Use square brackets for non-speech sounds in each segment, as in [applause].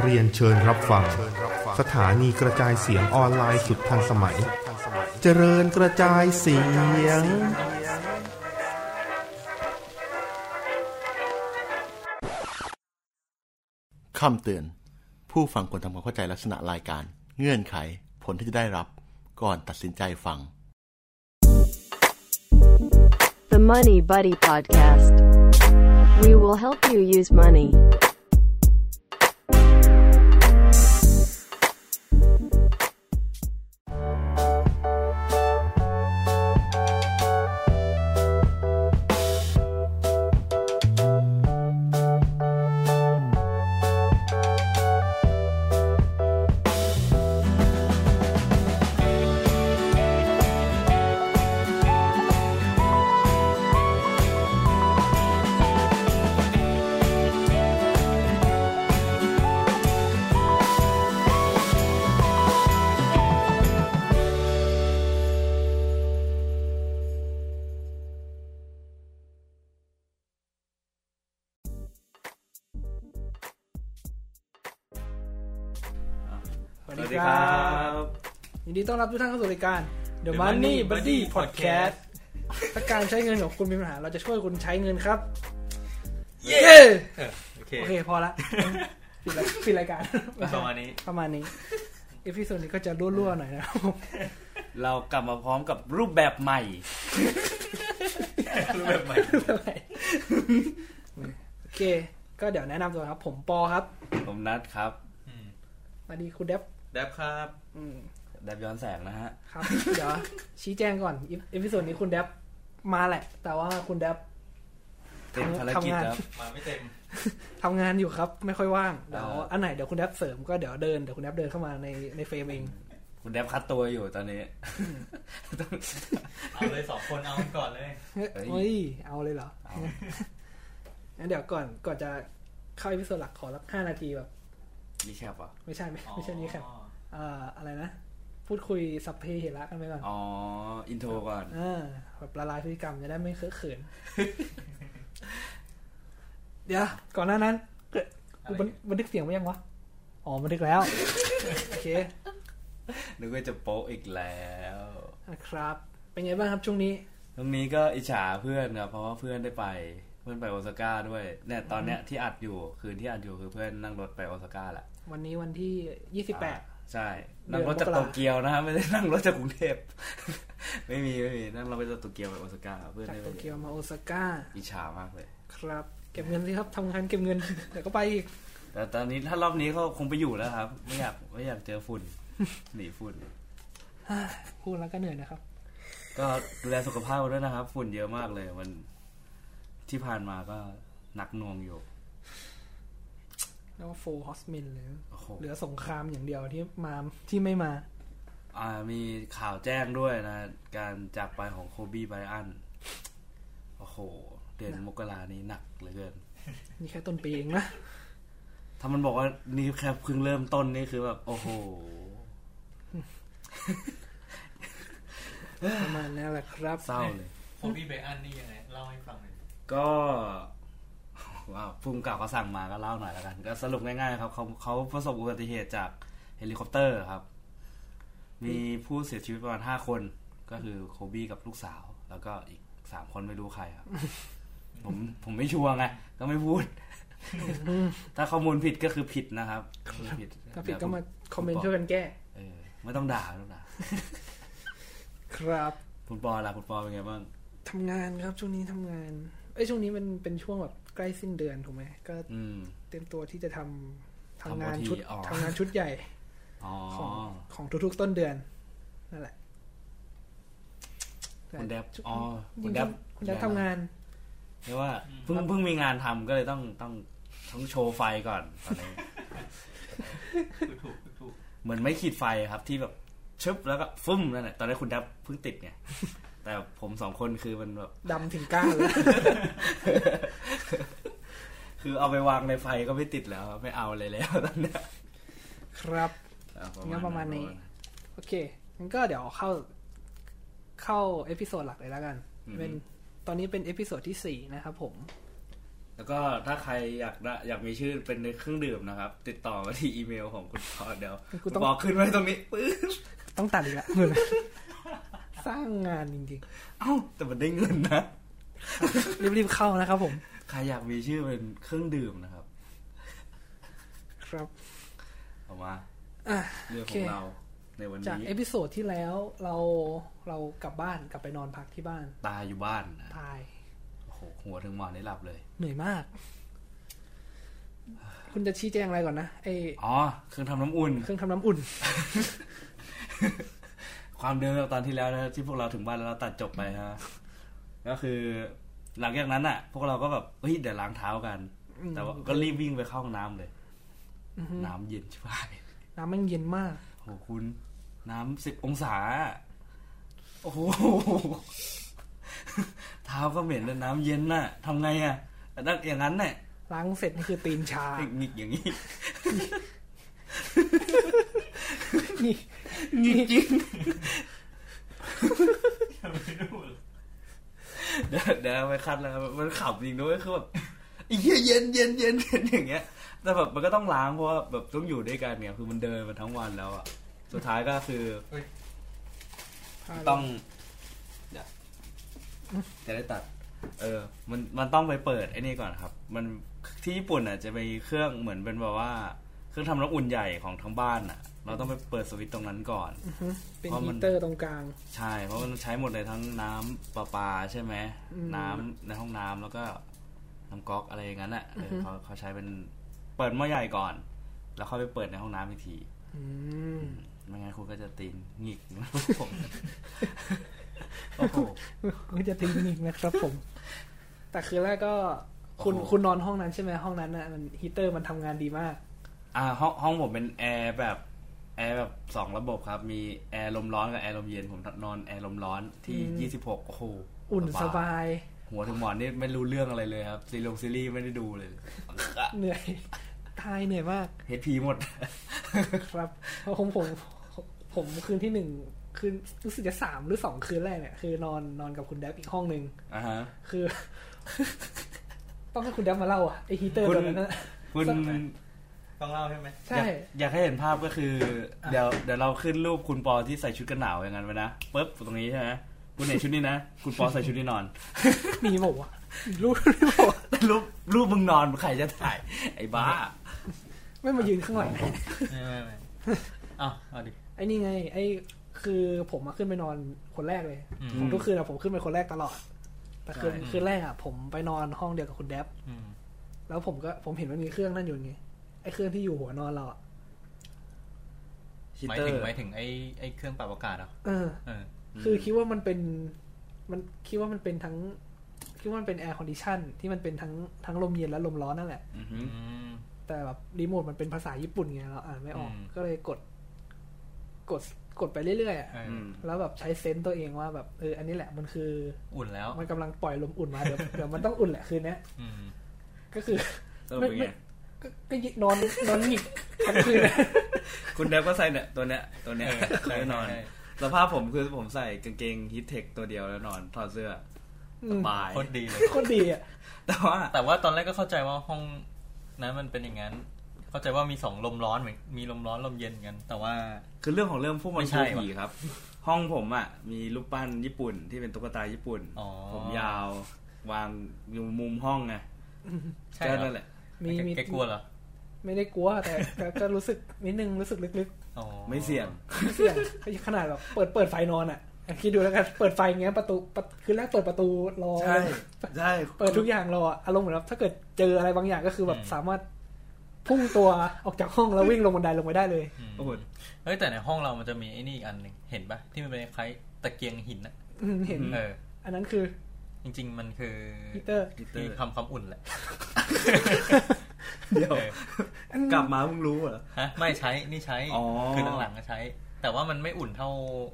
เรียนเชิญรับฟัง สถานีกระจายเสียงออนไลน์สุดทันสมัย เจริญกระจายเสียง คำเตือน ผู้ฟังควรทำความเข้าใจลักษณะรายการ เงื่อนไข ผลที่จะได้รับ ก่อนตัดสินใจฟัง The Money Buddy Podcast. We will help you use money. สวัสดีครับ ยินดีต้อนรับทุกท่านเข้าสู่รายการ The Money Buddy Podcast ถ้าการใช้เงินของคุณมีปัญหา เราจะช่วยคุณใช้เงินครับ เย้ โอเค โอเคพอละปิดละปิดรายการ ประมาณนี้ ประมาณนี้เอพิโซดนี้ก็จะรั่วๆหน่อยนะครับผม เรากลับมาพร้อมกับรูปแบบใหม่ รูปแบบใหม่ โอเค ก็เดี๋ยวแนะนำตัวครับ ผมปอครับ ผมนัดครับ สวัสดีคุณเดฟ แดบครับ อืม แดบย้อนแสงนะฮะ ครับ เดี๋ยวชี้แจงก่อนเอพิโซดนี้คุณเดฟมาแหละ แต่ว่าคุณเดฟ เต็มภารกิจครับ มาไม่เต็ม ทำงานอยู่ครับ ไม่ค่อยว่างเดี๋ยว อ่า อันไหนเดี๋ยวคุณแดบเสริมก็เดี๋ยวเดินเดี๋ยวคุณแดบเดินเข้ามาในในเฟรมเอง คุณแดบคัดตัวอยู่ตอนนี้ เอาเลยสองคนเอาก่อนเลย เฮ้ย เอ้ย เฮ้ยเอาเลยเหรอ เอา งั้นเดี๋ยวก่อนก่อนจะเข้าอีพิโซดหลักขอรับห้านาทีแบบ นี่แคบอ่ะ ไม่ใช่ไม่ไม่ใช่นี้ครับเอ่ออะไรนะ พูดคุยสัพเพเหระกันไปก่อน อ๋อ อินโทรก่อน เออแบบละลายพฤติกรรมจะได้ไม่เคอะเขิน [laughs] เดี๋ยว ก่อนหน้านั้นเกิดกูบันบันทึกเสียงไว้ยังวะอ๋อบันทึกแล้ว [laughs] โอเค นึกว่าจะโป๊ะอีกแล้ว นะครับ เป็นไงบ้างครับช่วงนี้ ตรงนี้ก็อิจฉาเพื่อนครับ เพราะว่าเพื่อนได้ไป เพื่อนไปโอซาก้าด้วย เนี่ยตอนเนี้ยที่อัดอยู่ คืนที่อัดอยู่คือเพื่อนนั่งรถไปโอซาก้าแหละ วันนี้วันที่ยี่สิบแปด อ่าใช่ เดือน นั่งรถจาก มกรา โตเกียวนะฮะไม่ได้นั่งรถจากกรุงเทพ [laughs] ไม่มีไม่มี นั่งรถไปจากโตเกียวไปโอซาก้า เพื่อน จาก ได้ โต ไป เกียวมาโอซาก้า อิจฉามากเลย ครับ เก็บเงินสิครับทำงานเก็บเงิน [laughs] เดี๋ยวก็ไปอีก แต่ตอนนี้ถ้ารอบนี้เขาคงไปอยู่แล้วครับ ไม่อยากไม่อยากเจอฝุ่น [laughs] หนีฝุ่น พูดแล้วก็เหนื่อยนะครับ ก็ดูแลสุขภาพด้วยนะครับ ฝุ่นเยอะมากเลย มันที่ผ่านมาก็หนักหน่วงอยู่ แล้วก็โฟฮอสเมนเลย โอ้โห เหลือสงครามอย่างเดียวที่มาที่ไม่มา อ่ามีข่าวแจ้งด้วยนะ การจากไปของโคบี้ไบรอันโอ้โห เดือนมกรานี้หนักเหลือเกิน นี่แค่ต้นปีเอง [laughs] นะ ถ้ามันบอกว่านี่แค่เพิ่งเริ่มต้นนี่คือแบบโอ้โห ประมาณนั้นแหละครับ เศร้าเลย โคบี้เบอันนี่ยังไง เล่าให้ฟังหน่อย ก็ว้าวภูมิกับเขาสั่งมาก็เล่าหน่อยแล้วกัน ก็สรุปง่ายๆครับเขาเขาประสบอุบัติเหตุจากเฮลิคอปเตอร์ครับ มีผู้เสียชีวิตประมาณห้าคน ก็คือโคบี้กับลูกสาว แล้วก็อีกสามคนไม่รู้ใครครับ [laughs] ผมผมไม่ชัวร์ไงก็ไม่พูด [laughs] ถ้าข้อมูลผิดก็คือผิดนะครับผิด ถ้าผิดก็มาคอมเมน ณ ต์ ป ช่วยกันแก้ เออไม่ต้องด่าไม่ต้องด่า ครับ คุณปอล่ะคุณปอเป็นไงบ้าง ทำงานครับช่วงนี้ทำงาน เอ้ยช่วงนี้มันเป็นช่วงแบบใกล้สิ้นเดือนถูกไหมก็ อืม เตรียมตัวที่จะทำทำงาน ทำ OT ชุด อ๋อ ทำงานชุดใหญ่ อ๋อ ของของทุกๆต้นเดือนนั่นแหละ คุณแดบอ๋อ คุ คุณ ณ แด แด บบ คุณแดบทำงาน เรียกว่าเพิ่งเพิ่งมีงานทำก็เลยต้องต้องต้องโชว์ไฟก่อนตอนนี้ ถูกถูก [laughs] ถูก เหมือนไม่ขีดไฟครับที่แบบชึบแล้วก็ฟึ่มนั่นแหละตอนนี้นคุณดับเพิ่งติดไงแต่ผมสองคนคือมันแบบ ดำถึงก้าวเลย [laughs] คือเอาไปวางในไฟก็ไม่ติดแล้วครับไม่เอาเลยแล้วตอนเนี้ย ครับ อ่ะ งั้นประมาณนี้ โอเคงั้นก็เดี๋ยวเข้าเข้าเอพิโซดหลักเลยแล้วกัน เป็น ตอนนี้เป็นเอพิโซดที่สี่นะครับผม แล้วก็ถ้าใครอยากได้อยากมีชื่อเป็นในเครื่องดื่มนะครับ ติดต่อมาที่อีเมลของคุณปอเดี๋ยว กูต้อง บอกขึ้นไว้ตรงนี้ปื๊บ ต้องตัดอีกละ [laughs] สร้างงานจริง เอ้าแต่มันได้เงินนะ ๆ รีบๆเข้านะครับผม ใครอยากมีชื่อเป็นเครื่องดื่มนะครับ ครับ เอามา อ่ะ เรื่อง โอ ข เค องเราในวัน จาก นี้ เอพิโซดที่แล้วเราเรากลับบ้านกลับไปนอนพักที่บ้าน ตายอยู่บ้านนะ ตาย โอ้โหหัวถึงหมอนได้หลับเลย เหนื่อยม [sighs] าก คุณจะชี้แจงอะไรก่อนนะไอ อ๋อ เครื่องทำน้ำ [laughs] อุ่น เครื่องทำน้ำอุ่น ความเดิมจากตอนที่แล้วนะที่พวกเราถึงบ้านแล้วเราตัดจบไปฮะก็คือ หลังจากนั้นอ่ะ พวกเราก็แบบเฮ้ยเดี๋ยวล้างเท้ากัน แต่ว่าก็รีบวิ่งไปเข้าห้องน้ำเลย อือฮึ น้ำเย็นชิบหาย น้ำมันเย็นมาก โอ้โหคุณ น้ำสิบองศา โอ้โห [laughs] เท้าก็เหม็นแล้วน้ำเย็นน่ะทำไงอ่ะแต่อย่างนั้นเนี่ย ล้างเสร็จนี่คือตีนชา หงิกอย่างนี้ นี่ หงิกจริง ไม่รู้เลย เดี๋ยวเดี๋ยวเอาไปคัดแล้วมันขับจริงด้วยคือแบบไอ้เหี้ยเย็นเย็นเย็นเย็นอย่างเงี้ย แต่แบบมันก็ต้องล้างเพราะว่าแบบต้องอยู่ด้วยกันเนี่ยคือมันเดินมาทั้งวันแล้วอ่ะสุดท้ายก็คือ ต้องเดี๋ยวจะได้ตัด เออ มันมันต้องไปเปิดไอ้นี่ก่อนครับ มันที่ญี่ปุ่นอ่ะ จะไปเครื่องเหมือนเป็นแบบว่า เครื่องทำน้ำอุ่นใหญ่ของทั้งบ้านอ่ะ เราต้องไปเปิดสวิตช์ตรงนั้นก่อน เป็น เพราะมั ฮี น เตอร์ตรงกลาง [laughs] ใช่ เพราะมันใช้หมดเลยทั้งน้ำประปาใช่ไหม อืม น้ำในห้องน้ำแล้วก็น้ำก๊อกอะไรอย่างนั้นอ่ะเออเขาเขาใช้เป็นเปิดหม้อใหญ่ก่อน แล้วค่อยไปเปิดในห้องน้ำอีกที อืม ไม่งั้นคุณก็จะตีนหงิก [laughs] เหมือนผมโอ้โห ก็จะตีนอีกนะครับผม แต่คือแรกก็คุณ โอ้โห คุณนอนห้องนั้นใช่ไหมห้องนั้นน่ะมันฮีเตอร์มันทำงานดีมาก อ่าห้องห้องผมเป็นแอร์แบบแอร์แบบสองระบบครับ มีแอร์ลมร้อนกับแอร์ลมเย็นผมนอนแอร์ลมร้อนที่ อืม ยี่สิบหกโอ้โห อุ่นสบาย หัวถึงหมอนนี่ไม่รู้เรื่องอะไรเลยครับ ซีรีส์ซีรีส์ไม่ได้ดูเลย เหนื่อย [laughs] ทายเหนื่อยมาก เฮดพีหมด ครับเพราะผมผมผมคืนที่หนึ่งคืนรู้สึกจะสามหรือสองคืนแรกเนี่ยคือนอนนอนกับคุณแดบอีกห้องหนึ่ง อ่าฮะ คือ [laughs] ต้องให้คุณแดบมาเล่าอะไอฮีเตอร์ คุณ ตัวนั้นนะ คุณ สัก ต้องเล่าใช่ไหม ใช่ อยากอยากให้เห็นภาพก็คือ เดี๋ยวเดี๋ยวเราขึ้นรูปคุณปอที่ใส่ชุดกันหนาวอย่างนั้นไว้นะปึ๊บตรงนี้ใช่ไหมคุณเห็นชุดนี้นะ คุณปอใส่ชุดนี้นอน [laughs] มีบอกว่ารู้รู้บอกว่า รูปรูปมึงนอนใครจะถ่าย ไอ้บ้า ไม่มายืนข้างหลัง ไม่ไม่ไม่เอาเอาดิ ไอ้นี่ไง ไอ้คือผมอะขึ้นไปนอนคนแรกเลย อืม ผมทุกคืนอะผมขึ้นไปคนแรกตลอด แต่คืน ใช่ คืนแรกอะผมไปนอนห้องเดียวกับคุณแดบ อืม แล้วผมก็ผมเห็นมันมีเครื่องนั่นอยู่ไงไอ้เครื่องที่อยู่หัวนอนเราอะ หมายถึงหมายถึงไอ้ไอ้เครื่องปรับอากาศเหรอ เออ เออ คือคิดว่ามันเป็นมันคิดว่ามันเป็นทั้ง คิดว่ามันเป็นแอร์คอนดิชันที่มันเป็นทั้งทั้งลมเย็นและลมร้อนนั่นแหละ อือหือ อืม แต่แบบรีโมทมันเป็นภาษาญี่ปุ่นไงเราอ่านไม่ออก อืม ก็เลยกด กดกดไปเรื่อยๆอะ เอออ อืม แล้วแบบใช้เซนต์ตัวเองว่าแบบเอออันนี้แหละมันคือ อุ่นแล้ว มันกำลังปล่อยลมอุ่นมาเดี๋ยว เดี๋ยวมันต้องอุ่นแหละคืนเนี้ย อืม ก็คือ สรุป ไม่ เป็นไง ไม่ก็ก็ยินอนนอนหงิกทั้งคืนนะ [laughs] คุณแดบก็ใส่เนี่ยตัวเนี้ยตัวเนี้ย เออ เคยนอน ใช่ สภาพผมคือผมใส่กางเกงฮิตเทคตัวเดียวแล้วนอนถอดเสื้อ อื ส ม บาย โคตรดีเลย โคตรดีอ่ะ แต่ว่า แต่ว่าตอนแรกก็เข้าใจว่าห้องนั้นมันเป็นอย่างนั้น เข้าใจว่ามีสองลมร้อนเหมือนมีลมร้อนลมเย็นกัน แต่ว่า คือเรื่องของเรื่องพวกมั ไม่ น ใช่ คือผีครับ ห้องผมอ่ะ มีรูปปั้นญี่ปุ่นที่เป็นตุ๊กตาญี่ปุ่น อ๋อ ผมยาว วางอยู่มุมห้องไง ใช่ ก็ เหร นั่ อน แหละ มีมี แกกลัวเหรอ ไม่ได้กลัวแต่แต่ก็รู้สึกนิดนึงรู้สึกลึกๆ อ๋อ ไม่เสี่ยง เสี่ยงขนาดแบบเปิดเปิดไฟนอนอ่ะคิดดูแล้วกันเปิดไฟอย่างเงี้ยประตูประคือแรกเปิดประตูรอ ใช่ใช่ เปิดทุกอย่างรออะอารมณ์เหมือนแบบถ้าเกิดเจออะไรบางอย่างก็คือแบบสามารถพุ่งตัวออกจากห้องแล้ววิ่งลงบันไดลงไปได้เลย โอ้โห เฮ้ยแต่ในห้องเรามันจะมีไอ้นี่อีกอันหนึ่งเห็นปะที่มันเป็นคล้ายตะเกียงหินนะ อืมเห็น เออ อันนั้นคือ จริง ๆ มันคือ ฮีเตอร์ ดิเตอ ที่ ร์ ทำความอุ่นแหละ เดี๋ยว เออ กลับมาเพิ่งรู้เหรอ ฮะไม่ใช้นี่ใช้ อ๋อ คือหลังๆก็ใช้ แต่ว่ามันไม่อุ่นเท่า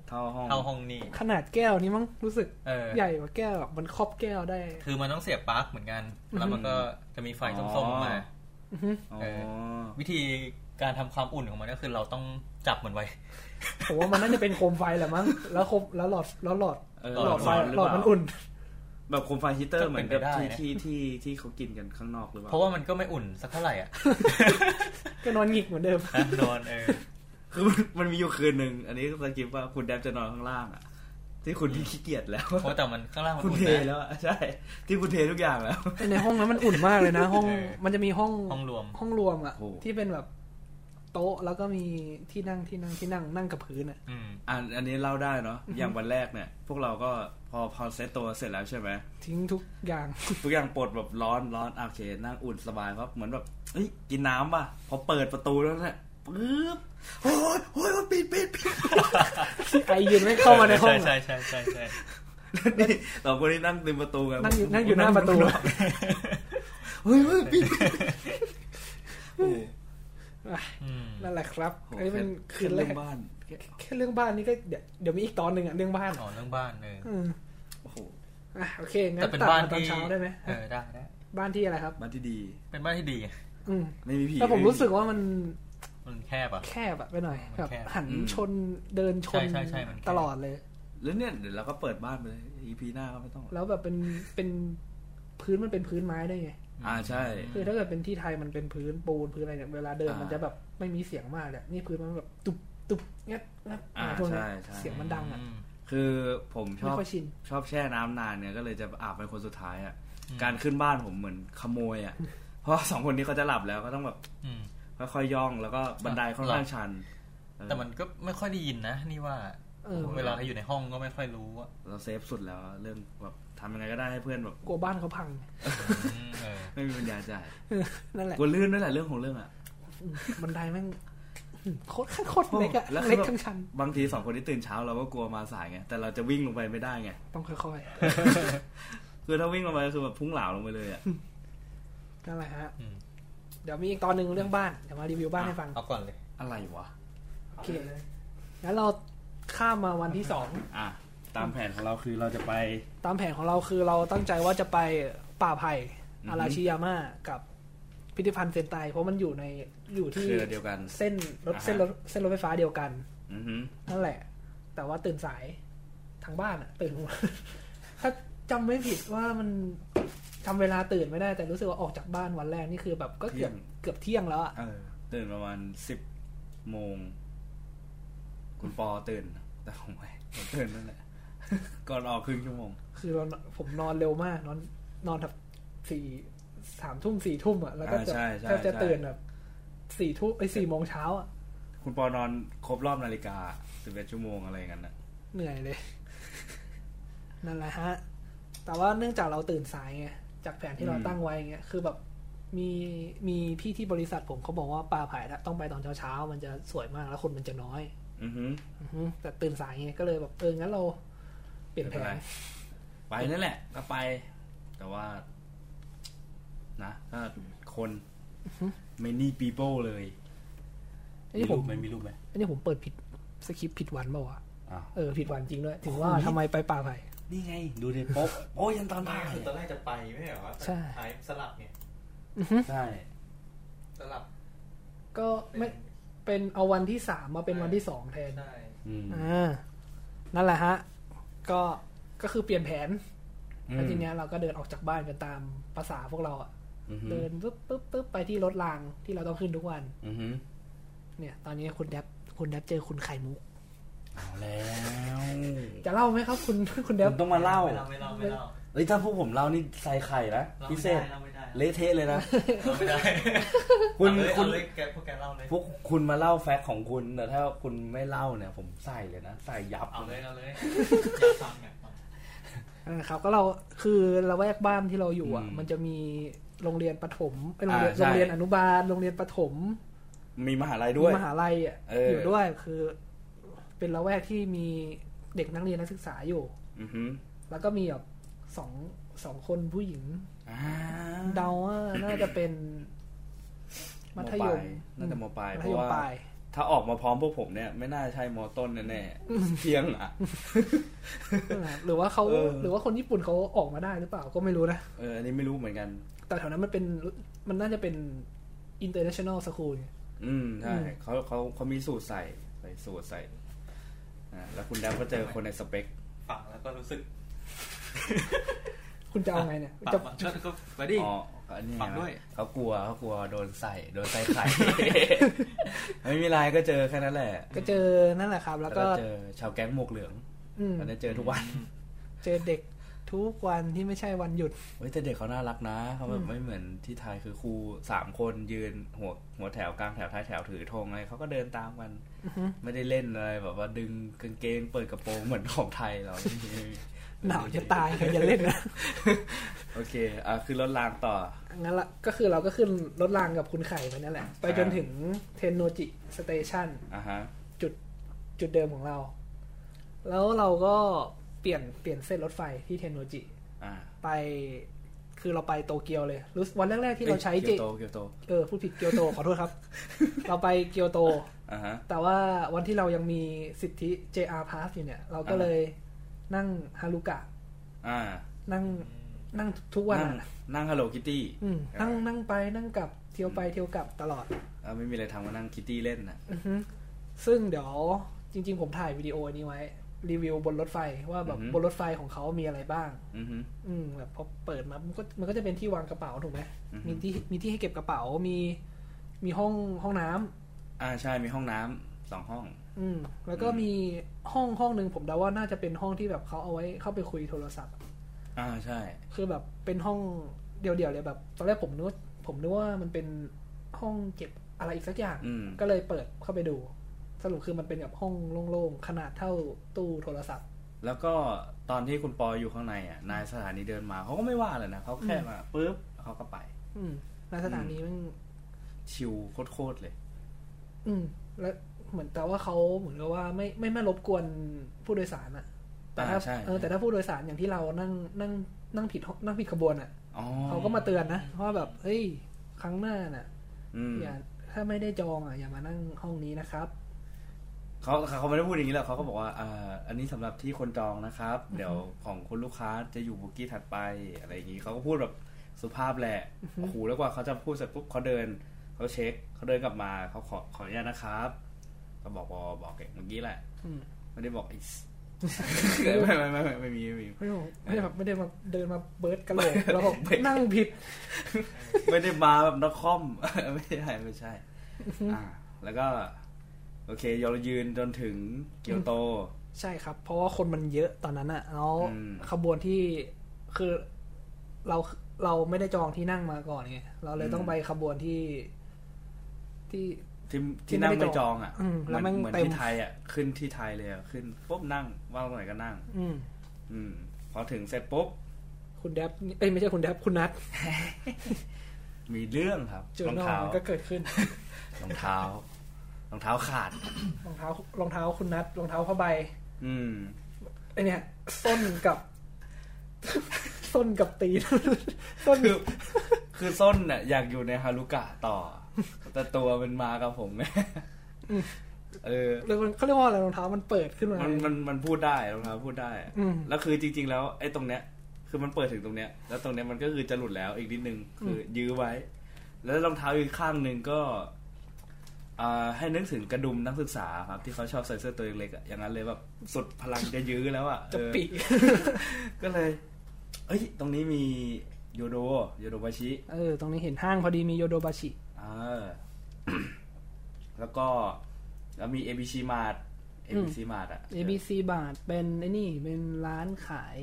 เท่าห้อง เท่าห้องนี้ ขนาดแก้วนี้มั้งรู้สึก เออ ใหญ่กว่าแก้วอะมันครอบแก้วได้ คือมันต้องเสียบปลั๊กเหมือนกัน แล้วมันก็จะมีไฟส้มๆออกมา อ๋อ อือหือ อ๋อ เอ วิธีการทำความอุ่นของมันก็คือเราต้องจับมันไว้ ผม [laughs] ว่ามันน่าจะเป็นโคมไฟแหละมั้งแล้วโคมแล้วหลอดแล้วหลอด เออ หลอดไฟ หลอดหรือเปล่าหลอดมันอุ่น [laughs] แบบโคมไฟฮีเตอร์เหมือนกับ ก็เป็นไป ที่ ได้นะ ที่ที่ที่เขากินกันข้างนอกหรือเปล่า เพราะว่ามันก็ไม่อุ่นสักเท่าไหร่อ่ะ ก็นอนหงิกเหมือนเดิม นะโดนเออ คือมันมันมีอยู่คืนหนึ่งอันนี้สกิปว่าคุณแดบจะนอนข้างล่างอ่ะ ที่คุณที่ขี้เกียจแล้ว เพราะแต่มันข้างล่างมัน คุณ อุ่น เท นะ แล้วอะใช่ ที่คุณเททุกอย่างแล้ว แต่ในห้องนั้นมันอุ่นมากเลยนะ ห้อง เออ มันจะมีห้อง ห้องรวม ห้องรวมอ่ะ โอ้ ที่เป็นแบบโต๊ะแล้วก็มีที่นั่งที่นั่งที่นั่งนั่งกับพื้นอ่ะ อืม อันอันนี้เล่าได้เนาะอย่างวันแรกเนี่ย พวกเราก็พอพอเซตตัวเสร็จแล้วใช่ [laughs] ไหม ทิ้งทุกอย่าง [laughs] ทุกอย่างปลดแบบร้อนร้อนอ่ะโอเคนั่งอุ่นสบายครับเหมือนแบบเอ้ยกินน้ำป่ะพอเปิดประตูแล้วเนี่ยปึ๊บโอ้ยโอ้ยมันปิดปิดปิด [laughs] ไอเย็นไม่เข้ามาในห้องอะ ใช่ใช่ใช่ใช่ นี่สองคนนี้นั่งริมประตูกัน นั่งอยู่นั่งอยู่หน้าประตู เฮ้ยเฮ้ยปิด อืม นั่นแหละครับอันนี้เป็นคืนแรก บ้าน แค่เรื่องบ้านนี่ก็เดี๋ยวเดี๋ยวมีอีกตอนหนึ่งอ่ะเรื่องบ้าน อ๋อเรื่องบ้านเออ อืม โอ้โห อ่ะโอเคงั้ แต่ น เป็น ตัด บ้าน มาตอน ที่ เช้าได้ไหม เออได้ได้ บ้านที่อะไรครับ บ้านที่ดี เป็นบ้านที่ดีอะ อืม ไม่มีผี แต่ผม ไ รู้สึกว่ามัน มันแคบอ่ะ แคบอะไปหน่อย มัน แบบ แคบ หัน อืม ชนเดินชน ใช่ใช่ใช่มันแคบ ตลอดเลย แล้วเนี่ยเดี๋ยวเราก็เปิดบ้านไปเลย EP หน้าก็ไม่ต้อง แล้วแบบเป็นเป็นพื้นมันเป็นพื้นไม้ได้วยไง อ่าใช่ คือถ้าเกิดเป็นที่ไทยมันเป็นพื้นปูนพื้นอะไรเนี่ยเวลาเดิน อ่ามั มันจะแบบไม่มีเสียงมากเลยนี่พื้นมันแบบตุบตุบงัดงัด อ่า พวกเนี้ย ใช่ใช่ เสียงมันดังอ่ะ ม คือผมช ไม่ อบ ค่อยชิน ชอบแช่น้ำนานเนี่ยก็เลยจะอาบเป็นคนสุดท้ายอ่ะ อืม การขึ้นบ้านผมเหมือนขโมยอ่ะ [laughs] เพราะสองคนนี้เขาจะหลับแล้วก็ต้องแบบ อืม ค่อยๆย่องแล้วก็บันไดค่อนข้างชันเออ แต่มันก็ไม่ค่อยได้ยินนะ นี่ว่า เออ เวลาเขาอยู่ในห้องก็ไม่ค่อยรู้อ่ะ เราเซฟสุดแล้ว เรื่องแบบทำยังไงก็ได้ให้เพื่อนแบบ กลัวบ้านเขาพัง อืมเออ ไม่มีปัญญาจ่าย นั่นแหละ กลัวลื่นนั่นแหละเรื่องของเรื่องอ่ะ บันไดแม่ง [laughs] โคตรโคตร โอ้ เล็กอะ แล้วคือ เล็ก แบบ ทั้งชั้น บางทีสองคนที่ตื่นเช้าเราก็กลัวมาสายไง แต่เราจะวิ่งลงไปไม่ได้ไง ต้องค่อย คือถ้าวิ่งลงไปก็คือแบบพุ่งเหลาลงไปเลยอ่ะ ๆนั่นแหละฮะ อืม เดี๋ยวมีอีกตอนหนึ่งเรื่องบ้านเดี๋ยวมารีวิวบ้าน อ่ะ ให้ฟัง เอาก่อนเลย อะไรวะ โอเคงั้นเราข้ามมาวันที่สอง อ่ะ ตามแผนของเราคือเราจะไป ตามแผนของเราคือเราตั้งใจว่าจะไปป่าไผ่ อือฮึ อาราชิยาม่ากับพิพิธภัณฑ์เซนไตเพราะมันอยู่ในอยู่ เค ที่ รือเดียวกัน เส้นรถ อ่าฮะ เส้นรถเส้นรถไฟฟ้าเดียวกัน อือหือ นั่นแหละ แต่ว่าตื่นสายทางบ้านอะตื่น [laughs] ถ้าจำไม่ผิดว่ามันทำเวลาตื่นไม่ได้ แต่รู้สึกว่าออกจากบ้านวันแรกนี่คือแบบก็เกือบเกือบเที่ยงแล้วอะ เออตื่นประมาณสิบโมง คุณปอตื่น แต่ผมไม่ผมตื่นนั่น [laughs] แหละ ก่อนออกครึ่งชั่วโมง คือเราผมนอนเร็วมาก นอนนอนแบบสี่สามทุ่มสี่ทุ่มอะแล้วก็อ่าจะใช่ใช่ แทบจะ ใช่ ตื่นแบบสี่ทุ่มไอ้ยสี่โมงเช้าอะ คุณปอนอนครบรอบนาฬิกาสิบเอ็ดชั่วโมงอะไรอย่างนั้นน่ะ เหนื่อยเลย [laughs] นั่นแหละฮะ แต่ว่าเนื่องจากเราตื่นสายไง จากแผนที่เรา อืม ตั้งไว้เงี้ย คือแบบมีมีพี่ที่บริษัทผมเขาบอกว่าป่าไผ่นะต้องไปตอนเช้าๆ มันจะสวยมากแล้วคนมันจะน้อย อือหือ อือฮึแต่ตื่นสายไงก็เลยแบบเอองั้นเราเปลี่ยนแผน ไปนั่นแหละ ก็ไป แต่ว่า นะถ้าคน many people เลย อันนี้ผม ไม่มีรูปไหม อันนี้ผมเปิดผิดสคริปต์ผิดวันเปล่าวะ อ้าว เออผิดวันจริงด้วย ถึงว่าทำไมไปป่าไผ่ นี่ไง ดูดิโป๊ะโป๊ะยันตอนท้าย ตอนแรกจะไปไม่เหรอ ใช่ ไอ้สลับเนี่ย อือฮึ ใช่ สลับ ก็ไม่เป็นเอาวันที่สามมาเป็นวันที่สองแทน ได้ อืม อ่า นั่นแหละฮะ ก็ ก็คือเปลี่ยนแผน แล้วทีเนี้ยเราก็เดินออกจากบ้านกันตามภาษาพวกเราอะ อือหือ เดินปุ๊บปุ๊บปุ๊บไปที่รถรางที่เราต้องขึ้นทุกวัน อือหือ เนี่ย ตอนนี้คุณแดบคุณแดบเจอคุณไข่มุก เอาแล้ว จะเล่าไหมครับคุณ [laughs] คุณแด เดี๋ย บ วต้องมาเล่า ไม่เราไม่เราไม่เรา เฮ้ยถ้าพวกผมเล่านี่ใส่ไข่นะ เรา พิ ไม่ เศ ได้ ษ เราไม่ได้ เละเทะเลยนะ เราไม่ได้ คุณคุเอาเลยเอา ณ เลยแกพวกแกเล่าเลย พวกคุณมาเล่าแฟกต์ของคุณแต่ถ้าคุณไม่เล่าเนี่ย ผมใส่เลยนะใส่ยับ เอาเลยเอาเลยอยากฟังอยากฟัง อ่าครับ ก็เราคือเราแวกบ้านที่เราอยู่อะมันจะมีโรงเรียนประถมเอ้ยโรงเรียนโรงเรียนอนุบาลโรงเรียนประถม มีมหาลัยด้วย มหาลัยอะ เอออ ยู่ด้วยคือ เป็นละแวกที่มีเด็กนักเรียนนักศึกษาอยู่ อือหือ แล้วก็มีแบบสองสองคนผู้หญิง อ่า เดาว่าน่าจะเป็นมัธยปมลาน่าจะมปลาย มั เพ ธย ราะ ม ว่า ปลาย [laughs] ถ้าออกมาพร้อมพวกผมเนี่ย ไม่น่าใช่มอต้นแน่ๆเที่ยงอ่ะ หรือว่าเขา เออ หรือว่าคนญี่ปุ่นเขาออกมาได้หรือเปล่าก็ไม่รู้นะ เอออันนี้ไม่รู้เหมือนกัน แต่แถวนั้นมันเป็นมันน่าจะเป็น international school ไง อืมใช่ อืม เขาเขาเขามีสูตรใส่ใส่สูตรใส่อ่าแล้วคุณแดบก็เจอคนในสเปค ฟังแล้วก็รู้สึก คุณจะเอาไงเนี่ย ปั จะ กก็ก็ไปดิ อ๋ออันนี้ไง ฝากด้วย เขากลัวเขากลัวโดนใส่โดนใส่ [laughs] ไข่ ไม่มีไรก็เจอแค่นั้นแหละ ก็เจอนั่นแหละครับ แล้วก็ เจอชาวแก๊งหมวกเหลือง อืม อันนี้เจอทุกวัน เจอเด็กทุกวันที่ไม่ใช่วันหยุด เฮ้ยแต่เด็กเขาน่ารักนะเขาแบบไม่เหมือนที่ไทยคือครูสามคนยืนหัวหัวแถวกลางแถวท้ายแถวถือธงอะไรเขาก็เดินตามกันไม่ได้เล่นอะไรแบบว่าดึงกางเกงเปิดกระโปรงเหมือนของไทยเรา หนาวจะตายใครจะเล่นนะ โอเคอ่ะคือรถรางต่อ งั้นละก็คือเราก็ขึ้นรถรางกับคุณไข่ไปนั่นแหละ ไปจนถึงเทนโนจิสเตชัน อ่ะฮะ จุดจุดเดิมของเรา แล้วเราก็เปลี่ยนเปลี่ยนเส้นรถไฟที่เทนโนจิ อ่า ไป คือเราไปโตเกียวเลยรู้สึกวันแรก ๆ ที่เราใช้เจ เกียวโตเกียวโต เออพูดผิดเกียวโตขอโทษ [laughs] ครับ เราไปเกียวโต อ่ะฮะ แต่ว่าวันที่เรายังมีสิทธิ JR Pass อยู่เนี่ย เราก็เลยนั่งฮารุกะ อ่า นั่งนั่งทุกวัน นั่ง อะ นั่งฮัลโหลคิตตี้ อืมนั่งนั่งไปนั่งกลับเที่ยวไปเที่ยวกลับตลอด ไม่มีอะไรทำก็นั่งคิตตี้เล่นนะ อือฮึซึ่งเดี๋ยวจริง ๆ ผมถ่ายวิดีโอนี้ไว้ รีวิวบนรถไฟว่าแบบบนรถไฟของเขามีอะไรบ้าง อือฮึ อืมแบบพอเปิดมามันก็มันก็จะเป็นที่วางกระเป๋าถูกไหม อือฮึ มีที่มีที่ให้เก็บกระเป๋ามีมีห้องห้องน้ำ อ่าใช่มีห้องน้ำสองห้อง อืม แล้วก็มีห้องห้องหนึ่งผมเดาว่าน่าจะเป็นห้องที่แบบเขาเอาไว้เข้าไปคุยโทรศัพท์ อ่าใช่ คือแบบเป็นห้องเดี่ยวๆเลยแบบตอนแรกผมนึกว่าผมนึกว่ามันเป็นห้องเก็บอะไรอีกสักอย่าง อืม ก็เลยเปิดเข้าไปดู สรุปคือมันเป็นแบบห้องโล่งๆ ขนาดเท่าตู้โทรศัพท์ แล้วก็ตอนที่คุณปออยู่ข้างในอ่ะนายสถานีเดินมาเขาก็ไม่ว่าเลยนะเขาแค่มาปุ๊บเขาก็ไป อืมในสถานีมัน ชิวโคตรๆเลย อืม แล้วเหมือนแต่ว่าเขาเหมือนกับว่าไม่ไม่ไม่รบกวนผู้โดยสารอะแต่ถ้า อ่าใช่ เออแต่ถ้าผู้โดยสารอย่างที่เรานั่งนั่งนั่งผิดห้องนั่งผิดขบวนอะ อ๋อ เขาก็มาเตือนนะว่าแบบเฮ้ยครั้งหน้าน่ะ อืม อย่าถ้าไม่ได้จองอะอย่ามานั่งห้องนี้นะครับ เขาเขาเขาไม่ได้พูดอย่างนี้หรอกเขาก็บอกว่าอ่าอันนี้สำหรับที่คนจองนะครับ เดี๋ยวของคุณลูกค้าจะอยู่บุกกี้ถัดไปอะไรอย่างนี้เขาก็พูดแบบสุภาพแหละโอ้โหแล้วกว่าเขาจะพูดเสร็จปุ๊บเขาเดินเขาเช็คเขาเดินกลับมาเขาขอขออนุญาตนะครับก็บอกบอบอกเมื่อกี้แหละ อืม ไม่ได้บอก [laughs] ไอ้ ไม่ไม่ไม่ไม่ไม่มีไม่มี ไม่ได้บอกไม่ได้แบบไม่ได้มาเดินมาเบิร์ดกระโหลกแล้วบอก ไม่ นั่งผิด ไม่ได้มาแบบนักคอม [laughs] ไม่ใช่ไม่ใช่อ่าแล้วก็ โอเคเรายืนจนถึงเกียวโต ใช่ครับ เพราะว่าคนมันเยอะตอนนั้นอะแล้ว อืม ขบวนที่คือเราเราไม่ได้จองที่นั่งมาก่อนไงเราเลยต้องไปขบวนที่ที่ ที่ ที่ ที่ ไม่ นั่ง ได้ ไม่จ จ อ อง ง อ่ะ อืม เห แล้ มือวน แม่ง เหมือน เต็ม ที่ไทยอ่ะขึ้นที่ไทยเลยอ่ะขึ้นปุ๊บนั่งว่างตรงไหนก็นั่ง อืม อืม พอถึงเสร็จปุ๊บ คุณแดบเอ้ยไม่ใช่คุณแดบคุณนั [laughs] ท มีเรื่องครับ เจอ รอง นอ เท้า มันก็เกิดขึ้น รองเท้า [laughs] รองเท้าขาด รองเท้ารองเท้าคุณนัทรองเท้าผ้าใบ อืม ไอเนี่ยส้นกับ ส้นกับตีน [laughs] ส้น คือ คือส้นอ่ะอยากอยู่ในฮารุกะต่อ แต่ตัวมันมากับผมไงเออ เรียกว่าเขาเรียกว่าอะไรรองเท้ามันเปิดขึ้นมา มันมันมันพูดได้รองเท้าพูดได้ อืม แล้วคือจริง ๆ แล้วไอ้ตรงเนี้ย คือมันเปิดถึงตรงเนี้ย แล้วตรงเนี้ยมันก็คือจะหลุดแล้วอีกนิดนึงคืออยื้อไว้ แล้วรองเท้าอีกข้างหนึ่งก็อ่าให้นึกถึงกระดุมนักศึกษาครับ ที่เขาชอบใส่เสื้อตัวเล็กๆอะอย่างนั้นเลยแบบสุดพลังจะยื้อแล้วอ่ะ จะ เออ ปี [laughs] ก็เลยเอ้ย ตรงนี้มีโยโดโยโดบาชิ เออตรงนี้เห็นห้างพอดีมีโยโดบาชิ เออ [coughs] แล้วก็แล้วมี ABC Mart ABC Mart อ่ะ ABC บาทเป็นไอ้นี่เป็นร้านขาย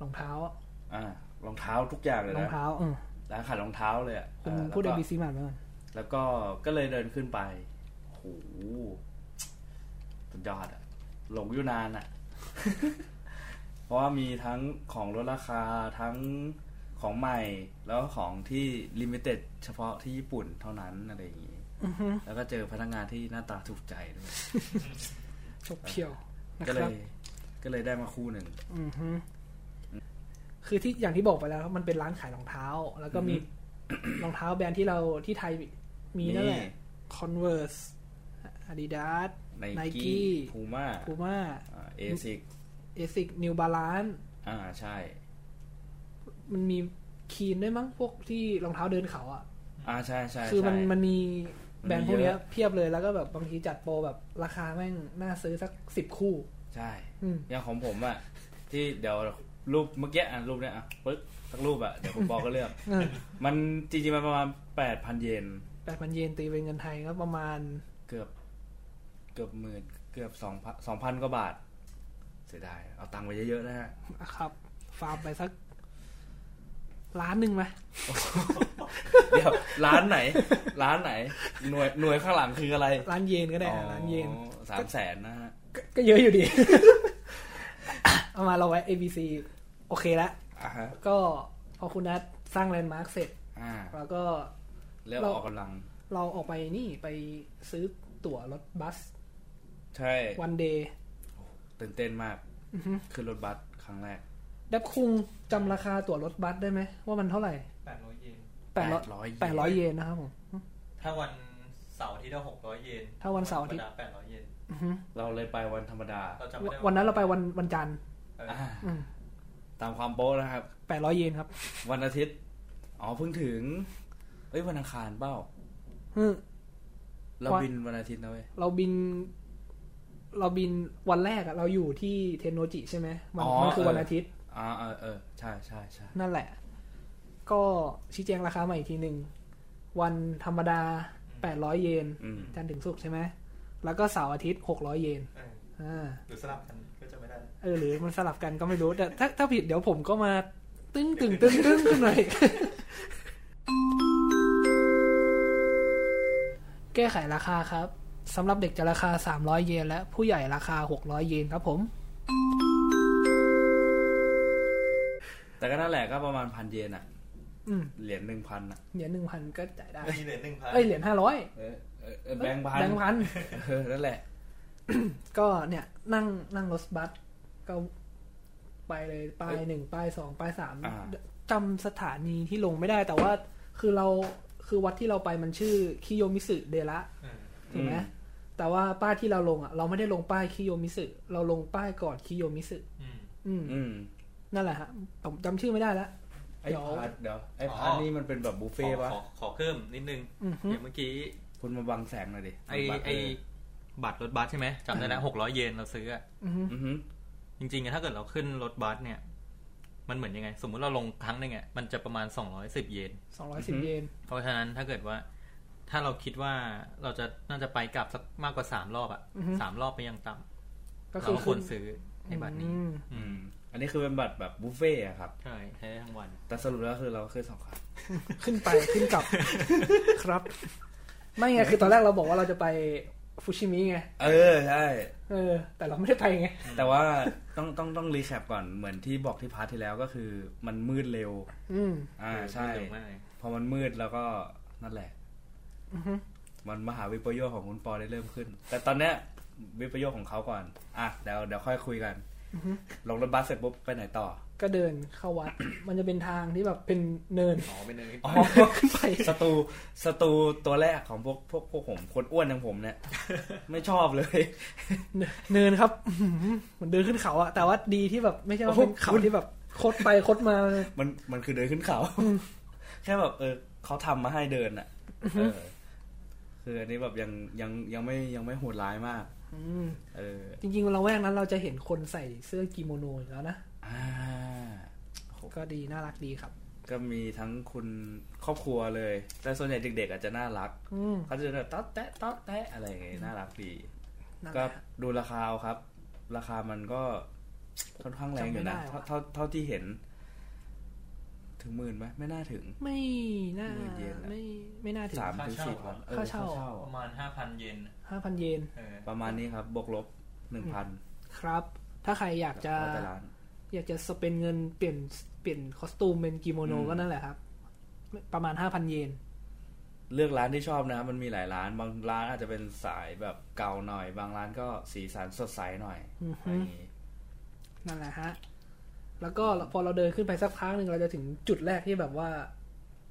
รองเท้า อ่ารองเท้าทุกอย่างเลย รอง นะ เท้าเออ ร้านขายรองเท้าเลยอ่ะ คุณ เออ พูด แล้วก็ ABC บาทไปก่อน แล้วก็ก็เลยเดินขึ้นไปโอ้โหสุดยอดอ่ะ หลงอยู่นานอ่ะ [laughs] เพราะว่ามีทั้งของลดราคาทั้งของใหม่ แล้วก็ของที่ลิมิเต็ดเฉพาะที่ญี่ปุ่นเท่านั้นอะไรอย่างนี้ แล้วก็เจอพนักงานที่หน้าตาถูกใจด้วย จบเขียวนะ ก็ ค เล รับ ย ก็เลยได้มาคู่หนึ่ง อือฮึคือที่อย่างที่บอกไปแล้วมันเป็นร้านขายรองเท้า แล้วก็มี อือฮึ รองเท้าแบรนด์ที่เราที่ไทยมีนั่นแห นี่ ละ Converse Adidas ใน Nike กี้พูม่า Puma เอซิก Asics New Balance อ่าใช่ มันมีคีนด้วยมั้งพวกที่รองเท้าเดินเขาอ่ะ อ่าใช่ใช่ คือมัน ใช่ มันมี มันมี แบรนด์พวกเนี้ย เยอะ เพียบเลยแล้วก็แบบบางทีจัดโปรแบบราคาแม่งน่าซื้อสักสิบคู่ ใช่ อืม อย่างของผมอะที่เดี๋ยว รูปเมื่อกี้อ่ะรูปเนี้ยอ่ะปึ๊กสักรูปอ่ะเดี๋ยวผมบอกก็เลือก มันจริงๆมันประมาณแปดพันเยน แปดพันเยนตีเป็นเงินไทยก็ประมาณ เกือบเกือบหมื่นเกือบสองพันสองพันกว่าบาท เสียดาย เอาตังค์ไปเยอะๆนะฮะ อ่ะครับ ฟาร์มไปสักล้านหนึ่งไหม เดี๋ยว ร้านไหน ร้านไหน หน่วยหน่วยข้างหลังคืออะไร ล้านเยนก็ได้อ่ะล้านเยน สามแสนนะฮะ ก็ก็เยอะอยู่ดี [coughs] เอามาเราไว้ ABC โอเคละ อ่าฮะ ก็พอคุณนัทสร้างแลนด์มาร์คเสร็จ อ่า เราก็ แล้วออกกำลัง เราออกไปนี่ไปซื้อตั๋วรถบัส ใช่ วันเดย์ ตื่นเต้นมากขึ้นรถบัสครั้งแรก ดับคุงจำราคาตั๋วรถบัสได้ไหม ว่ามันเท่าไหร่ แปดร้อยเยน แปดร้อยแปดร้อยเยนนะครับผม ถ้าวันเสาร์อาที่เราหกร้อยเยน ถ้าวันเสาร์อาทิตย์ แปดร้อยเยน อือฮึ เราเลยไปวันธรรมดา เราจำไม่ได้ วันนั้นเราไปวันวันจันทร์ เออ อ่า ตามความโป๊ะนะครับ แปดร้อยเยนครับ วันอาทิตย์ อ๋อเพิ่งถึง เอ้ยวันอังคารเปล่า อืม เรา วัน บินวันอาทิตย์นะเว้ย เราบิน เราบินวันแรกอะเราอยู่ที่เทนโนจิใช่ไหมมัน อ๋อ มันคือวัน เอออ อาทิตย์ อ่าเออเออใช่ใช่ใช่ นั่นแหละ ก็ชี้แจงราคาใหม่อีกทีหนึ่งวันธรรมดาแปดร้อยเยน อืม จันทร์ถึงศุกร์ใช่ไหมแล้วก็เสาร์อาทิตย์หกร้อยเยน เออ อ่า หรือสลับกันก็จำไม่ได้ เออหรือมันสลับกันก็ไม่รู้แต่ถ้าถ้าผิดเดี๋ยวผมก็มา ตึ้งตึงตึ้งตึ้งขึ้นหน่อย [laughs] แก้ไขราคาครับสำหรับเด็กจะราคา 300 เยน และผู้ใหญ่ราคา 600 เยนครับผม แต่ก็นั่นแหละก็ประมาณพันเยนอะ อืม เหรียญหนึ่งพันอะ เหรียญหนึ่งพันก็จ่ายได้ มีเหรียญหนึ่งพัน เอ้ยเหรียญห้าร้อย เออเออเออแบงค์พัน แบงค์พัน เออนั่นแหละ ก็เนี่ยนั่งนั่งรถบัสก็ไปเลยป้ายหนึ่งป้ายสองป้ายสาม อ่า จำสถานีที่ลงไม่ได้แต่ว่าคือเราคือวัดที่เราไปมันชื่อคิโยมิสึเดระ เออ ถูกไหม อืม แต่ว่าป้ายที่เราลงอ่ะ เราไม่ได้ลงป้ายคิโยมิสึเราลงป้ายก่อนคิโยมิสึ อืม อืม อืม นั่นแหละฮะผมจำชื่อไม่ได้แล้ว ไอ้ เดี๋ยว พาร์ทเดี๋ยวไอ้ อ๋อ พาร์ทนี่มันเป็นแบบบุฟ ข เฟ่ อ ต์ปะ ขอขอเพิ่มนิดนึง อือฮึ เดี๋ยวเมื่อกี้ คุณมาบังแสงหน่อยดิ ไอ้ บัตร ไอ้บัตรรถบัสใช่ไหมจำได้แล้วหกร้อยเยนเราซื้ออะ อือฮึ เอออือหือ จริงๆอะถ้าเกิดเราขึ้นรถบัสเนี่ย มันเหมือนยังไง สมมุติเราลงครั้งหนึ่งอะมันจะประมาณสองร้อยสิบเยน สองร้อยสิบเยน เพราะฉะนั้นถ้าเกิดว่า ถ้าเราคิดว่าเราจะน่าจะไปกลับสักมากกว่าสามรอบอะสามรอบไปยังต่ำ ก็ เรา คือ ก็ควรซื้อในบัตรนี้ อืม อืมอันนี้คือเป็นบัตรแบบบุฟเฟ่ต์อะครับ ใช่ใช้ได้ทั้งวัน แต่สรุปแล้วคือเราเคยสองครั้ง ขึ้นไปขึ้นกลับ ครับ ไม่ไงคือตอนแรกเราบอกว่าเราจะไปฟุชิมิไง เออใช่ เออ แต่เราไม่ได้ไปไง แต่ว่าต้องต้องต้องรีแคปก่อนเหมือนที่บอกที่พาร์ทที่แล้วก็คือมันมืดเร็ว อืม อ่าใช่ เร็วมากเลย พอมันมืดแล้วก็นั่นแหละ อือฮึ มันมหาวิปโยคของคุณปอได้เริ่มขึ้น แต่ตอนเนี้ยวิปโยคของเขาก่อน อ่ะเดี๋ยวเดี๋ยวค่อยคุยกันลงรถบัสเสร็จปุ๊บไปไหนต่อ ก็เดินเข้าวัด [coughs] มันจะเป็นทางที่แบบเป็นเนิน อ๋อเป็นเนินขึ้น อ๋อ ขึ้น [laughs] ไป ศัตรูศัตรูตัวแรกของพวกพวกพวกผมคนอ้วนอย่างผมเนี่ย ไม่ชอบเลย เนินครับ [laughs] อื้อหือเหมือนเดินขึ้นเขาอะแต่ว่าดีที่แบบไม่ใช่ว่า โอ้โห เป็นเขาที่แบบคดไปคดมา มันมันคือเดินขึ้นเขา แค่แบบเออเขาทำมาให้เดินอ่ะเออคืออันนี้แบบยังยังยังไม่ยังไม่โหดร้ายมาก อืม เออ จริงๆเราแวกนั้นเราจะเห็นคนใส่เสื้อกิโมโนอยู่แล้วนะ อ่า ก็ดีน่ารักดีครับ ก็มีทั้งคุณครอบครัวเลย แต่ส่วนใหญ่เด็กๆอาจจะน่ารัก อืม เขาจะแบบต๊อดแตะต๊อดแตะอะไรอย่างเงี้ยน่ารักดี นั่น ก็ แหละ ดูราคาเอาครับ ราคามันก็ค่อนข้างแรงอยู่นะ จำไม่ได้ว่ะ เท่าเท่าที่เห็น ถึงหมื่นไหมไม่น่าถึง ไม่น่า หมื่นเยนอะ ไม่ไม่น่าถึง สามถึงสี่พันเออ ค่าเช่า ค่าเช่า ประมาณห้าพันเยน ห้าพันเยน เออ ประมาณนี้ครับ บวกลบหนึ่งพัน ครับ ถ้าใครอยากจะ แล้วแต่ร้าน อยากจะสเปนเงินเปลี่ยนเปลี่ยนคอสตูมเป็นกิโมโน อืม ก็นั่นแหละครับ ประมาณห้าพันเยน เลือกร้านที่ชอบนะครับมันมีหลายร้าน บางร้านอาจจะเป็นสายแบบเก่าหน่อย บางร้านก็สีสันสดใสหน่อย อืออะฮึไรอย่างงี้ นั่นแหละฮะ แล้วก็พอเราเดินขึ้นไปสักพักหนึ่งเราจะถึงจุดแรกที่แบบว่า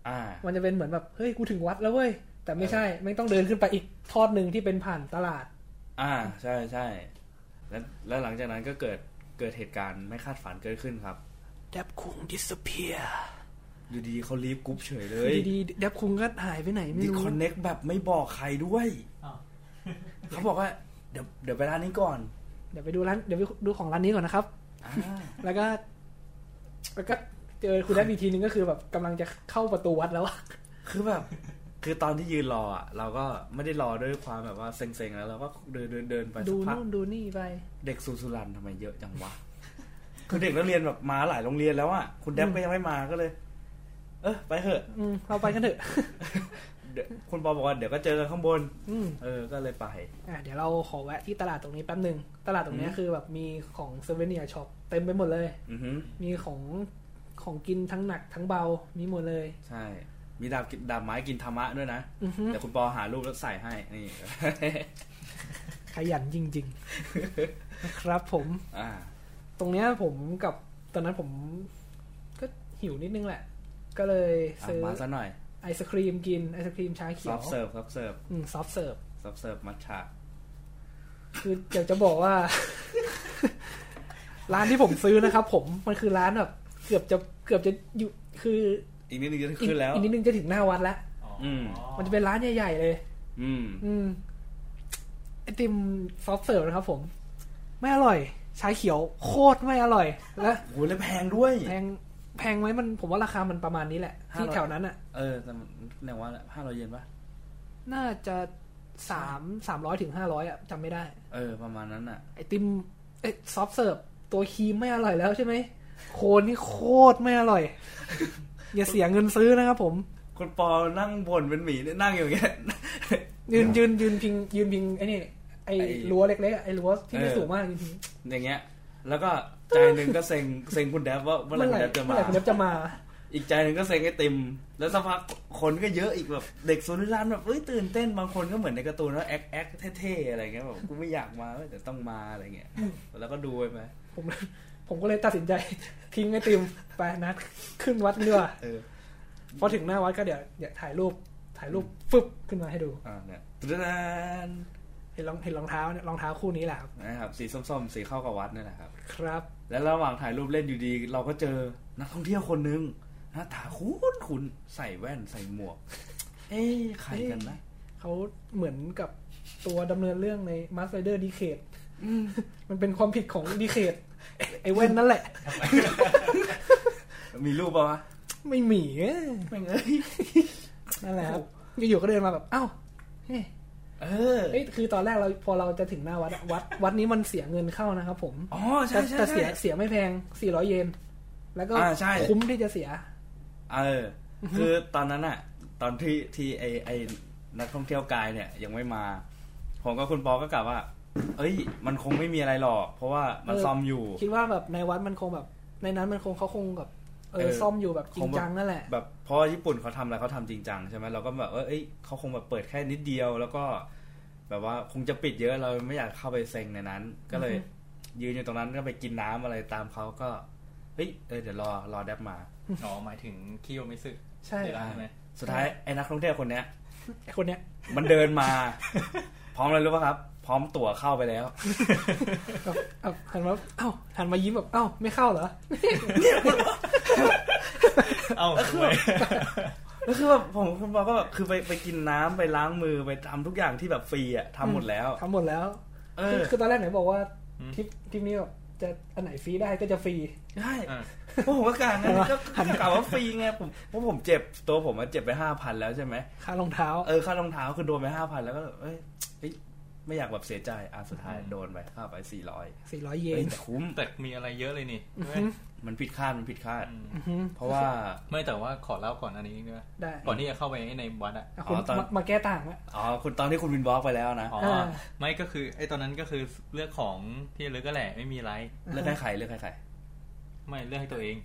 อ่า มันจะเป็นเหมือนแบบ เฮ้ย กูถึงวัดแล้วเว้ย แต่ไม่ใช่ ไม่งต้องเดินขึ้นไปอีกทอดหนึ่งที่เป็นผ่านตลาด อ่าใช่ใช่แล้วแล้วหลังจากนั้นก็เกิดเกิดเหตุการณ์ไม่คาดฝันเกิดขึ้นครับ แดบคุง disappear อยู่ดีๆเขาลีฟกรุ๊ปเฉยเลย ดีๆแดบคุงก็หายไปไหนไม่ ดี รู้ คอนเน็กแบบไม่บอกใครด้วย อ้าว เขาบอกว่า เดี๋ยวเดี๋ยวไปร้านนี้ก่อน เดี๋ยวไปดูร้านเดี๋ยวไปดูของร้านนี้ก่อนนะครับ อ่า แล้วก็ แล้วก็เจอคุณแดนอีกทีนึงก็คือแบบกำลังจะเข้าประตูวัดแล้วอะ คือแบบ คือตอนที่ยืนรออ่ะ เราก็ไม่ได้รอด้วยความแบบว่าเซ็งๆแล้วเราก็เดินเดินเดินไปสั ดู กพัก นู่นดูนี่ไป เด็กสุสุรันทำไมเยอะจังวะ คือเด็กนักเรียนแบบมาหลายโรงเรียนแล้วอ่ะ คุณแดบก็ยังไม่มาก็เลย เออไปเถอะ อืมเราไปกันเถอะ เดี๋ยวคุณปอบอกว่าเดี๋ยวก็เจอกันข้างบน อืม เออ ก็เลยไป อ่ะเดี๋ยวเราขอแวะที่ตลาดตรงนี้แป๊บหนึ่งตลาดตรงเนี้ยคือแบบมีของเซเวเนียช็อปเต็มไปหมดเลย อือฮึ มีของของกินทั้งหนักทั้งเบามีหมดเลย ใช่ มีดาบกิดาบไม้กินธรรมะด้วยนะ อือฮึ แต่คุณปอหารูปแล้วใส่ให้ นี่ [laughs] ขยันจริงๆ [laughs] นะครับผม อ่า ตรงเนี้ยผมกับตอนนั้นผมก็หิวนิดนึงแหละ ก็เลย อ่ะ ซื้อ มาซะหน่อย ไอศครีมกินไอศครีมชาเขี ซั ยว บเสิร์ฟซับเสิร์ฟ อืมซอฟเสิร์ฟ ซับเสิร์ฟมัทฉะ คืออยากจะบอกว่า [laughs] ร้านที่ผมซื้อนะครับ ผมมันคือร้านแบบเกือบจะเกือบจะอยู่คือ อีกนิดนึงจะ อีก ขึ้นแล้ว อีกนิดนึงจะถึงหน้าวัดแล้ว อืม มันจะเป็นร้านใหญ่ ๆ เลย อืม อืมไอติมซอฟต์เสิร์ฟนะครับผม ไม่อร่อย ชาเขียวโคตรไม่อร่อย และ โหแล้วแพงด้วย แพงแพงไหมมันผมว่าราคามันประมาณนี้แหละ ห้าร้อย ที่แถวนั้นอ่ะ เออแต่มันแนวว่าห้าร้อยเยนปะ น่าจะสามสามร้อยถึงห้าร้อยอะจำไม่ได้ เออ ประมาณนั้นอ่ะ ไอติมเอยซอฟต์เสิร์ฟตัวครีมไม่อร่อยแล้วใช่ไหมโคนนี่โคตรไม่อร่อย อย่าเสียเงินซื้อนะครับผม คุณปอนั่งบ่นเป็นหมีเนี่ยนั่งอยูอย่างเงี้ [laughs] ย ยืนยืนยืนพิงยืนพิงไอ้นี่ไอ ไอ้ รั้วเล็กๆอะไอรั้วที่ไม่ เออ สูงมากยืนพิง อย่างเงี้ย แล้วก็ใจหนึ่งก็เซ็งเซ็งคุณแดบว่าเมื่อไหร่คุณแดบจะมา เมื่อไหร่คุณแดบจะมา อีกใจหนึ่งก็เซ็งไอติม แล้วสักพักคนก็เยอะอีกแบบเด็กสุนิรันแบบเอ้ยตื่นเต้นบางคนก็เหมือนในการ์ตูนว่าแอคแอคเท่ๆอะไรเงี้ยแบบกูไม่อยากมาเว้ยแต่ต้องมาอะไรเงี้ย แล้วก็ดูไปไหม ผม [laughs] ผมก็เลยตัดสินใจ [laughs] ทิ้งไอติมไปนัดขึ้นวัดเรือ เออ พอถึงหน้าวัดก็เดี๋ยวเดี๋ยวถ่ายรูปถ่ายรูปฟึบขึ้นมาให้ดู อ่าเนี่ยตื่นาน เห็นรองเห็นรองเท้าเนี่ยรองเท้าคู่นี้แหละครับ นะครับสีส้มๆสีเข้ากับวัดเนี่ยนะครับ ครับ แล้วระหว่างถ่ายรูปเล่นอยู่ดี เราก็เจอนักท่องเที่ยวคนหนึ่งหน้าตาคุ้นคุ้นๆใส่แว่นใส่หมวก เอ้ยใครกันนะ เขาเหมือนกับตัวดำเนินเรื่องในมาสเดอร์ดีเค [laughs] ดมันเป็นความผิดของดีเคดไอเว้นนั่นแหละ มีรูปปะวะ ไม่หมีเอ้ย ไม่เอ้ย นั่นแหละครับอยู่ๆก็เดินมาแบบอ้าวเฮ้ย เออ เอ้ยคือตอนแรกเราพอเราจะถึงหน้าวัดอะวัด วัดนี้มันเสียเงินเข้านะครับผม อ๋อใช่ แต่ ใช่ใช่แต่เสียเสียไม่แพง 400 เยน แล้วก็ อ่าใช่ คุ้มที่จะเสีย เออ คือตอนนั้นอะตอนที่ที่ไอไอนักท่องเที่ยวกายเนี่ยยังไม่มา ผมกับคุณปอก็กล่าวว่า เอ้ย มันคงไม่มีอะไรหรอก เพราะว่ามัน เออ ซ่อมอยู่ คิดว่าแบบในวัดมันคงแบบ ในนั้นมันคงเขาคงแบบเอ เอ อ อ ซ่อมอยู่แบบจริงจังนั่นแหละ แบบเพราะว่าญี่ปุ่นเขาทำอะไรเขาทำจริงจังใช่ไหมเราก็แบบว่าเอ้ยเขาคงแบบเปิดแค่นิดเดียว แล้วก็ แบบว่าคงจะปิดเยอะเราไม่อยากเข้าไปเซ็งในนั้น ก็เลย ยืนอยู่ตรงนั้นก็ไปกินน้ำอะไรตามเขาก็เฮ้ยเออเดี๋ยวรอรอแดบมา อ๋อหมายถึงคิโยมิสึ ใช่ ในร้านใช่ไหม สุดท้ายไอ้นักท่องเที่ยวคนเนี้ย ไอ้คนเนี้ย มันเดินมา [laughs] พร้อมอะไรรู้ป่ะครับ พร้อมตั๋วเข้าไปแล้ว แบบแบบหันมาเอ้าหันมายิ้มแบบเอ้าไม่เข้า [laughs] เหรอ เอ้าทำไม แล้วคือแบบผมคุณปอก็แบบคือไปไปกินน้ำไปล้างมือไปทำทุกอย่างที่แบบฟรีอะทำหมดแล้ว ทำหมดแล้ว เอ คือ อ คือตอนแรกไหนบอกว่าทริปทริปนี้แบบจะอันไหนฟรีได้ก็จะฟรี ใช่ อ่ะ เพราะผมก็กลางนะก็ก็กล่าวว่าฟรีไงผมเพราะผมเจ็บตัวผมอะเจ็บไปห้าพันแล้วใช่ไหม ค่ารองเท้า เออค่ารองเท้าคือโดนไปห้าพันแล้วก็แบบเอ้ยเอ้ยไม่อยากแบบเสียใจอ่ะสุดท้ายโดนไปค่าไปสี่ร้อย 400 เย เอ้ย น แต่คุ้ม แต่มีอะไรเยอะเลยนี่ใช่ไหม มันผิดคาดมันผิดคาด อือหือ เพราะว่า ไม่แต่ว่าขอเล่าก่อนอันนี้นิดนึงนะ ได้ ก่อนที่จะเข้าไปในวัดอะ อ่ะคุณ อ๋อตอน มามาแก้ต่างละ อ๋อคุณตอนที่คุณวินบล็อกไปแล้วนะ อ๋ออา ไม่ก็คือไอ้ตอนนั้นก็คือเลือกของที่ระลึกก็แหละไม่มีไร เลือกให้ใครเลือกให้ใคร ไม่เลือกให้ตัวเอง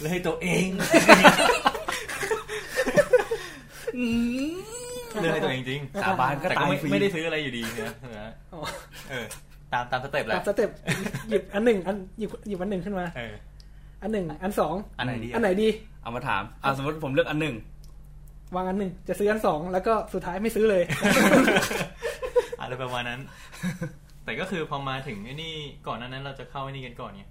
เลือกให้ตัวเอง เลือกให้ตัวเองจริง สาบานก็ แต่ ตา ก็ ย ไม่ ฟรี ไม่ได้ซื้ออะไรอยู่ดีนะนะ อ๋อ เออ ตามตามสเต็ปแห ตั ละ ดสเต็ปหยิบอันหนึ่งอันหยิบหยิบอันหนึ่งขึ้นมา เออ อันหนึ่งอันสอง อันไหนดีอะ อันไหนดี เอามาถามอ่ะสมมติผมเลือกอันหนึ่ง วางอันหนึ่งจะซื้ออันสองแล้วก็สุดท้ายไม่ซื้ [laughs] อเลย อะไรประมาณนั้น แต่ก็คือพอมาถึงไอ้นี่ก่อนหนั้นนั้นเราจะเข้าไอ้นี่กันก่อนเนี่ย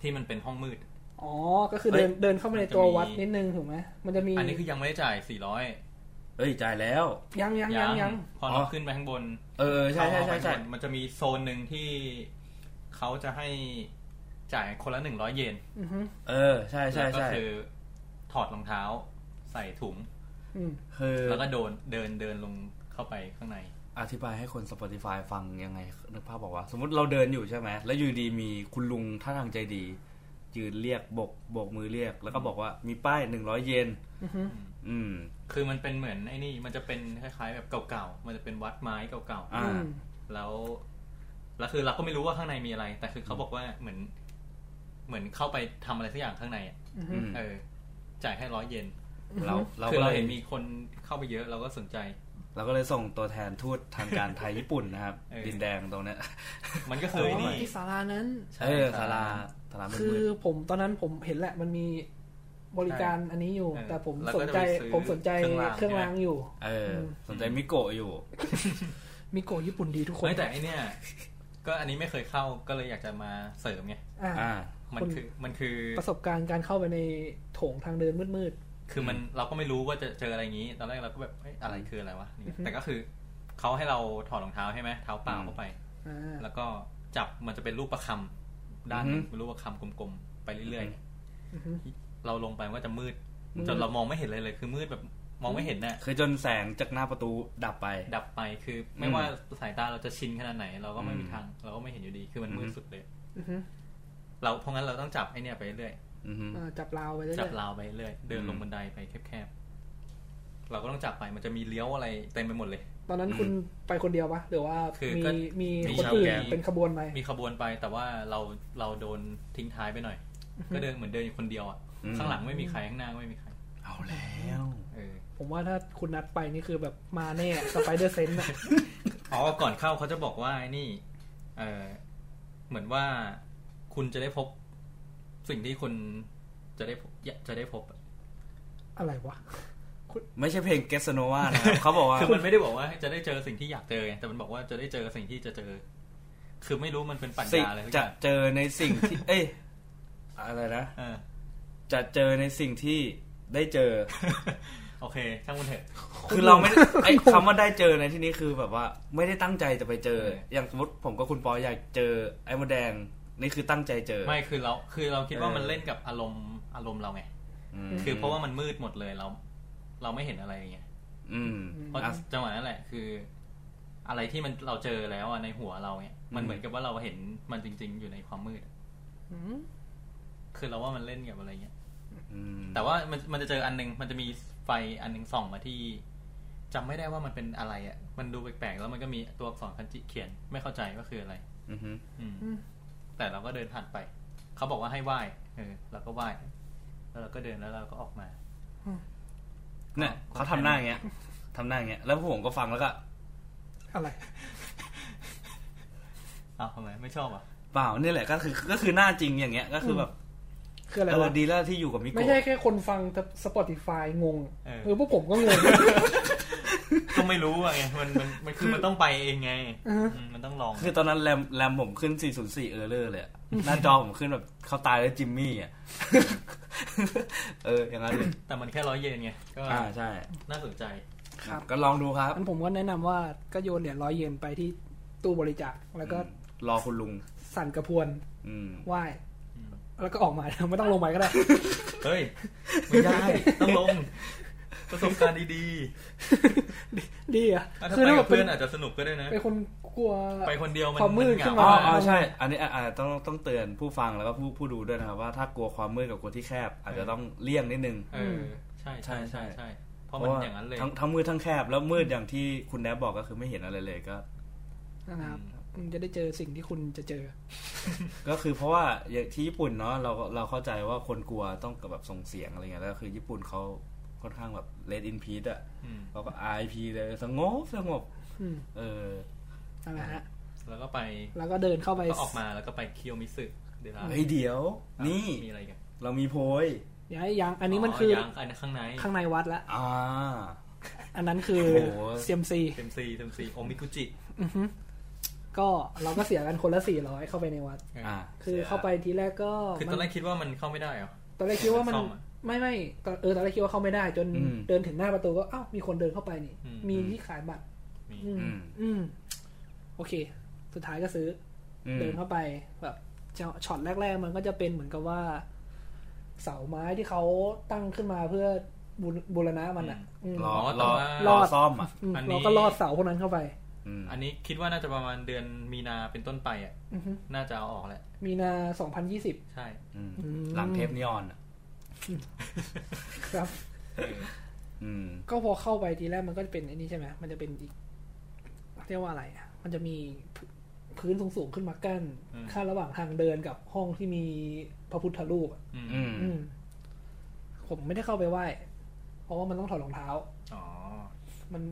ที่มันเป็นห้องมืด อ๋อ ก็คือเดินเดินเข้ามาในตัววัดนิดนึงถูกไหมมันจะมี อันนี้คือยังไม่ได้จ่ายสี่ร้อย เอ้ยจ่ายแล้ว ยังยังยังยัง พอเราขึ้นไปข้างบน เออใช่ใช่ใช่ใช่ เข้าห้องไปข้างบนมันจะมีโซนหนึ่งที่เขาจะให้ จ่ายคนละหนึ่งร้อยเยน อือฮึ เออ ใช่ใช่ แล้วก็ ใช่ คือถอดรองเท้า ใส่ถุง อืม คือ แล้วก็โดนเดินเดินลงเข้าไปข้างใน อธิบายให้คน Spotify ฟังยังไง นึกภาพบอกว่า สมมติเราเดินอยู่ใช่ไหม แล้วอยู่ดีมีคุณลุงท่าทางใจดี ยืนเรียกบกบกมือเรียก แล้วก็บอกว่ามีป้ายหนึ่งร้อยเยน อือฮึ อืม คือมันเป็นเหมือนไอ้นี่มันจะเป็นคล้ายๆ แบบเก่าๆ มันจะเป็นวัดไม้เก่า อ่า อืม ๆ แล้ว แล้วคือเราก็ไม่รู้ว่าข้างในมีอะไร แต่คือเขาบอกว่าเหมือน เหมือนเข้าไปทำอะไรสักอย่างข้างในอะ อือฮึ อืม เออ จ่ายแค่ร้อยเยน เราเรา คือ ก็ เรา เลย เห็นมีคนเข้าไปเยอะเราก็สนใจ เราก็เลยส่งตัวแทนทูตทางการไทยญี่ปุ่นนะครับ เออ ดินแดงตรงเนี้ย มันก็เคยนี่ ที่ศาลานั้น ใช่ เออ ศา ศา ลา ลาศาลามื คือ ด ผมตอนนั้นผมเห็นแหละ มันมีบริการอันนี้อยู่ เออ แต่ผม แล้ว ส ก็ น จะ ใจ ไปซื้อ ผมสนใจ เครื่องราง เครื่องรางอยู่ ๆเอออ ม สนใจมิโกะอยู่ มีโกะญี่ปุ่นดีทุกคน ไม่แต่ไอเนี่ย ก็อันนี้ไม่เคยเข้าก็เลยอยากจะมาเสริมไง อ่า อ่า มันคือ มันคือ ประสบการณ์การเข้าไปในโถงทางเดินมืด คือมันเราก็ไม่รู้ว่าจะเจออะไรอย่างนี้ ตอนแรกเราก็แบบเอ้ยอะไรคืออะไรวะนี่ อือฮึ แต่ก็คือเขาให้เราถอดรองเท้าใช่ไหมเท้าเปล่า อืม เข้าไป ๆอ่า แล้วก็จับมันจะเป็นรูปประคำด้านหนึ่ง อือฮึ เป็นรูปประคำกลมๆไปเรื่อย อือฮึ อือฮึ ๆ เราลงไปมันก็จะมืด มืด จนเรามองไม่เห็นเลยเลย คือมืดแบบมองไม่เห็นน่ะ คือจนแสงจากหน้าประตูดับไป ดับไปคือไม่ อืม ว่าสายตาเราจะชินขนาดไหน เราก็ไม่มี อืม ทาง เราก็ไม่เห็นอยู่ดีคือมันมืด อือฮึ สุดเลย อือฮึ เราเพราะงั้นเราต้องจับไอเนี่ยไปเรื่อย อือฮึ อ่าจับราวไปเรื่อ จับ ย ราวไปเรื่อยเดินลอืงม บันไดไปแคบๆเราก็ต้องจับไปมันจะมีเลี้ยวอะไรเต็มไปหมดเลย ๆตอนนั้นคุณไปคนเดียวปะหรือว่า คือ มี ก็ มี มี คน ชาว อื่น แก๊ง เป็นขบวนไป มีขบวนไปแต่ว่าเราเราโดนทิ้งท้ายไปหน่อย ก็เดินเหมือนเดินอยู่คนเดียวอ่ะ อืม ข้างหลังไม่มีใครข้างหน้าก็ไม่มีใคร เอาแล้ว เออ ผมว่าถ้าคุณนัดไปนี่คือแบบมาแน่สไปเดอร์เซนต์อะ อ๋อก่อนเข้าเขาจะบอกว่าไอ้นี่เออเหมือนว่าคุณจะได้พบ สิ่งที่คุณจะได้พบจะได้พบอะ อะไรวะ ไม่ใช่เพลงเกสโนวานะครับเขาบอกว่า คือมันไม่ได้บอกว่าจะได้เจอสิ่งที่อยากเจอไงแต่มันบอกว่าจะได้เจอสิ่งที่จะเจอ คือไม่รู้มันเป็นปรัญ สิ่ง ญาอะไรสักอ จะ ย่าง เจอในสิ่ง [laughs] ที่ เอ้ย อะไรนะ เออ จะเจอในสิ่งที่ได้เจอ โอเค ช่างมันเถอะ คือเราไม่ได้ไอ้คำว่าได้เจอในที่นี้คือแบบว่า ไม่ได้ตั้งใจจะไปเจอ อย่างสมมติผมกับคุณปออยากเจอไอ้มดแดงนี่คือตั้งใจเจอ ไม่คือเราคือเราคิดว่ามัน เออ เล่นกับอารมณ์อารมณ์เราไง ม คือเพราะว่ามันมืดหมดเลยเรา เราไม่เห็นอะไรอย่างเงี้ย อืม เพราะ อ่ะ จังหวะนั้นแหละคือ อะไรที่มันเราเจอแล้วอะในหัวเราเนี่ยมัน อืม เหมือนกับว่าเราเห็นมันจริง ๆ อยู่ในความมืดอะ อืม คือเราว่ามันเล่นกับอะไรเงี้ย อืม แต่ว่ามันมันจะเจออันหนึงมันจะมีไฟอันหนึงส่องมาที่จำไม่ได้ว่ามันเป็นอะไรอ่ะมันดูแปลกๆแล้วมันก็มีตัวอักษรคันจิเขียนไม่เข้าใจว่าคืออะไร อือฮึ อืม อืม แต่เราก็เดินผ่านไป เขาบอกว่าให้ไหว้เออเราก็ไหว้แล้วเราก็เดินแล้วเราก็ออกมา เนี่ยเขาทำหน้าอย่างเงี้ย [laughs] ทำหน้าอย่างเงี้ยแล้วผมก็ฟังแล้วก็ อะไร อ้าวทำไมไม่ชอบอ่ะ เปล่านี่แหละก็คือก็คือหน้าจริงอย่างเงี้ย ก็คือแบบ คืออะไร เออ วะ ดีแล้วที่อยู่กับมิ ไม่ โกะ ใช่แค่คนฟังแต่ Spotify งง เออ เออพวกผมก็ง [laughs] ง ก็ไม่รู้อะไงมันมันมันคือมันต้องไปเองไง อือฮะ อืมมันต้องลอง คือตอนนั้นแรมแรมผมขึ้น 404 เออร์เลอร์เลยอะหน้าจอผมขึ้นแบบเขาตายแล้วจิมมี่อ่ะ เออ อย่างนั้นเลย แต่มันแค่ร้อยเยนไงก็ อ่าใช่ น่าสนใจ ครับ ก็ลองดูครับ อันผมก็แนะนำว่าก็โยนเหรียญร้อยเยนไปที่ตู้บริจาคแล้วก็ รอคุณลุง สั่นกระพวน อืม ไหว้แล้วก็ออกมา [laughs] ไม่ต้องลงไปก็ [laughs] ได้ เฮ้ยไม่ได้ต้องลง ประสบการณ์ดี ดีอ่ะ ๆอ่ะถ้า คือ ไป ถ้าแบ กับบ เป็ เพื่อน น อาจจะสนุกก็ได้นะ เป็นคนกลัว ไปคนเดียวมัน ความมืด เห ขึ้น งา มา อ๋อ อะ อ๋อใช่ อันนี้อ่ะอ่ะต้องต้องเตือนผู้ฟังแล้วก็ผู้ผู้ดูด้วยนะครับ ว่าถ้ากลัวความมืดกับกลัวที่แคบ อาจจะต้องเลี่ยงนิดนึง เออใช่ใช่ใช่ใช่เพราะ เพ มัน ราะว่า อย่างนั้นเลย ทั้งทั้งมืดทั้งแคบ แล้วมืดอย่างที่คุณแนบบอกก็คือไม่เห็นอะไรเลยก็ นะครับคุณจะได้เจอสิ่งที่คุณจะเจอ ก็คือเพราะว่าอย่างที่ญี่ปุ่นเนาะเราเราเข้าใจว่าคนกลัวต้องแบบส่งเสียงอะไรเงี้ยแล้วคือญี่ปุ่นเขาค่อนข้างแบบ let in peace อะ อืม เขาก็ RIP เลยสงบสงบ อืม เออ นั่นแหละฮะ แล้วก็ไป แล้วก็เดินเข้าไป ก็ออกมาแล้วก็ไปเคียวมิสึเดี๋ยวเรา เฮ้ยเดี๋ยว นี่ นี่ มีอะไรกัน เรามีโพย อย่าให้ยังอันนี้มันคืออ ยังอันข้างใน ข้างในวัดละ อ่า อันนั้นคือ โอ้โห เซียมซี เต็มซีเต็มซีโอมิกุจิ ก็เราก็เสียกันคนละสี่ร้อยเข้าไปในวัด อ่า คือเข้าไปทีแรกก็ คือตอนแรกคิดว่ามันเข้าไม่ได้เหรอ ตอนแรกคิดว่ามัน ซ่อมอะ ไม่ไม่ตอนเออตอนแรกคิดว่าเข้าไม่ได้ จนเดินถึงหน้าประตูก็อ้าวมีคนเดินเข้าไปนี่ อืม มีที่ขายบัตร มี อืม อืม โอเค สุดท้ายก็ซื้ออ อืม เดินเข้าไปแบบ จะช็อตแรก ๆ มันก็จะเป็นเหมือนกับว่า เสาไม้ที่เขาตั้งขึ้นมาเพื่อบูรบูรณะมันอ่ะอืม รอ แต่ รอ ว่าร ร อ อด ซ่อมอ่ะ อืม อันนี้ เราก็ลอดเสาพวกนั้นเข้าไป อืม อันนี้คิดว่าน่าจะประมาณเดือนมีนาเป็นต้นไปอ่ะ น่าจะเอาออกแหละ มีนา 2020 ใช่ อืม อืม หลังเทปนิออนอะ ครับ อืม ก็พอเข้าไปทีแรกมันก็จะเป็นไอันนี้ใช่ไหมมันจะเป็นอีกเรียกว่าอะไรอ่ะ มันจะมีพืพื้นสูงๆขึ้นมากั้น อืม ขั้นระหว่างทางเดินกับห้องที่มีพระพุทธรูปอะ อืม อืม อืม ผมไม่ได้เข้าไปไหว้ เพราะว่ามันต้องถอดรองเท้า อ๋อ มัน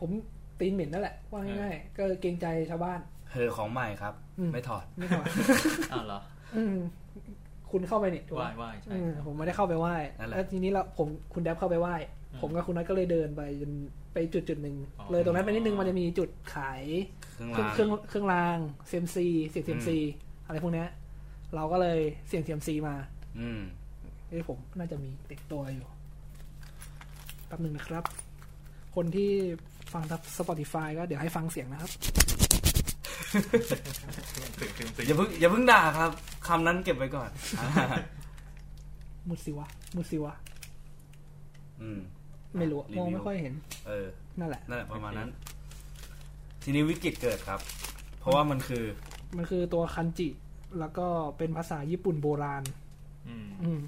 ผมตีนเหม็นนั่นแหละ ว่าง่ายๆก็เกรงใจชาวบ้าน เธอของใหม่ครับ อืม ไม่ถอด ไม่ถอด [laughs] อ้าวเหรอ อืม คุณเข้าไปนี่ถูก ไห ไหม ว้ไหว้ใช่ อืมผมไม่ได้เข้าไปไหว้ นั่นแหละ แล้วทีนี้เราผมคุณแดบเข้าไปไหว้ อืม ผมกับคุณนัทก็เลยเดินไปจนไปจุดจุดหนึ่ง อ๋อ เลยตรงนั้นไปนิดนึงมันจะมีจุดขาย เครื่อง เคราง งรื่อเครื่องเครื่องรางเซมซีเสียงเซมซีอะไรพวกเนี้ย เราก็เลยเสียงเซมซีมา อืม เอ้ยผมน่าจะมีติดตัวอยู่แป๊บหนึ่งนะครับ คนที่ฟังทับ Spotify ก็เดี๋ยวให้ฟังเสียงนะครับ ตึงตึงตึง อย่าเพิ่งอย่าเพิ่งด่าครับคำนั้นเก็บไว้ [laughs] ก่อน มุดสิวะมุดสิวะ อืม ไม่รู้อะ รีวิ ม ว องไม่ค่อยเห็น เออ นั่นแหละ นั่นแหละประมาณนั้น ทีนี้วิกฤตเกิดครับ เพราะว่ามันคือ มันคือตัวคันจิ แล้วก็เป็นภาษาญี่ปุ่นโบราณ อืม อืม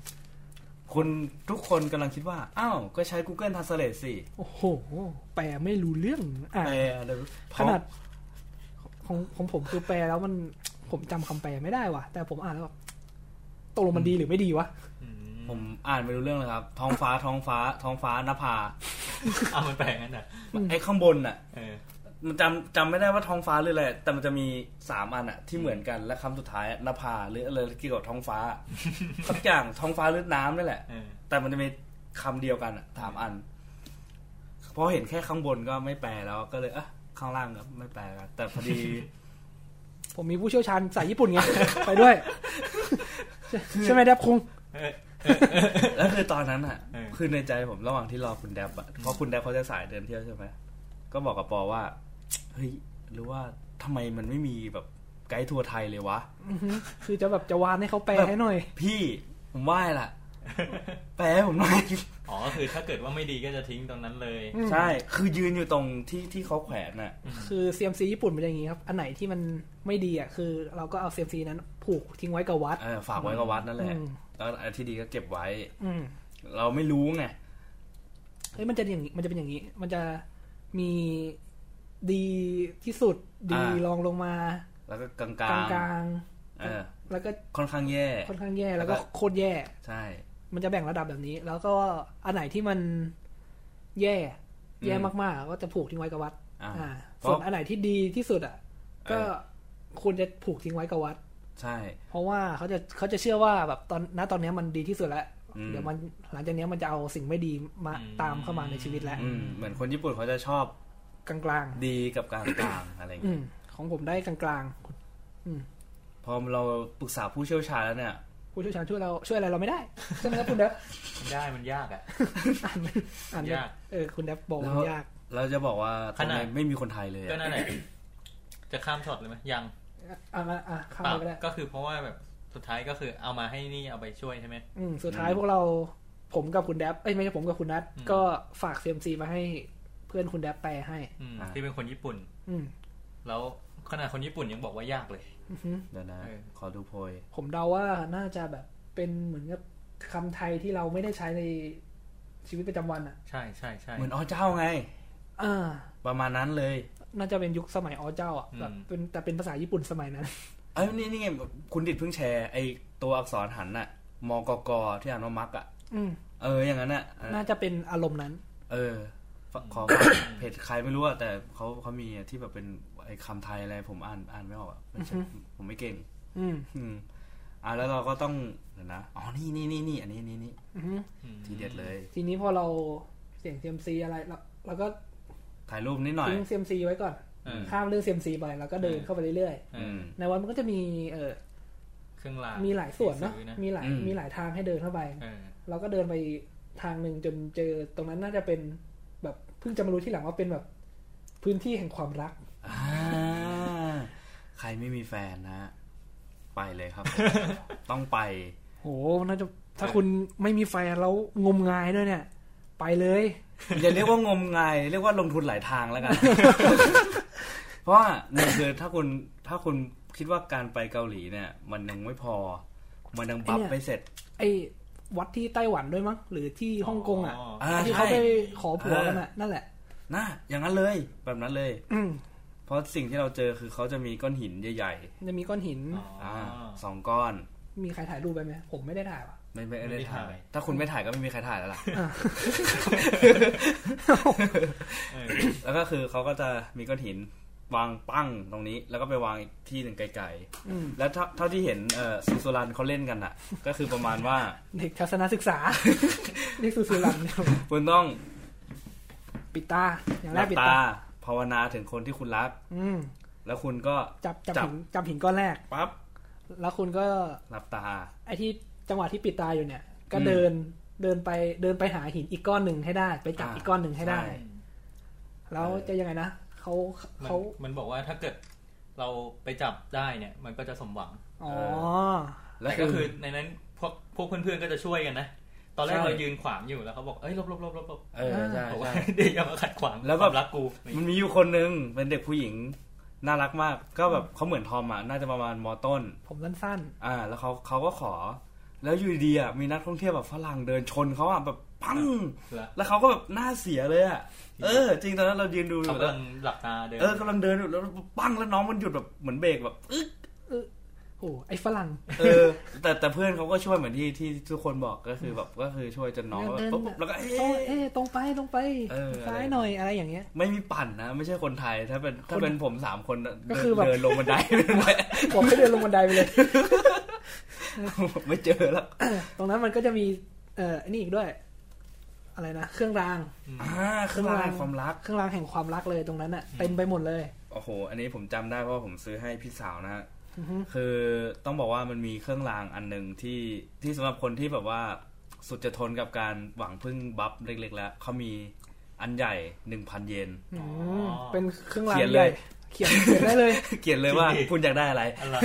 คุณทุกคนกำลังคิดว่า อ้าว ก็ใช้ Google Translate สิ โอ้โห แปลไม่รู้เรื่องอ่ะ แต่เดี๋ยว ขนาดของของผมคือแปลแล้วมันผมจำคำแปลไม่ได้ว่ะ แต่ผมอ่านแล้วแบบตกลงมันดีหรือไม่ดีวะ อืม ผมอ่านไม่รู้เรื่องเลยครับ ท้องฟ้าท้องฟ้า ท้องฟ้านภา อ้าวมันแปลงั้นอ่ะ ไอ้ข้างบนน่ะ เออ มันจำจำไม่ได้ว่าท้องฟ้าหรืออะไร แต่มันจะมีสามอันอะที่เหมือนกัน และคำสุดท้ายอะนภาหรืออะไรเกี่ยวกับท้อง [laughs] ฟ้า สักอย่างท้องฟ้าหรือน้ำนี่แหละ เออ แต่มันจะมีคำเดียวกันอะสามอัน เพราะเห็นแค่ข้างบนก็ไม่แปลแล้วก็เลยเอะข้างล่างก็ไม่แปลกันแต่พอดี ผมมีผู้เชี่ยวชาญสายญี่ปุ่นไง ไปด้วย [laughs] ใช่ไหมแดบคง เออ แล้วคือตอนนั้นอะ เออ คือในใจผมระหว่างที่รอคุณแดบอะเพราะคุณแดบเขาจะสายเดินเที่ยวใช่ไหมก็บอกกับปอว่า เฮ้ยหรือว่าทำไมมันไม่มีแบบไกด์ทัวร์ไทยเลยวะ อื้อหือคือจะแบบจะวานให้เขาแปลให้หน่อย พี่ผมไหว้ล่ะ แปลให้ผมหน่อย อ๋อก็คือถ้าเกิดว่าไม่ดีก็จะทิ้งตรงนั้นเลย ใช่ คือยืนอยู่ตรงที่ที่เขาแขวนน่ะ คือเซียมซีญี่ปุ่นเป็นอย่างนี้ครับ อันไหนที่มันไม่ดีอ่ะ คือ เราก็เอาเซียมซีนั้นผูกทิ้งไว้กับวัด เออฝากไว้กับวัดนั่นแหละ อืม แล้วอันที่ดีก็เก็บไว้ อืม เราไม่รู้ไง เฮ้ยมันจะอย่างนี้มันจะเป็นอย่างนี้ มันจะมีดีที่สุดดี อ่า รองลงมา แล้วก็กลาง กลาง ๆ กลาง เออ ๆแล้วก็ ค่อนข้างแย่ ค่อนข้างแย่แล้ว แล้ ก็ วก็ โคตรแย่ ใช่ มันจะแบ่งระดับแบบนี้ แล้วก็อันไหนที่มันแย่แย่ อื มาม กๆ ก็จะผูกทิ้งไว้กับวัด อ่า อ่า เพราะ ส่วนอันไหนที่ดีที่สุดอ่ะ ก็ เออ ควรจะผูกทิ้งไว้กับวัด ใช่ เพราะว่าเขาจะเขาจะเชื่อว่าแบบตอนณตอนเนี้ยมันดีที่สุดแล้ว อืม เดี๋ยวมันหลังจากเนี้ยมันจะเอาสิ่งไม่ดีมา อืม ตามเข้ามาในชีวิตแล้ว อืม เหมือนคนญี่ปุ่นเขาจะชอบ กลาง ดีกับกลางๆ อะไรอย่าง ๆอื เงี้ย มของผมได้กลาง พอเราปรึกษาผู้เชี่ยวชาญแล้วเนี่ย ๆผู้เชี่ยวชาญช่วยเราช่วยอะไรเราไม่ได้ใช่ไหมครับคุณ [laughs] เด้อ มันได้มันยากอ่ะ อ่านไม่อ่านไม่ ยาก เออคุณแดบบอก แล้ มั ว นยาก เราจะบอกว่า ข ทำ นา ไม ด ไม่มีคนไทยเลยอะ ก็นั่น [coughs] แหละ จะข้ามช็อตเลยไหมยัง อ่ะอ่ะอ่ะข้าม เปล่า ไปก็ได้ ก็คือเพราะว่าแบบสุดท้ายก็คือเอามาให้นี่เอาไปช่วยใช่ไหม อืมสุดท้ายพวกเรา ผมกับคุณแดบเอ้ยไม่ใช่ผมกับคุณนัท อืม ก็ฝากเซมซีมาให้เพื่อนคุณแดบแปลให้ อืมที่เป็นคนญี่ปุ่น อืม แล้วขนาดคนญี่ปุ่นยังบอกว่ายากเลย อื้อหือ เดี๋ยวนะ เออ ขอดูโพย ผมเดาว่าน่าจะแบบเป็นเหมือนกับคำไทยที่เราไม่ได้ใช้ในชีวิตประจำวันอ่ะ ใช่ใช่ใช่ เหมือนอ๋อเจ้าไง อ่า ประมาณนั้นเลย น่าจะเป็นยุคสมัยอ๋อเจ้าอ่ะ อืม แบบเป็นแต่เป็นภาษาญี่ปุ่นสมัยนั้น เอ้ยนี่นี่ไงคุณดิดเพิ่งแชร์ไอตัวอักษรหันน่ะมกกที่อ่านว่ามักอ่ะ อืม เอออย่างนั้นน่ะอ่ะ น่าจะเป็นอารมณ์นั้น เออฝขอ เพจใครไม่รู้อ่ะแต่เขาเขามีที่แบบเป็นไอคำไทยอะไรผมอ่านอ่านไม่ออกอะไม่ใช่ผมไม่เก่ง อืม อืมอ่ะแล้วเราก็ต้องเดี๋ยวนะอ๋อนี่นี่นี่นี่อันนี้นี่นี่ อื้อหือ อืม ทีเด็ดเลย ทีนี้พอเราเสียงเซมซีอะไรเราเราก็ ถ่ายรูปนิดหน่อย ทิ้งเซมซีไว้ก่อน เออ ข้ามเรื่องเซมซีไปแล้วก็เดินเข้าไปเรื่อย เอ อื อ ม ๆ ในวันมันก็จะมีเออ เครื่องราง มีหลายส่วนเนาะ ที่ซื้อ มีหลาย อืม มีหลายทางให้เดินเข้าไป เออ เราก็เดินไปทางหนึ่งจนเจอตรงนั้นน่าจะเป็นแบบเพิ่งจะมารู้ที่หลังว่าเป็นแบบพื้นที่แห่งความรัก อ่าใครไม่มีแฟนนะ ไปเลยครับ ต้องไป โหมันน่าจะถ้าคุณไม่มีไฟแล้วงมงายด้วยเนี่ย ไปเลย อย่าเรียกว่างมงายเรียกว่าลงทุนหลายทาง [laughs] แล้วกัน เพราะว่าหนึ่งคือถ้าคุณถ้าคุณคิดว่าการไปเกาหลีเนี่ย มันยังไม่พอ มันยังบัฟ ไอ้เนี่ย ไปเสร็จ ไอ้วัดที่ไต้หวันด้วยมั้งหรือที่ฮ่องกงอ่ะ อ๋อ ที่เขา ใช่ ไปขอผัวกันอ่ะนั่นแหละ นะอย่างนั้นเลยแบบนั้นเลย อืม เพราะสิ่งที่เราเจอคือเขาจะมีก้อนหินใหญ่ จะมีก้อนหิน ๆาสองก้อน มีใครถ่ายรูปไปไหมผมไม่ได้ถ่ายว่ะ ไม่ไม่ ไม่ ได้ ได้ ถ่า ถ่าย ย ถ้าคุณไม่ถ่ายก็ไม่มีใครถ่ายแล้วล่ะ อ่ะ แล้วก็คือเขาก็จะมีก้อนหินวางปั้งตรงนี้ แล้วก็ไปวางอีกที่หนึ่งไกล อืม ๆ แล้วเท่าเท่าที่เห็นเออสุสุรันเขาเล่นกันอ่ะ ก็คือประมาณว่า เด็กทัศนศึกษา [laughs] เด็กสุสุรัน คุณต้อง ปิดตา อย่าง ห แร ลั ก บ ปิด ตา ตา ภาวนาถึงคนที่คุณรัก อืม แล้วคุณก็ จับจับหินจับหินก้อนแรก ปั๊บ แล้วคุณก็ หลับตา ไอ้ที่จังหวะที่ปิดตาอยู่เนี่ย ก็ อืม เดินเดินไปเดินไปหาหินอีกก้อนหนึ่งให้ได้ ไปจับ อ่า อีกก้อนหนึ่งให้ได้ ใช่ แล้วจะยังไงนะเขา มัน เขา มันบอกว่าถ้าเกิดเราไปจับได้เนี่ย มันก็จะสมหวัง อ๋อ แล้วแต่ก็ คือ คือในนั้นพวกพวกเพื่อนๆก็จะช่วยกันนะ ตอนแรก ใช่ เรายืนขวางอยู่แล้วเขาบอก เอ้ยหลบหลบหลบหลบหลบ เออใช่ บอกว่า [laughs] ใช่ เดี๋ยวอย่ามาขัดขวาง แล้วก็ ความรักกู มันมีอยู่คนนึงเป็นเด็กผู้หญิงน่ารักมาก ก็แบบเขาเหมือนทอมอ่ะน่าจะประมาณมต้น ผมสั้น อ่า แล้วเขาเขาก็ขอ แล้วอยู่ดีๆอ่ะมีนักท่องเที่ยวแบบฝรั่งเดินชนเขาอ่ะแบบปัง ละ แล้วเขาก็แบบหน้าเสียเลยอ่ะ เออ จริงตอนนั้นเรายืนดูอ เขา ยู่แล้วกำลังหลับตาเดิน เออกำลังเดินอยู่แล้วปั้งแล้วน้องมันหยุดแบบเหมือนเบรกแบบอึ๊ก ๆโอ้ไอ้ฝรั่ง เออ แต่แต่เพื่อนเขาก็ช่วยเหมือนที่ที่ทุกคนบอกก็คือแบบก็คือช่วยจนน้องแบบ เดิน ปุ๊บแล้วก็ โอ้ เอ๊ะ เอ้ยตรงไปตรงไป เออ ซ้ายหน่อยอะไรอย่างเงี้ย ไม่มีปั่นนะ ไม่ใช่คนไทยถ้าเป็นถ้าเป็นผมสามคน ก็คือแบบ เดินลงบันไดเป็นไง ผมก็เดิน [laughs] ลงบันไดไปเลย [laughs] ไม่เจอแล้ว [coughs] ตรงนั้นมันก็จะมีเอ่ออันนี้อีกด้วย อะไรนะเครื่องราง อ่าเครื่องรางความรัก เครื่องรางแห่งความรักเลยตรงนั้นอะเต็มไปหมดเลย โอ้โห อันนี้ผมจำได้เพราะผมซื้อให้พี่สาวนะฮะ อือฮึ คือต้องบอกว่ามันมีเครื่องรางอันหนึ่งที่ที่สำหรับคนที่แบบว่าสุดจะทนกับการหวังพึ่งบัฟเล็กๆ แล้วเขามีอันใหญ่หนึ่งพันเย [laughs] น มเป็นเครื่องราง เขียน ใหเลญ่ย เขียนเขียนได้เลย เขียนเลยว่าคุณอยากได้อะไร อะไร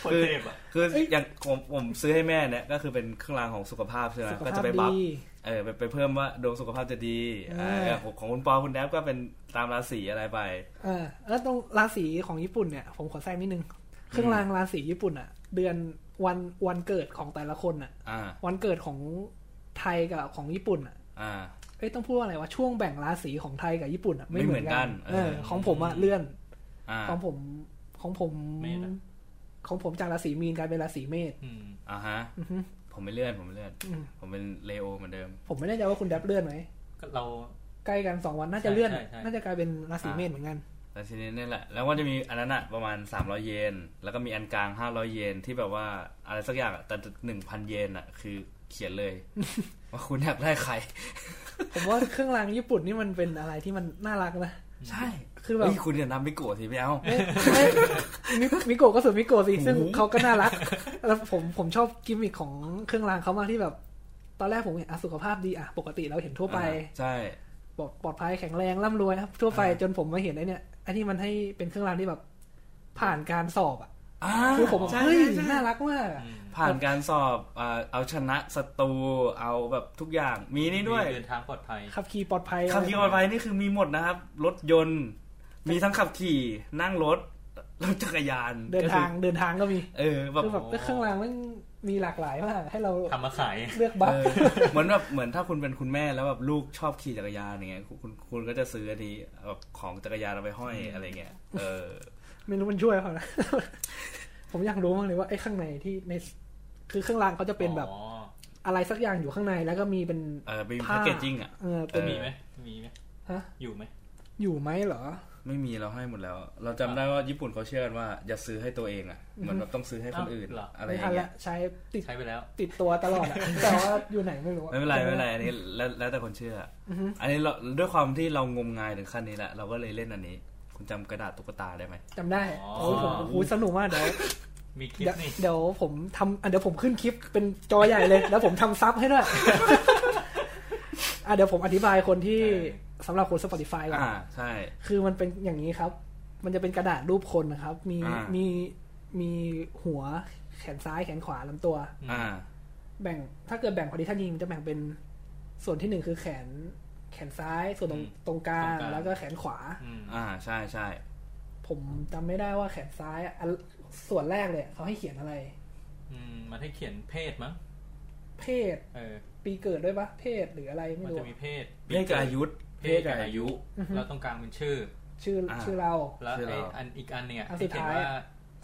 โคตร คือ เทพอะ คือ เอ้ย อย่างผมผมซื้อให้แม่เนี่ยก็คือเป็นเครื่องรางของสุขภาพใช่ไหม สุข [laughs] ก็ ภา จะ พ ไป ด บัฟี เออไปไปเพิ่มว่าดวงสุขภาพจะดีอ่า เออ ของของคุณปอคุณแดบก็เป็นตามราศีอะไรไป เออแล้วตรงราศีของญี่ปุ่นเนี่ย ผมขอแทรกนิดนึง เครื่องรางราศีญี่ปุ่นอะเดือนวันวันเกิดของแต่ละคนอะ อ่า วันเกิดของไทยกับของญี่ปุ่นอะ อ่า เอ้ยต้องพูดว่าอะไรวะช่วงแบ่งราศีของไทยกับญี่ปุ่นอะ ไม่ ไม่ เห เห มื มื อ อนน กั กัน น เอ เอ อ อของผมอะเลื่อน อ่า ของผมของผม เมษอะ ของผมจากราศีมีนกลายเป็นราศีเมษ อืม อ่าฮะ อือฮึ ผมไม่เลื่อนผมไม่เลื่อน อืม ผมเป็นเลโอเหมือนเดิม ผมไม่แน่ใจว่าคุณแดบเลื่อนไหม ก็เรา ใกล้กันสองวันน่าจะเลื่อน ใช่ใช่ใช่ น่าจะกลายเป็นราศีเมษเหมือนกัน แล้วทีนี้นี่แหละ แล้วก็จะมีอันนั้นอะประมาณ 300 เยน แล้วก็มีอันกลาง 500 เยนที่แบบว่าอะไรสักอย่างอะแต่หนึ่งพันเยนอะคือเขียน [laughs] เลย ว่าคุณอยากได้ใคร ผมว่าเครื่องรางญี่ปุ่นนี่มันเป็นอะไรที่มันน่ารักนะ ใช่ คือแบบ เฮ้ยคุณอย่านำไปโกรธสิไม่เอา เอ๊ะเอ๊ะมิมิโกะก็สุดมิโกะสิ ซึ่ง โอ้โห เขาก็น่ารัก แล้วผมผมชอบกิมมิคของเครื่องรางเขามากที่แบบ ตอนแรกผมเห็นอ่ะสุขภาพดีอ่ะปกติเราเห็นทั่วไป อ่าใช่ ปลอดปลอดภัยแข็งแรงร่ำรวยครับทั่วไป อ่า จนผมมาเห็นไอ้เนี่ยไอ้นี่มันให้เป็นเครื่องรางที่แบบ ผ่านการสอบอ่ะ อ่า คือผมแบบ ใช่ เฮ้ย ใช่ใช่ น่ารักมากอะ ผ่านการสอบอ่าเอาชนะศัตรูเอาแบบทุกอย่างมีนี่ด้วย เดินทางปลอดภัย ขับขี่ปลอดภัย ขับขี่ออนไลน์นี่คือมีหมดนะครับ รถยนต์ มีทั้งขับขี่นั่งรถรถจักรยาน เดินทางเดินทางก็มี เออแบบ คือแบบ โอ้ เครื่องรางมันมีหลากหลายมากให้เรา ทำมาขาย เลือกบัฟ เออเหมือนแบบเหมือนถ้าคุณเป็นคุณแม่แล้วแบบลูกชอบขี่จักรยานอย่างเงี้ยคุณคุณคุณก็จะซื้ออันนี้แบบของจักรยานเอาไปห้อยอะไรเงี้ยเออ ไม่รู้มันช่วยเขานะ [laughs] ผมอยากรู้มากเลยว่าไอ้ข้างในที่ใน คือเครื่องรางเขาจะเป็นแบบ อ๋อ อะไรสักอย่างอยู่ข้างในแล้วก็มีเป็น เออเป็นแพ็กเกจจิ้งอ่ะ เออเป็น เออ มีไหมมีไหม ฮะ อยู่ไหม อยู่ไหมเหรอ ไม่มีเราให้หมดแล้ว เราจำได้ว่าญี่ปุ่นเขาเชื่อกันว่าอย่าซื้อให้ตัวเองอ่ะเหมือนแบบต้องซื้อให้คนอื่นอะไรอย่าไม่ทั ง น เงี้ ละ ย ใช้ติด ใช้ไปแล้ว ติดตัวตลอดอะ แต่ว่าอยู่ไหนไม่รู้อะ ไม่เป็นไรไม่เป็นไรอันนี้แล้วแล้วแต่คนเชื่อออันนี้เราด้วยความที่เรางมงายถึงขั้นนี้แหละเราก็เลยเล่นอันนี้ คุณจำกระดาษตุ๊กตาได้ไหม จำได้ อ๋อ โอ้ยผมโอ้ยสนุกมากเดี๋ยว มีคลิป เดี๋ยว นี่ เดี๋ยวผมทำอ่ะเดี๋ยวผมขึ้นคลิปเป็นจอใหญ่เลย [laughs] แล้วผมทำซับให้ด้วย [laughs] อ่ะเดี๋ยวผมอธิบายคนที่สำหรับคน Spotify ก่อน อ่าใช่ คือมันเป็นอย่างนี้ครับ มันจะเป็นกระดาษรูปคนนะครับ มี อ่ามี มี มีหัวแขนซ้ายแขนขวาลำตัว อ่า แบ่งถ้าเกิดแบ่งพอดีท่านยิงจะแบ่งเป็นส่วนที่หนึ่งคือแขนแขนซ้ายส่วนตรง อืม ตรงกลาง ตรงกลาง แล้วก็แขนขวา อืม อ่าใช่ใช่ ผมจำไม่ได้ว่าแขนซ้ายอะอันส่วนแรกเลยเขาให้เขียนอะไร อืมมันให้เขียนเพศมั้ง เพศ เออ ปีเกิดด้วยปะเพศหรืออะไรไม่ มัน รู้ จะ อะ มีเพศ เลขกับอายุ เพศกับอายุ แล้วตรงกลางเป็นชื่อ ชื่ออา ชื่อเรา แล้ว ชื่อ ไอ เรา อันอีกอันเนี่ย อันสุ ที่ ด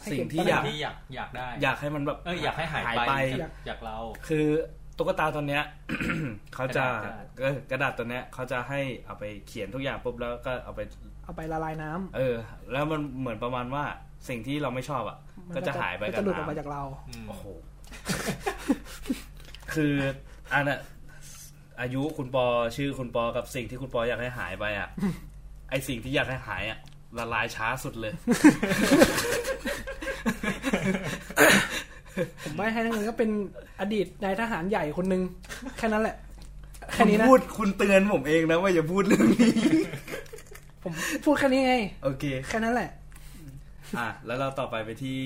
เขียนสิ่ท้ายให้ว่าง เขีที่อยนตำแหน่ ยาง ก ที่อยากอยากได้ อยากให้มันแบบ เอออยากให้หายไปจากจากเรา คือตุ๊กตาตัวเนี้ย [coughs] เขาจะ กระดาษ เออกระดาษตัวเนี้ยเขาจะให้เอาไปเขียนทุกอย่างปุ๊บแล้วก็เอาไป เอาไปละลายน้ำ เออ แล้วมันเหมือนประมาณว่าสิ่งที่เราไม่ชอบอ่ะ มัน ก็จะหายไป ก็ กับ จะหลุดออกมา น้ำ [laughs] จากเรา อืม โอ้โห คืออันน่ะอายุคุณปอชื่อคุณปอกับสิ่งที่คุณปออยากให้หายไป [laughs] อ่ะ ไอสิ่งที่อยากให้หายอ่ะละลายช้าสุดเลย ผมไม่ให้นั่นก็เป็นอดีตนายทหารใหญ่คนหนึง [laughs] แค่นั้นแหละ แค่นี้นะ พูด [laughs] คุณเตือนผมเองนะว่าอย่าพูดเรื่องนี้ ผมพูดแค่นี้ไง [laughs] โอเค แค่นั้นแหละ อ่ะ แล้วเราต่อไปไปที่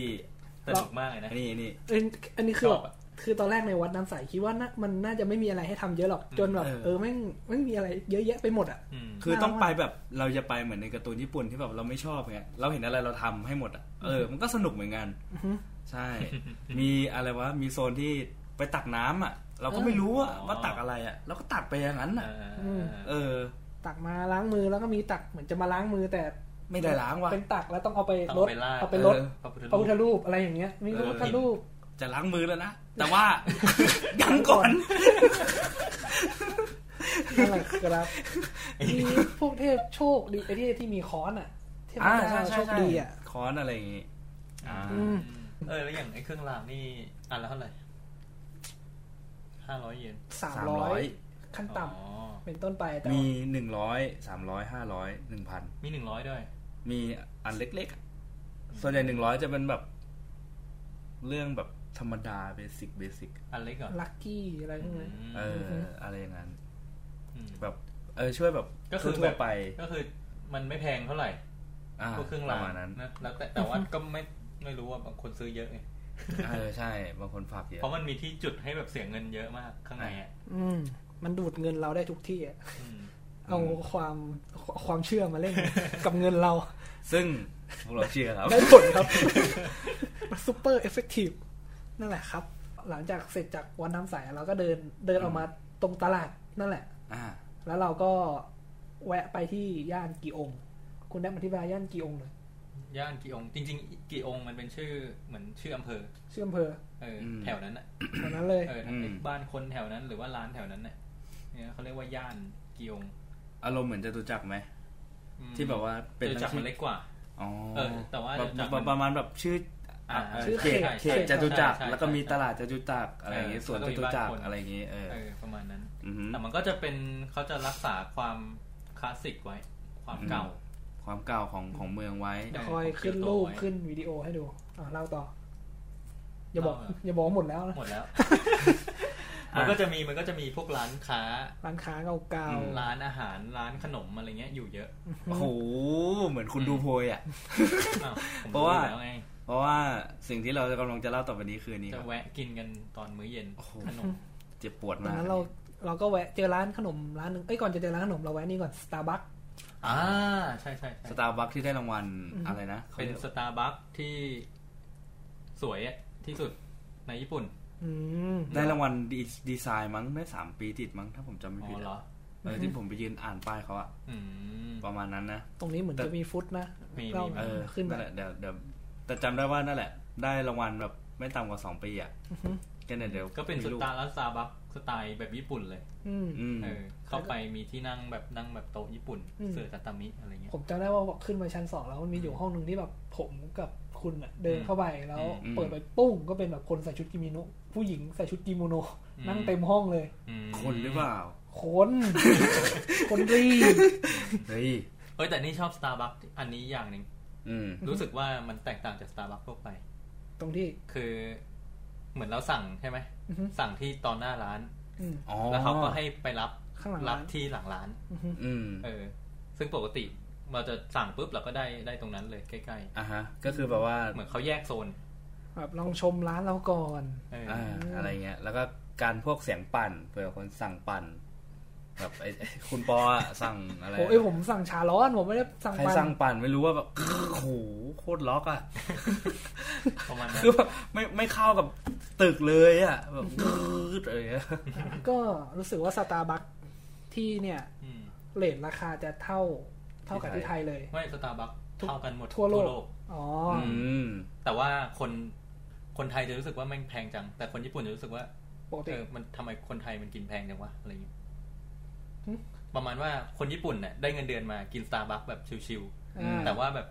สนุกมากเลยนะ นี่นี่ เอ้ยอันนี้คือ ช แบ อบบ อะ คือตอนแรกในวัดน้ำใสคิดว่าน่ะมันน่าจะไม่มีอะไรให้ทำเยอะหรอกจนแบบ เออ เออแม่งแม่งมีอะไรเยอะแยะไปหมดอ่ะ อืม คือต้องไปแบบเราจะไปเหมือนในการ์ตูนญี่ปุ่นที่แบบเราไม่ชอบไงเราเห็นอะไรเราทำให้หมดอ่ะเออ มันก็สนุกเหมือนกัน อือฮึ ใช่ มีอะไรวะมีโซนที่ไปตักน้ำอ่ะ เราก็ไม่รู้ว่าว่าตักอะไรอ่ะเราก็ตักไปอย่างนั้น เอ อ่ะ ออ ม เออ ตักมาล้างมือแล้วก็มีตักเหมือนจะมาล้างมือแต่ ไม่ได้ล้างว่ะ เป็นตักแล้วต้องเอาไป ต้อง รถ ไปล่า เอาไปรถ เออ พระพุทธ พระพุทธ รูป รูปอะไรอย่างเงี้ยมีพระพุทธรูป จะล้างมือแล้วนะแต่ว่า [laughs] ยังก่อน นั่นแหละครับ มีพวกเทพโชคดีไอ้ที่ที่มีค้อนอ่ะ เทพ อ่า เจ้า ใช่ โช ใช่ ค ใช่ ดีอ่ะ ค้อนอะไรอย่างงี้อ่า อืม เออแล้วอย่างไอ้เครื่องรางนี่อันละเท่าไหร่ห้าร้อยเยน สาม สาม ร้ ร้ อ อย ย ขั้น อ๋ ต่ำ อ เป็นต้นไปแต่ มีหนึ่งร้อยสามร้อยห้าร้อยหนึ่งพัน มีหนึ่งร้อยด้วย มีอันเล็กๆอะส่วนใหญ่หนึ่งร้อยจะเป็นแบบ เรื่องแบบธรรมดาเบสิกเบสิก อันเล็กเหรอ ลัคกี้อะไรพวกนี้น เอ ม อออะไรอย่างนั้น ม แบบ เออช่วยแบบ ก็คือ ทั่ แบ ว บ ๆไป ก็คือมันไม่แพงเท่าไหร่ อ่า พวกเครื่อง ป รา ระ ง มาณนั้น นะแล้วแต่แต่ว่าก็ไม่ไม่รู้ว่าบางคนซื้อเยอะไง เออใช่ บางคนฝากเยอะ เพราะมันมีที่จุดให้แบบเสียเงินเยอะมากข้างในอ่ะ อืมมันดูดเงินเราได้ทุกที่อะ อืม เอาความความเชื่อมาเล่น กับเงินเรา ซึ่งพวกเราเชื่อครับ ได้ผลครับ มันซูเปอร์เอฟเฟกตีฟนั่นแหละครับ หลังจากเสร็จจากวันน้ำใสเราก็เดินเดินออกมาตรงตลาดนั่นแหละ อ่า แล้วเราก็แวะไปที่ย่านกีองคุณได้อธิบายย่านกีองหน่อย ย่านกี่องค์จริง ๆ กี่องค์มันเป็นชื่อเหมือนชื่ออำเภอ ชื่ออำเภอ เอออ ม แถวนั้นอ่ะ ตอนนั้นเลย เออ อืม บ้านคนแถวนั้นหรือว่าร้านแถวนั้นเนี่ยเนี่ยเขาเรียกว่าย่านกี่องค์ อารมณ์เหมือนจตุจักรไหม อืม ที่แบบว่าเป็น จตุจักร ทั้ มั งชื่นอ เล็กกว่า อ๋อ เออแต่ว่า แบบ จตุจักร ป มั ระ น ประมาณแบบชื่ออ่า อ่า เออ ชื่อ เขต เขเขตตจตุจักร ใช่ใช่ แล้วก็มี ใช่ ตลาดจตุจักรอะไรอย่างงี้ เออ สวน แล้ว จ ก็มี ตุจักร บ้านคน อะไรอย่างงี้เออ เออประมาณนั้น อหือ แต่มันก็จะเป็นเขาจะรักษาความคลาสสิกไว้ ความเก่า อื ความเก่าของของเมืองไว้ เดี๋ยวคอยขึ้นรูปขึ้นวิดีโอให้ดูอ่ะเล่าต่อ อย่าบอก เล่าเหรอ อย่าบอกว่าหมดแล้วนะ หมด [laughs] แล้ว มันก็จะมีมันก็จะมีพวกร้านค้า ร้านค้าเก่า อืม ร้านอาหารร้านขนมอะไรเงี้ยอยู่เยอะ โอ้โหเหมือนคุณดูโพยอ่ะ อ้าวผม เพราะว่า อยู่แล้วไง เพราะว่าสิ่งที่เราจะกำลังจะเล่าต่อไปนี้คืออันนี้ค จะ รับ แวะกินกันตอนมื้อเย็น โอ้โห ขนม เจ็บปวด ๆตอ มาน ก นั้นเราเราก็แวะเจอร้านขนมร้านหนึ่งเอ้ยก่อนจะเจอร้านขนมเราแวะนี่ก่อนสตาร์บัค อ่าใช่ใช่ ส ใช่ ตาร์บัคที่ได้รางวัล อืม อะไรนะขา เป็น รียก สตาร์บัคที่สวยอะที่สุดในญี่ปุ่น อืม ได้รางวัลดีดีไซน์มั้งได้สามปีติดมั้งถ้าผมจำไม่ อ๋ ผิด อเหรอ เออที่ผมไปยืนอ่านป้ายเขาอะ อืม ประมาณนั้นนะ ตรงนี้เหมือน แต่ จะมีฟุตนะ มี เรา มี เออ ขึ้นไป นั่นแหละเดี๋ยวเดี๋ยวแต่จำได้ว่านั่นแหละ ได้รางวัลแบบไม่ต่ำกว่าสองปีอะก็เนี่ยเดี๋ยว ก็เป็น มี ส รู ตาร์ลัสตาร์บัคสไตล์แบบญี่ปุ่นเลย อืม อืม เออเข้าไปมีที่นั่งแบบนั่งแบบโต๊ะญี่ปุ่น อืม เสื่อตาตามิอะไรเงี้ย ผมจำได้ว่าบอกขึ้นไปชั้นสองแล้วมันมีอยู่ห้องหนึ่งที่แบบผมกับคุณอะเดินเข้าไปแล้ว อืม เปิดไปปุ้งก็เป็นแบบคนใส่ชุดกิโมโนผู้หญิงใส่ชุดกิโมโน อืม นั่งเต็มห้องเลย อืม คนหรือเปล่า คน [laughs] คนรี เฮ้ย เอ้ยแต่นี่ชอบ Starbucks อันนี้อย่างหนึ่ง อืม รู้สึกว่ามันแตกต่างจาก Starbucks ทั่วไป ตรงที่ คือเหมือนเราสั่งใช่ไหม อือฮึ สั่งที่ตอนหน้าร้าน อืม อ๋อ แล้วเขาก็ให้ไปรับ ข้างหลัง รั ร้า บ น ที่หลังร้าน อือฮึ อืม เออ ซึ่งปกติเราจะสั่งปุ๊บเราก็ได้ได้ตรงนั้นเลยใกล้ อ่ะฮะก็คือแบบว่า ๆ เหมือนเขาแยกโซน แบบลองชมร้านเราก่อน เออ อ่าอะไรเงี้ย แล้วก็การพวกเสียงปั่นเผื่อคนสั่งปั่นแบบไอ้ไอ้คุณปออะสั่งอะไร ผมเอ้ยผมสั่งชาร้อน ผมไม่ได้สั่ง ใคร ปัน สั่งปั่นไม่รู้ว่าแบบ [laughs] โอ้โหโคตรล็อกอ่ะ ประมาณนั้น คือแบบไม่ไม่เข้ากับตึกเลยอ่ะแบบ [laughs] กึดอะไรเงี้ย ก็รู้สึกว่าสตาร์บัคที่เนี่ย อืม เลทราคาจะเท่าเท่ากับที่ไทยเลย ไม่สตาร์บัคเท่ากันหมด ทั่วโลก อ๋ออ อืม แต่ว่าคนคนไทยจะรู้สึกว่าแม่งแพงจัง แต่คนญี่ปุ่นจะรู้สึกว่า ปกติ เออ มันทำไมคนไทยมันกินแพงจังวะ อะไรอย่างเงี้ย หึ ประมาณว่าคนญี่ปุ่นน่ะได้เงินเดือนมากินสตาร์บัคแบบชิว อ่า ๆ แต่ว่าแบบ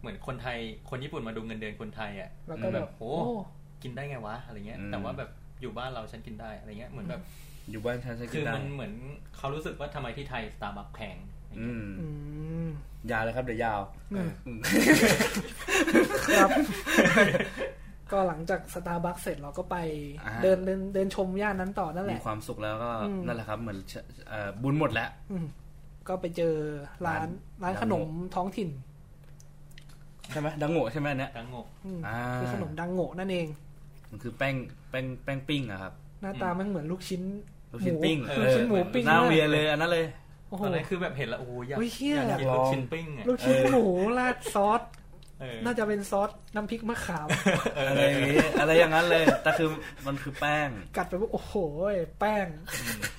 เหมือนคนไทย คนญี่ปุ่นมาดูเงินเดือนคนไทยอ่ะ แล้วก็แบบ โอ้ กินได้ไงวะ อะไรเงี้ย แต่ว่าแบบอยู่บ้านเราฉันกินได้ อะไรเงี้ย เหมือนแบบ อยู่บ้านฉันฉันกิ คื น อ ได้ มันเหมือนเขารู้สึกว่าทำไมที่ไทยสตาร์บัคแพง อืม อืม ยาวเลยครับเดี๋ยวยาว อืม อืม ครับ [laughs] ก็หลังจากสตาร์บัคเสร็จเราก็ไปเดินเดินเดินชมย่านนั้นต่อนั่นแห มี ละ ความสุขแล้วก็ อืม นั่นแหละครับ เหมือนเชเอ่อบุญหมดแล้ว อืมก็ไปเจอร้านร้า ร้าน น ขนมท้องถิ่น ใช่ไหมดังโง่ใช่ไหมอันเนี้ย ดังงก อืม อ่า คือขนมดังโง่นั่นเอง มันคือแป้งแป้งแป้งปิ้งอะครับ หน้าตามันเหมือนลูกชิ้น ลูกชิ้นปิ้ง หมูลูกเออชิ้นหมูปิ้ง หน้าโรงเรียน มก เลยอันนั้นเลย โอ้โห ตอนนั้นคือแบบเห็นแล้ว โอ้โหอยาก เฮ้ยเหี้ย อยากกิน อยากล ลู อก ง ชิ้นปิ้งอ่ะ ลูกชิ้นหมูราดซอส เออ น่าจะเป็นซอสน้ำพริกมะขาม อะไรอย่างงี้อะไรอย่างนั้นเลย แต่คือมันคือแป้ง กัดไปปุ๊บโอ้โหแป้ง เ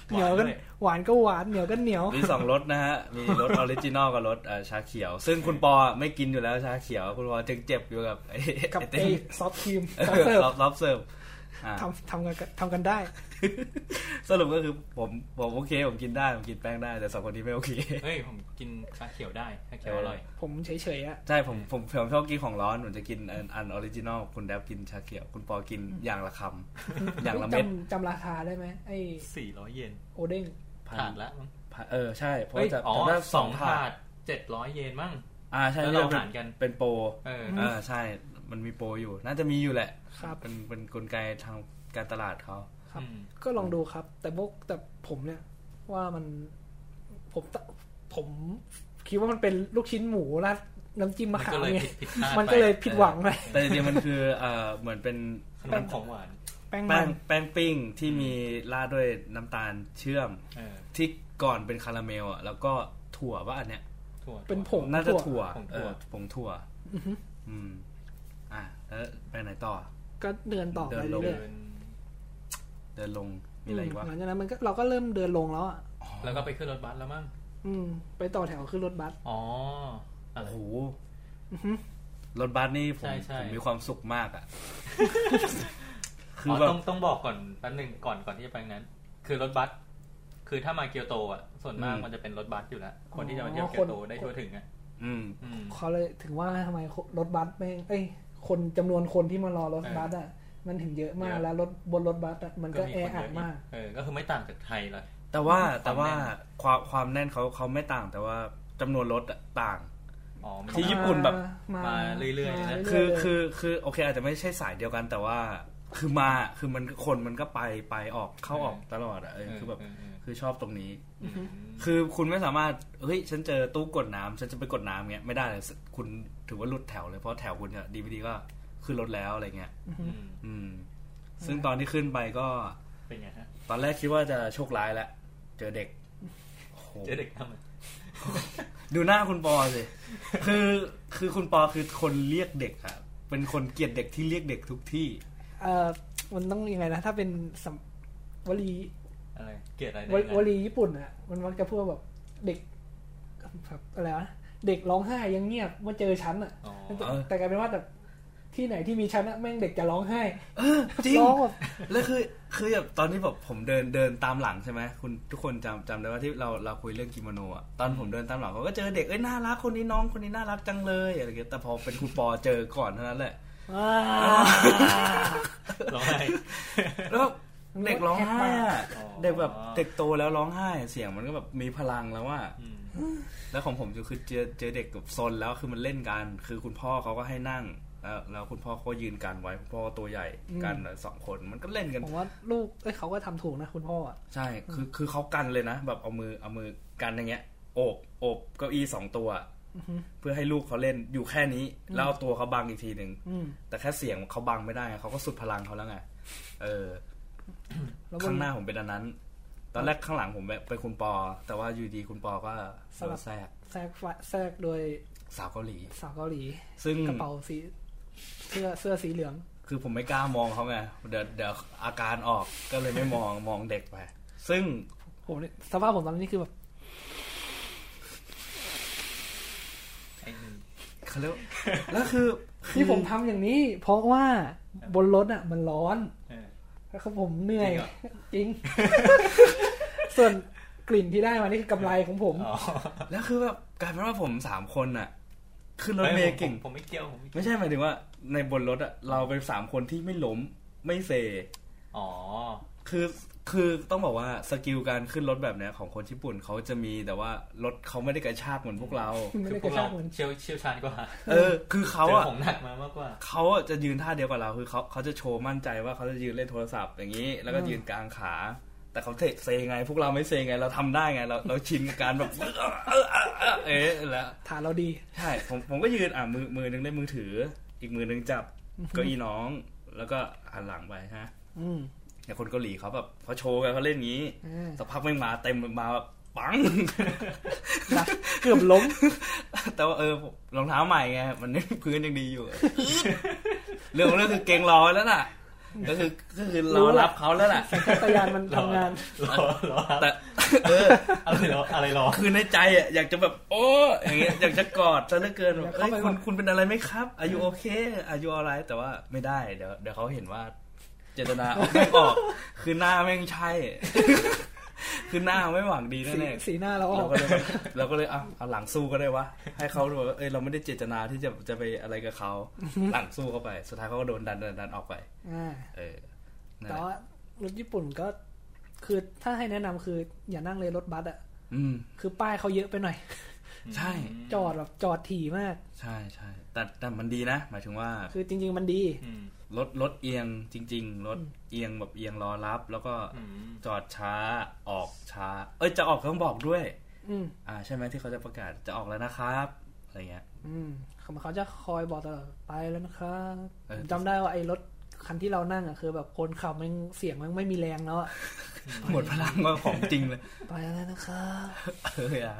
หนียวหาว ว ก็ ด้วย หวานก็หวานเหนียวก็เหนียว มีสองรสนะฮะ มีรสออริจินอลกับรสเอ่อชาเขียว ซึ่งคุณปอไม่กินอยู่แล้วชาเขียว คุณปอจึงเจ็บอยู่กับไอ้ กับ ไอ้ ไอ้ เต้น ซอสครีม เออ ซอสเสิร์ฟ ซอฟต์ซอฟต์เสิร์ฟอ่า ทำทำกันทำกันได้ สรุปก็คือผมผมโอเคผมกินได้ ผมกินแป้งได้ แต่สองคนนี้ไม่โอเค เฮ้ย ผมกินชาเขียวได้ชาเขียวอร่อย ผมเฉยๆอ่ะ ใช่ผมผมผมชอบกินของร้อน ผมจะกินอันอันออริจินอลคุณแดบกินชาเขียว คุณปอกินอย่างละค [laughs] ำอย่างละเม็ด จำจำราคาได้ไหมไอ้ 400 เยน โอเด้ง พัน ถาดละมั้ง พันเออใช่เพราะ เอ้ย จะ อ๋อ จำได้ สองถาด 700 เยนมั้ง อ่าใช่ แล้วเราหารกัน เป็นโปร เออ อ่าใช่ มันมีโปรอยู่ น่าจะมีอยู่แหละ ครับ เป็นเป็นกลไกทางการตลาดเขา ครับ อืม ก็ลองดูครับ แต่พวกแต่ผมเนี่ย ว่ามันผมตผมคิดว่ามันเป็นลูกชิ้นหมูราดน้ำจิ้มมะขาม มันก็เลย ไง ผิดผิดพลาด [laughs] ไปมันก็เลยผิดหวังไป แต่จริงๆมันคือเอ่อเหมือนเป็น ขนมของหวาน แป้งมั แป้ง น แป้งปิ้งที่มีราดด้วยน้ำตาลเชื่อม เออ ที่ก่อนเป็นคาราเมลอ่ะแล้วก็ถั่วว่าอันเนี้ย ถั่ว เป็นผง น่าจะ ถั่ว ถั่ว ผงถั่ว เออผงถั่ว อือฮึ อืม อ่ะแล้วไปไหนต่อ ก็เดินต่อ เดิ ไป นลง เรื่อย เดิน เดินลง ๆ มีอะไรอีกวะ หลังจากนั้นมันก็เราก็เริ่มเดินลงแล้วอ่ะ แล้วก็ไปขึ้นรถบัสแล้วมั้ง อืม ไปต่อแถวขึ้นรถบัส อ๋ออะไร โอ้โห อือฮึ รถบัสนี่ผม ใช่ใช่ ผมมีความสุขมากอ่ะ คื อ๋ อ อ แบบ ต้องต้องบอกก่อนแป๊บหนึงก่อนก่อนที่จะไปนั้น คือรถบัส คือถ้ามาเกียวโตอ่ะ ส่วนมาก อืม มันจะเป็นรถบัสอยู่แล้ว คนที่ อ๋อ จะมาเที่ยวเกียวโต คน ได้ทั่วถึงอ่ะ อืม อืม เขาเลยถึงว่าทำไมรถบัสแม่งเอ้ย คนจำนวนคนที่มารอรถบัสอ่ะ มันถึงเยอะมาก เยอะ แล้วรถบนรถบัสอ่ะมันก็แอ คน อัดเยอะ มาก เออ ก็คือไม่ต่างจากไทยเลย แต่ว่า ความ แต่ว่า แน่น ความความแน่นเขาเขาไม่ต่างแต่ว่าจำนวนรถอะต่าง อ๋อมัน ที่ จะ ญี่ปุ่นแบบ มา มาเรื่อยมาๆนะ เรื่ยๆ คือ เลย คือคือโอเค อาจจะไม่ใช่สายเดียวกันแต่ว่า คือมาคือมันคนมันก็ไปไปออกเข้าออกตลอดอ่ะเออ เออ คือแบบ เออเออ คือชอบตรงนี้ อืม คือคุณไม่สามารถเฮ้ยฉันเจอตู้กดน้ำฉันจะไปกดน้ำเงี้ยไม่ได้เลยคุณถือว่าหลุดแถวเลยเพราะแถวคุณเนี่ยดีไม่ดีก็ขึ้นรถแล้วอะไรเงี้ย อืม อืม ซึ่งตอนที่ขึ้นไปก็ เป็นไงฮะ ตอนแรกคิดว่าจะโชคร้ายแล้วเจอเด็กโอ้โห เจอเด็กทำไม ดูหน้าคุณปอสิ คือคือคุณปอคือคนเรียกเด็กอะเป็นคนเกลียดเด็กที่เรียกเด็กทุกที่ เออมันต้องยังไงนะ ถ้าเป็นสำวลี อะไร เกลียดอะไร ว ได้ ล ไง วลีญี่ปุ่นอ่ะ มันมักจะพูดว่าแบบเด็กแบบอะไรวะเด็กร้องไห้ยังเงียบว่าเจอฉันอ่ะ อ๋อ เออ แต่กลายเป็นว่าแบบที่ไหนที่มีฉันอ่ะแม่งเด็กจะร้องไห้ เออจริง ร้องแบบ แล้วคือคือแบบตอนที่แบบผมเดินเดินตามหลังใช่ไหมคุณทุกคนจำจำได้ว่าที่เราเราคุยเรื่องกิโมโนอะตอนผมเดินตามหลังเขาก็เจอเด็กเอ้ยน่ารักคนนี้น้องคนนี้น่ารักจังเลยอะไรเงี้ยแต่พอเป็นคุณปอเจอก่อนเท่านั้นแหละ อ่า ร้องไห้ แล้วเด็กร้องไห้อะ อ๋อ เด็กแบบเด็กโตแล้วร้องไห้เสียงมันก็แบบมีพลังแล้วว่า อืม แล้วของผมจะคือเจอเจอเด็กกับซนแล้วคือมันเล่นกัน คือคุณพ่อเขาก็ให้นั่ง แล้วแล้วคุณพ่อเขาก็ยืนกันไว้คุณพ่อตัวใหญ่กันสองคนมันก็เล่นกัน ผมว่าลูกเอ้ยเขาก็ทำถูกนะคุณพ่ออ่ะ ใช่คือคือเขากันเลยนะ แบบเอามือเอามือกันอย่างเงี้ยโอบโอบเก้าอี้สองตัว เพื่อให้ลูกเขาเล่นอยู่แค่นี้ แล้วเอาตัวเขาบังอีกทีหนึ่ง อืม แต่แค่เสียงเขาบังไม่ได้ไงเขาก็สุดพลังเขาแล้วไงเออ แล้วบ ข้าน งหน้าผมเป็นอันนั้น ตอนแรกข้างหลังผมเป็นคุณปอ แต่ว่าอยู่ดีคุณปอก็สสลั ลั บ บแทรก แทรกฝาแทรกโดย สาวเกาหลี สาวเกาหลี ซึ่ง กระเป๋าสีเสื้อเสื้อสีเหลือง คือผมไม่กล้ามองเขาไงเดี๋ยวเดี๋ยวอาการออกก็เลยไม่มอง [laughs] มองเด็กไป ซึ่ง ผมนี่สภาพผมตอนนี้คือแบบ ไอ้นี่ เขาเรียกแล้วคือ ที่ผมทำอย่างนี้ เพราะว่าบนรถอ่ะ มันร้อน เออ แล้วครับผมเหนื่อย จริงเหรอ จริง ส่วนกลิ่นที่ได้มานี่คือกำไรของผม อ๋อ แล้วคือแบบกลายเป็นว่าผมสามคนน่ะขึ้นรถเม ไม่ ล์ ผม เก่ง ผมไม่เกี่ยวผมไม่เกี่ยว ไม่ใช่หมายถึงว่า ในบนรถอะเราเป็นสามคนที่ไม่ล้มไม่เซ อ๋อ คือคือต้องบอกว่าสกิลการขึ้นรถแบบเนี้ยของคนญี่ปุ่นเขาจะมีแต่ว่ารถเขาไม่ได้กระชากเหมือนพวกเรา ไม่ คือ ได้ พ กระวก ชากเราเหมือน เชี่ยวเชี่ยวชาญกว่า เออ คือเขา เจอ อะ ของหนักมามากกว่า เขาอะจะยืนท่าเดียวกับเราคือเขาเขาจะโชว์มั่นใจว่าเขาจะยืนเล่นโทรศัพท์อย่างนี้ แล้วก็ยืนกลางขา แต่เขาเทเซไง พวกเราไม่เซไงเราทำได้ไง เราเราชินกับการแบบ [laughs] เออเออเออเอ๊ะแล้ว ฐานเราดี ใช่ผมผมก็ยืนอ่ะมือมือนึงเล่นมือถือ อีกมือนึงจับเก็อีน้อง แล้วก็หันหลังไปฮะ อืม อย่างคนเกาหลีเขาแบบเขาโชว์กันเขาเล่นอย่างนี้ อืม สักพักไม่งมาเต็มมาแบบปัง เกือบล้ม แต่ว่าเออผมรองเท้าใหม่ไงมัน พื้นยังดีอยู่ เรื่องของเรื่องคือเกงรอยแล้วน่ะ ก็คือก็คือรอรับเขาแล้วน่ะ สัญชาตยานมันทำงาน รอรอ แต่ เออ อะไรรออะไรรอ คือในใจอ่ะอยากจะแบบ โอ้อย่างเงี้ยอยากจะกอดซะเหลือเกินแบบ อยา เอ้ ก ย เข้าไป คุณ แบบ คุณเป็นอะไรไหมครับอายุโอเคอายุอะไรแต่ว่าไม่ได้เดี๋ยวเดี๋ยวเขาเห็นว่า เจตนาออกไม่ออก คือหน้าแม่งใช่ คือหน้าไม่หวังดี สี แน่ๆ สีหน้าเราออ เรา ก ก็เลยแบบ [laughs] เราก็เลยเอาเอาหลังสู้ก็ได้วะ ให้เขาดูว่าเอ้ยเราไม่ได้เจตนาที่จะจะไปอะไรกับเขา หลังสู้เข้าไป สุดท้ายเขาก็โดนดันดันดันออกไป อ่า เออนั่นแหแต่ละ ว่ารถญี่ปุ่นก็ คือถ้าให้แนะนำคือ อย่านั่งเลยรถบัสอ่ะ อืม คือป้ายเขาเยอะไปหน่อย ใช่ จอดแบบจอดถี่มาก ใช่ใช่แต่แต่มันดีนะ หมายถึงว่า คือจริง ๆ มันดี อืม รถรถเอียงจริง ๆ รถเอียงแบบเอียงรอรับ แล้วก็ อืม จอดช้าออกช้า เอ้ยจะออกก็ต้องบอกด้วย อืม อ่า ใช่ไหมที่เขาจะประกาศจะออกแล้วนะครับอะไรเงี้ย อืมเขาเขาจะคอยบอกตลอดไปแล้วนะครับ เออ ผมจำได้ว่าไอ้รถคันที่เรานั่งอ่ะคือ แบบคนขับมันเสียงมันไม่มีแรงแล้วอะ หมดพลังว่าของจริงเลย ไปแล้วนะครับ เอออ่ะ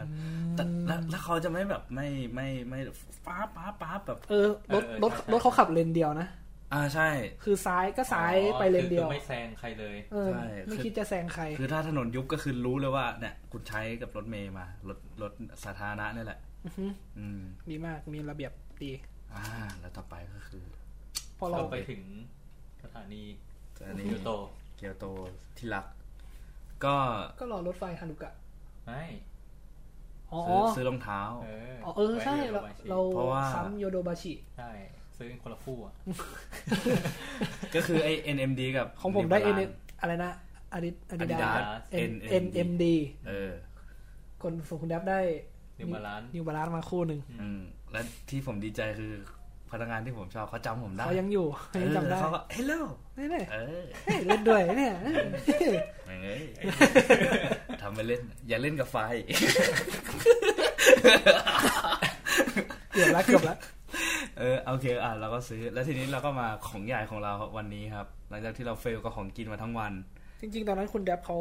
แต่แล้วแล้วเขาจะไม่แบบไม่ไม่ไม่ฟ้าป้าป้าแบบ เออรถรถรถเขาขับเลนเดียวนะ อ่าใช่ คือซ้ายก็ซ้ายไปเลนเดียว คือคือไม่แซงใครเลย เออ ใช่ ไม่ คือ คิดจะแซงใคร คือถ้าถนนยุบก็คือรู้เลยว่าเนี่ยคุณใช้กับรถเมย์มา รถรถสาธารณะเนี่ยแหละ อือฮึ อืม ดีมากมีระเบียบดี อ่า แล้วต่อไปก็คือ พอเรา เราไปถึงสถานี อันนี้ เกียวโต เกียวโตที่รัก ก็ ก็รอรถไฟฮานุกะ ไม่ อ๋อ ซื้อซื้อรองเท้า เออ อ๋อเออใช่เราเรา เพราะว่า ซ้ำโยโดบาชิ ใช่ซื้อคนละคู่อ่ะ ก็คือไอ NMD กับ ของผมได้เอ็ New น Balance อะไรนะอาดิอาดิดา Adidas เอ็น NMD เอ็นเอ็มดี เออ คนส่งคุณแดบได้ นิวบาลาน นิวบาลานมาคู่หนึ่ง อืม และที่ผมดีใจคือพนักงานที่ผมชอบเขาจำผมได้ เขายังอยู่ เอ ยัง อ จำได้ เขาก็ hello นี่เนี่ย เออ เฮ้ยเล่นด้วยเนี่ย แม่งเอ้ย ทำไปเล่น อย่าเล่นกับไฟ เกือบละเกือบละ เออโอเคอ่ะเราก็ซื้อ แล้วทีนี้เราก็มาของใหญ่ของเราวันนี้ครับ หลังจากที่เราเฟลกับของกินมาทั้งวัน จริง ๆ ตอนนั้นคุณแดบเขา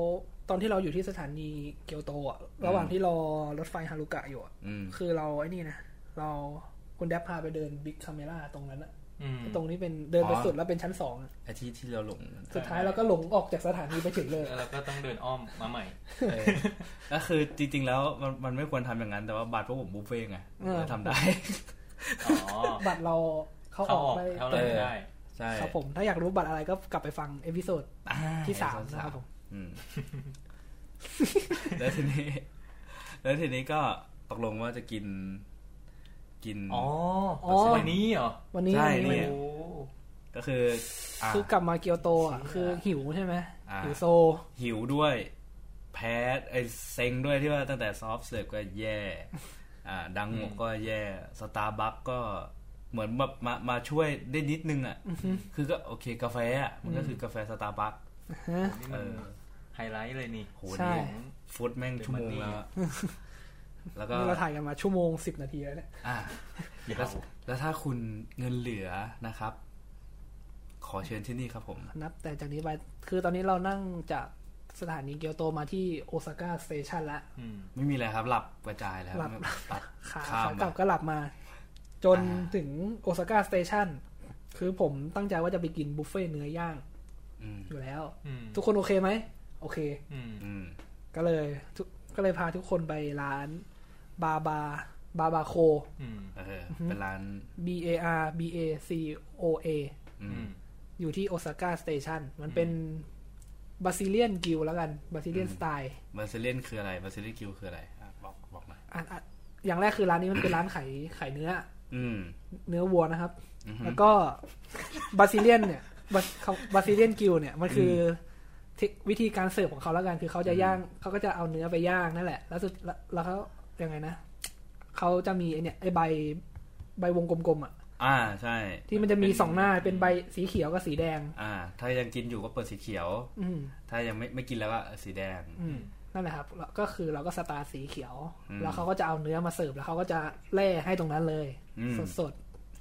ตอนที่เราอยู่ที่สถานีเกียวโตอะระหว่างที่รอรถไฟฮารุกะอยู่อะ อืม คือเราไอ้นี่นะเราคุณแดบพาไปเดินบิ๊กคาเมล่าตรงนั้นอะ อืม ตรงนี้เป็นเดินไป อ๋อ สุดแล้วเป็นชั้นสองอะ ไอาทิตที่เราหลง สุดท้ายเราก็หลงออกจากสถานีไปถึงเลย แล้วเราก็ต้องเดินอ้อมมาใหม่ เออก็คือจริง ๆ แล้วมันมันไม่ควรทำอย่างนั้น แต่ว่าบาทพวกผมบุฟเฟ่ต์ไง เออ เลยทำได้ อ๋อ บัตรเราเขาอ เข้า อก ออก ไป เข้าเลยไม่ได้ ใช่ ครับผมถ้าอยากรู้บัตรอะไรก็กลับไปฟังเอพิโซด อ่า ที่สาม ไอ้ นะครับผม อื [laughs] ม แล้วทีนี้ แล้วทีนี้ก็ตกลงว่าจะกิน กิน อ๋อ อ๋อ วันนี้เหรอ วันนี้ ใช่ วันนี้ เนี่ย โอ้ ก็คืออ่ะ คือกลับมาเกียวโตอ่ะคือหิวใช่ไหม อ่า หิวโซ หิวด้วยแพ้ไอ้เซ็งด้วยที่ว่าตั้งแต่ซอฟต์เสิร์ฟก็แย่ [laughs] อ่า ดังหมกก็แย่สตาร์บัคก็เหมือนแบบมามาช่วยได้นิดนึงอ่ะคือก็โอเคกาแฟอ่ะมันก็คือกาแฟสตาร์บัค นี่ เอ มัน อ ไฮไลท์เลยนี่ โห ใช่ นี่ ของ ฟุตแม่งชั่วโมงแล้วอะ แล้วก็ นี่เราถ่ายกันมาชั่วโมงสิบนาทีแล้วเนี่ย อ่าแล้วแล้วถ้าคุณเงินเหลือนะครับ ขอเชิญที่นี่ครับผม นับ แต่จากนี้ไปคือตอนนี้เรานั่งจากสถานีเกียวโตมาที่โอซาก้าสเตชันละ อืม ไม่มีอะไรครับ หลับกระจายแล้ว หลับ ตัด ขา ข้า ขาม ก มา ลับก็หลับมา จน อ่า ถึงโอซาก้าสเตชันคือผมตั้งใจว่าจะไปกินบุฟเฟ่ต์เนื้อย่าง อืม อยู่แล้ว อืม ทุกคนโอเคไหม โอเค อืม อืม ก็เลยทุกก็เลยพาทุกคนไปร้านบาบาบาบาโค อืม เออเป็นร้าน B A R B A C O A อื อื ม ม อยู่ที่โอซาก้าสเตชันมันเป็นบาซิเลียนกิลแล้วกันบาซิเลียนสไตล์ บาซิเลียนคืออะไรบาซิเลียนคิวคืออะไรอ่ะบอกบอกหน่อย อ่ะอ่ะอย่างแรกคือร้านนี้มันเป็นร้านขายขายเนื้อ อืม เนื้อวัวนะครับ อือฮึ แล้วก็บาซิเลียนเนี่ยบาเขาบาซิเลียนกิลเนี่ยมันคืออเทควิธีการเสิร์ฟของเขาแล้วกันคือเขาจะย่างเขาก็จะเอาเนื้อไปย่างนั่นแหละ แล้วสุดแล้วแล้วเขายังไงนะเขาจะมีไอเนี่ยไอใบใบวงกลมๆอ่ะ อ่าใช่ ที่มันจะมีสองหน้าเป็นใบสีเขียวกับสีแดง อ่า ถ้ายังกินอยู่ก็เปิดสีเขียว อืม ถ้ายังไม่ไม่กินแล้วก็สีแดง อืมนั่นแหละครับแล้วก็คือเราก็สตาร์ทสีเขียว อืม แล้วเขาก็จะเอาเนื้อมาเสิร์ฟแล้วเขาก็จะแล่ให้ตรงนั้นเลย อืม สด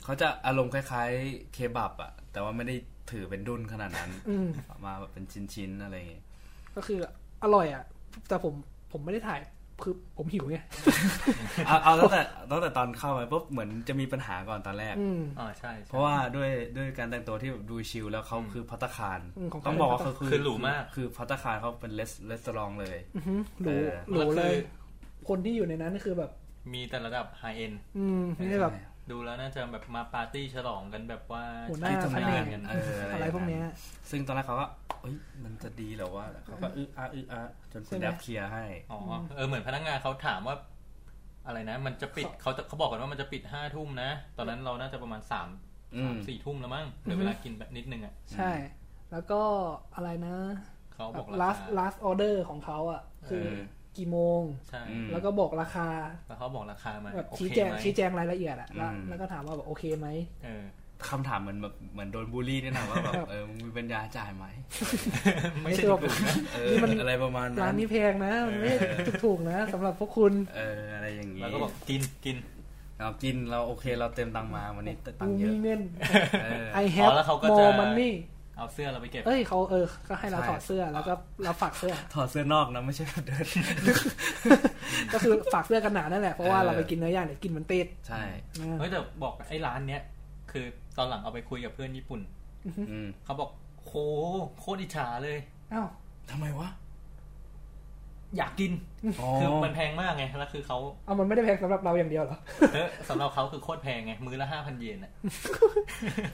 เขาจะอารมณ์คล้ายๆเคบับอ่ะ แต่ว่าไม่ได้ถือเป็นดุนขนาดนั้น ๆอืม มาแบบเป็นชิ้นๆอะไรอย่างงี้ ก็คืออร่อยอ่ะ แต่ผมผมไม่ได้ถ่ายคือผมหิว [laughs] ไง เอาเอาตั้งแต่ตั้งแต่ตอนเข้าไปปุ๊บเหมือนจะมีปัญหาก่อนตอนแรก อืม อ่าใช่ใช่ เพราะว่าด้วยด้วยการแต่งตัวที่แบบดูชิลแล้วเขา อืม คือพัตตาคาร อืมของเขา ต้องบอกว่าเขา คือหรูมาก คือพัตตาคารเขาเป็นเลสเลสตรองเลย อื้อหือหรู เออ หรูเลย ก็คือ คนที่อยู่ในนั้นคือแบบ มีแต่ระดับไฮเอ็น อืมไม่ใช่แบบ ดูแล้วน่าจะแบบมาปาร์ตี้ฉลองกันแบบว่า หัวหน้า ใช้ ที่ทำงาน กั กัน น เอออะ อะไร ไร พวกเนี้ย ซึ่งตอนแรกเขาก็เอ้ยมันจะดีเหรอวะเขาก็อึอาอึอาจน ใช่ คุณ ไหม แดบเคลียร์ให้ อ๋อเออเหมือนพนักงานเขาถามว่า อะไรนะ มันจะปิดเขาเขาบอกกันว่ามันจะปิดห้าทุ่มนะ ตอนนั้นเราน่าจะประมาณสาม อืม สามสี่ทุ่มแล้วมั้งเหลือเวลากินแบบนิดนึงอ่ะ ใช่ แล้วก็อะไรนะ เขา แบบบอก รา last คา last order ของเขาอ่ะ คือ เออ กี่โมง ใช่ อืม แล้วก็บอกราคา แล้วเขาบอกราคามา แบบ โอเค ชี้แจง ไหม ชี้แจงรายละเอียดอ่ะแล้ว อืม แล้วก็ถามว่าแบบโอเคไหม เออ คำถามเหมือนแบบเหมือนโดนบูลลี่เนี่ยนะว่าแบบเออมึงมีปัญญาจ่ายไหม ไม่ใช่ ไม่จบ ถูกนะ เอ นี่ อ มัน อะไรประมาณ ร้า นั้น น นี้แพงนะมันไม่ถูกๆนะสำหรับพวกคุณ เอออะไรอย่างงี้ แล้วก็บอกกินกิน เรากินเราโอเคเราเต็มตังค์มาวันนี้แต่ตัง กู ค์เย มี อะ เงิน เออ I อ๋อ have แล้วเขาก็จะ more money เอาเสื้อเราไปเก็บ เอ้ยเขาเออ ก็ให้เราถอดเสื้อแล้วก็เราฝากเสื้อ ถอดเสื้อนอกนะไม่ใช่แบบเดิน ก็คือฝากเสื้อกันหนาวนั่นแหละ เพราะว่า เออ เราไปกินเนื้อย่างเนี่ยกลินมันติด ใช่ เฮ้ยแต่บอกไอ้ร้านเนี้ยคือตอนหลังเอาไปคุยกับเพื่อนญี่ปุ่น อืม เขาบอกโหโคตรอิจฉาเลย อ้าว ทำไมวะ อยากกิน อ๋อ คือมันแพงมากไง แล้วคือเขา เอามันไม่ได้แพงสำหรับเราอย่างเดียวเหรอ เออสำหรับเขาคือโคตรแพงไง มื้อละห้าพันเยนอ่ะ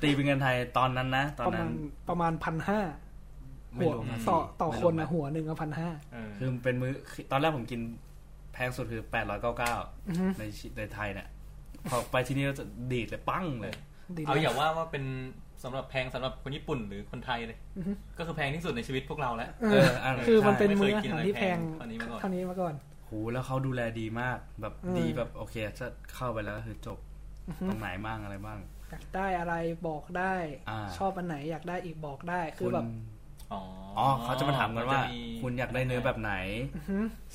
ตีเป็นเงินไทยตอนนั้นนะ ตอน ประ นั้ มาน ณประมาณพันห้าหัว ภาษี ต่อต่อ ไม่ ค รวน ม นะหัวหนึ่งกับพันห้า เออ คือมันเป็นมื้อตอนแรกผมกินแพงสุดคือแปดร้อยเก้าเก้า อือฮึ ในชิในไทยเนี่ยพอไปที่นี่เราจะดีดเลยปั้งเลย ดีนะ เอาอย่าว่าว่าเป็นสำหรับแพงสำหรับคนญี่ปุ่นหรือคนไทยเลย ก็คือแพงที่สุดในชีวิตพวกเราแล้ว เอ เอ อ ออ่ะ คือ ใช่ มันเป็น ไม่ มื้อยเคอา กิน หาร อะไร ที่แพง แพงเท่านี้มาก่อน เท่านี้มาก่อน โหแล้วเขาดูแลดีมาก แบบ อืม ดีแบบโอเคจะเข้าไปแล้วก็คือจบตรงไหนบ้างอะไรบ้าง อยากได้อะไรบอกได้ อ่า ชอบอันไหนอยากได้อีกบอกได้ คือแบบ อ๋อ อ๋อเขาจะมาถามกันว่า จะ คุณอยากได้เนื้อแบบไหน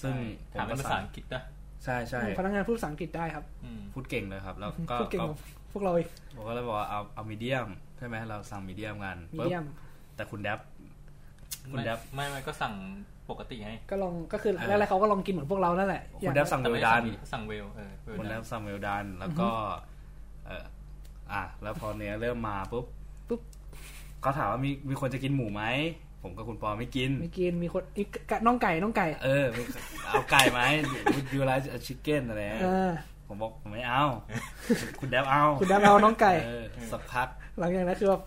ซึ่งผ ถามเป็น ก็ ภาษาอังกฤษนะ ใช่ใช่ พนักงานพูดภาษาอังกฤษได้ครับ อืม พูดเก่งเลยครับ แล้วก็ พูดเก่งกว่าพวกเราอีก ผมก็เลยบอกว่าเอาเอามีเดียมใช่ไหมเราสั่งมีเดียมกัน มี ปุ๊บ เดียม แต่คุณแดบ คุณ ไม่ แดบ ไม่ไม่ก็สั่งปกติให้ ก็ลองก็คือแรกๆเขาก็ลองกินเหมือนพวกเรานั่นแหละ คุณแดบสั่ง แต่ เว ไม่ ล ได้ ดั สั่ น งสั่งเวลเออเวล คุณแด นะ บสั่งเวลดันแล้วก็ เอออ่ะแล้วพอเนื้อเริ่มมาปุ๊บ ปุ๊บ เขาถามว่ามีมีคนจะกินหมูไหมผมกับคุณปอไม่กิน ไม่กินมีคนอีกกะน้องไก่น้องไก่ เออมีเอาไก่ไหมยูไลซ์ชิคเก้นอะไรเงี้ย เออ ผมบอกผมไม่เอา [laughs] คุณแดบเอา คุณดับเอาน้องไก่ เออสักพัก หลังจากนั้นคือแบบ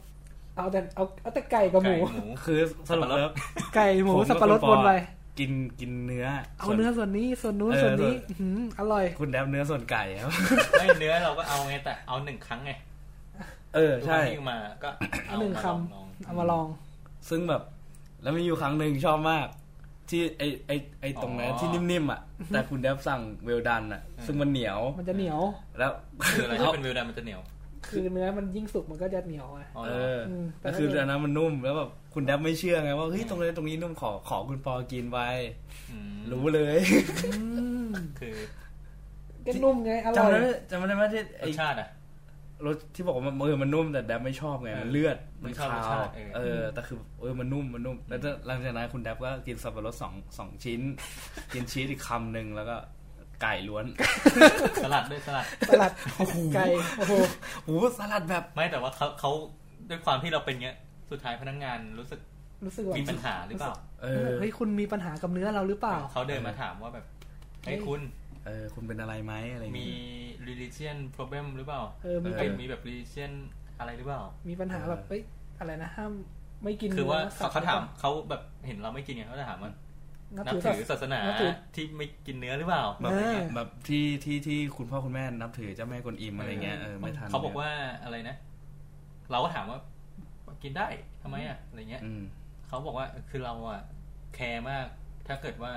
เอาแต่เอาเอาแต่ไก่กับห ไก่ มู หมู คือสรุปแล้ว ไก่หมูสับปะรด ผมกับบน คุณ ไป กินกินเนื้อ เอา ส่วน เนื้อส่วนนี้ส่วนนู้น เออ ส่วนนี้ ส่วน อื้อหืออร่อย คุณแดบเนื้อส่วนไก่ [laughs] ครับ ไม่เนื้อเราก็เอาไงแต่เอาหนึ่งครั้งไง เออ ทุกค ใช่ รั้งที่มาก็ เอา เอา หนึ่งค มาลองลอง ำเอามาลอง ซึ่งแบบแล้วมีอยู่ครั้งหนึ่งชอบมาก ที่ไอไอไอตรงนั้น อ๋อ ที่นิ่มๆอ่ะ แต่คุณแดบสั่งเวลดันอ่ะ ซึ่งมันเหนียว มันจะเหนียว แล้ว คืออะไร อา ที่เป็นวิวดามันจะเหนียว คือเนื้อมันยิ่งสุกมันก็จะเหนียวอ่ะ อ๋อ เอ เหรอ อ ม แต่คืออันนั้นมันนุ่มแล้วแบบคุณแดบไม่เชื่อไงว่าเฮ้ยตรงนี้นตรงนี้นุ่มขอขอคุณปอกินไว้ อืม รู้เลย อืม คือ ก็นุ่มไงอ จำ ร่อย ได้ไหมจำได้ไหมที่ไอ้ รสชาติอ่ะ รสที่บอกว่ามันเออมันนุ่มแต่แดบไม่ชอบไงมันเลือด ไม่ชอบ คาว รสชาติเออ เออแต่คือเออมันนุ่มมันนุ่มแล้วหลังจากนั้นคุณแดบก็กินสับปะรดสองสองชิ้น กินชีสอีกคำหนึ่งแล้วก็ไก่ [laughs] ล้วน สลัดด้วยสลัด สลัดไก่โอ้โห โอ้สลัดแบบ ไม่แต่ว่าเขาเขาด้วยความที่เราเป็นเงี้ย สุดท้ายพนักงานรู้สึก รู้สึกว่า มี มี ปัญหาหรือเปล่า เออ เฮ้ยคุณมีปัญหากับเนื้อเราหรือเปล่า เขาเดินมาถามว่าแบบไอ้ยคุณ เออ คุณเป็นอะไรไหมอะไรอย่าง มี งี้ religion problem หรือเปล่า เออมี เ ไอ้ ปั ย ญ มีแบบ religion อะไรหรือเปล่า มีปัญหาแบบเอ้ยอะไรนะห้ามไม่กิน คือว่า เนื้สัตว์เขาเขาถามเขาแบบเห็นเราไม่กินไงเขาจะถามว่า นับ นับ ถือ ถือศาสนา บถือ ที่ไม่กินเนื้อหรือเปล่า แบบ เออ แบบที่ที่ที่คุณพ่อคุณแม่นับถือเจ้าแม่กวนอิมอะไรเงี้ยเออไม่ทัน เขาบอกว่าอะไรนะ เราก็ถามว่ากินได้ทำไมอ่ะอะไรเงี้ย อืม เขาบอกว่าคือเราอ่ะแคร์มาก ถ้าเกิดว่า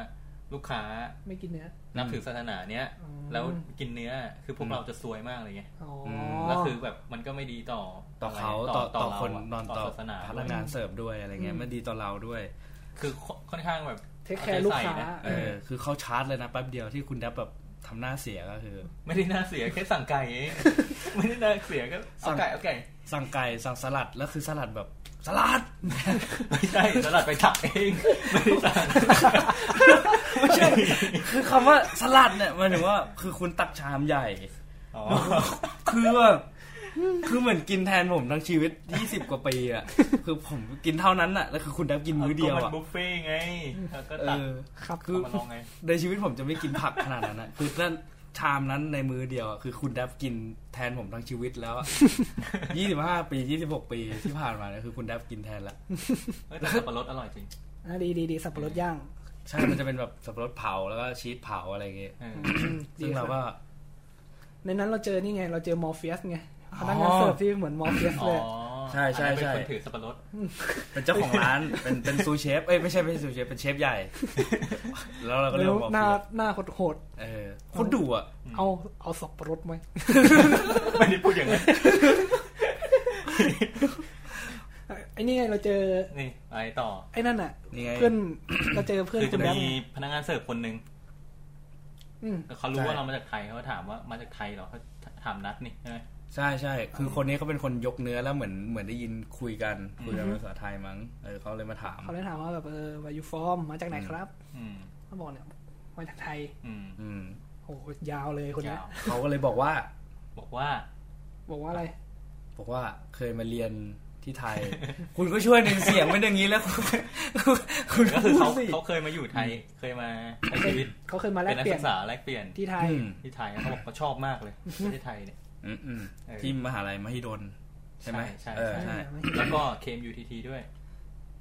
ลูกค้า ไม่กินเนื้อ นับถือศาสนาเนี้ย อืม แล้วกินเนื้อคือพว อื ก ม เราจะซวยมากเลยไง อ๋อ แล้ อ วคือแบบมันก็ไม่ดีต่อ ต่อเขา ะไร ต่อต่อคน เราะ นอน ต่อ ต่อ ศาสนา พนักงานเสิร์ฟด้วยอะไรเงี้ยไม่ดีต่อเราด้วย คือค่อนค่อนข้างแบบ เทคแคร์ลูกค้า เอใจใส่นะ เออ คือเขาชาร์จเลยนะแป๊บเดียวที่คุณแดบแบบทำหน้าเสียก็คือ ไม่ได้น่าเสียแค่สั่งไก่ [laughs] เอง ไม่ได้น่าเสียก็ สั่ เอา ง ไก่เอาไก่ สั่งไก่สั่งสลัดแล้วคือสลัดแบบสลัด [laughs] ไม่ใช่สลัดไปตักเองไม่ได้สั่ง ไม่ใช่คือคำว่าสลัดเนี่ยหมายถึงว่าคือคุณตักชามใหญ่ อ๋อ คือแบบคือเหมือนกินแทนผมทั้งชีวิต 20 กว่าปีอะคือผมกินเท่านั้นอะแล้วคือคุณได้กินมื้อเดียว ก็มั อะ นบุฟเฟ่ต์ไงแล้วก็ เอ ตัก อ ครับ คือ เอามาลองไง ในชีวิตผมจะไม่กินผักขนาดนั้นนะ [laughs] คือนั่นชามนั้นในมื้อเดียวอะคือคุณได้กินแทนผมทั้งชีวิตแล้ว [laughs] อะ25 ปี 26 ปีที่ผ่านมาเนี่ยคือคุณได้กินแทนละ เฮ้ยแต่สับปะรดอร่อยจริง อ่ะดีดีดีสับปะรดย่าง ใช่ มันจะเป็นแบบสับปะรดเผาแล้วก็ชีสเผาอะไรอย่างเงี้ย เออ ซึ่งเรา คบ ก็ ในนั้นเราเจอนี่ไง เราเจอมอร์เฟียสไงพนักงานเสิร์ฟที่เหมือนมอร์เฟียสเลย ใช่ใช่ อันนั้น ใช่ เป็นคนถือสับปะรด เป็นเจ้าของ [laughs] ร้าน เป็นเป็นซูเชฟ เอ้ยไม่ใช่ไม่ใช่ซูเชฟ เป็นเชฟใหญ่ [laughs] แล้วเราก็เรีย แล้ ก ว ว่า หน้าหน้าโหด เออโคนดุอ่ะ ๆเอาเอาสับปะรดไหม ไม่ได้พูดอย่างนั้น ไอ้นี่ไงเราเจอ นี่อะไรต่อ ไอ้นั่นอ่ะ นี่ไง เพื่อน เราเจอเพื่อน คือ คุ จะ ณแบง มี ค์ไง พนักงานเสิร์ฟคนหนึ่ง อืม แต่เขารู้ ใช่ ว่าเรามาจากไทยเขาก็ถามว่ามาจากไทยเหรอเขาถามนัดนี่ใช่ไหม ใช่ใช่ คือคนนี้เขาเป็นคนยกเนื้อแล้วเหมือนเหมือนได้ยินคุยกันคุยกันภาษาไทยมั้ง เออเขาเลยมาถาม เขาเลยถามว่าแบบเออ where you from มาจากไหนครับ อืม เขาบอกเนี่ยมาจากไทย อืม อืม โอ้โหยาวเลยคนเนี้ย ยาว เขาก็เลยบอกว่า บอกว่า บอกว่าอะไร บอกว่าเคยมาเรียนที่ไทย คุณก็ช่วยหนึ่งเสียงเป็นอย่างนี้แล้ว คุณคุณ ก็ ก็ คือ พู เขา ดสิ เขาเคยมาอยู่ไทย เคยมาใช้ชีวิต เขาเคยมาแล เป็ ก นนัก เปลี่ย ศึ น กษาแลกเปลี่ยนที่ ที่ไทย อืม ที่ไทยเขาบอกเขาชอบมากเลยประเทศไทยเนี่ย อืมอืม เออ ที่มหาลัยมหิดลใช่ไหม ใช่ใช่ เออใช่ แล้วก็เคมยูทีทีด้วย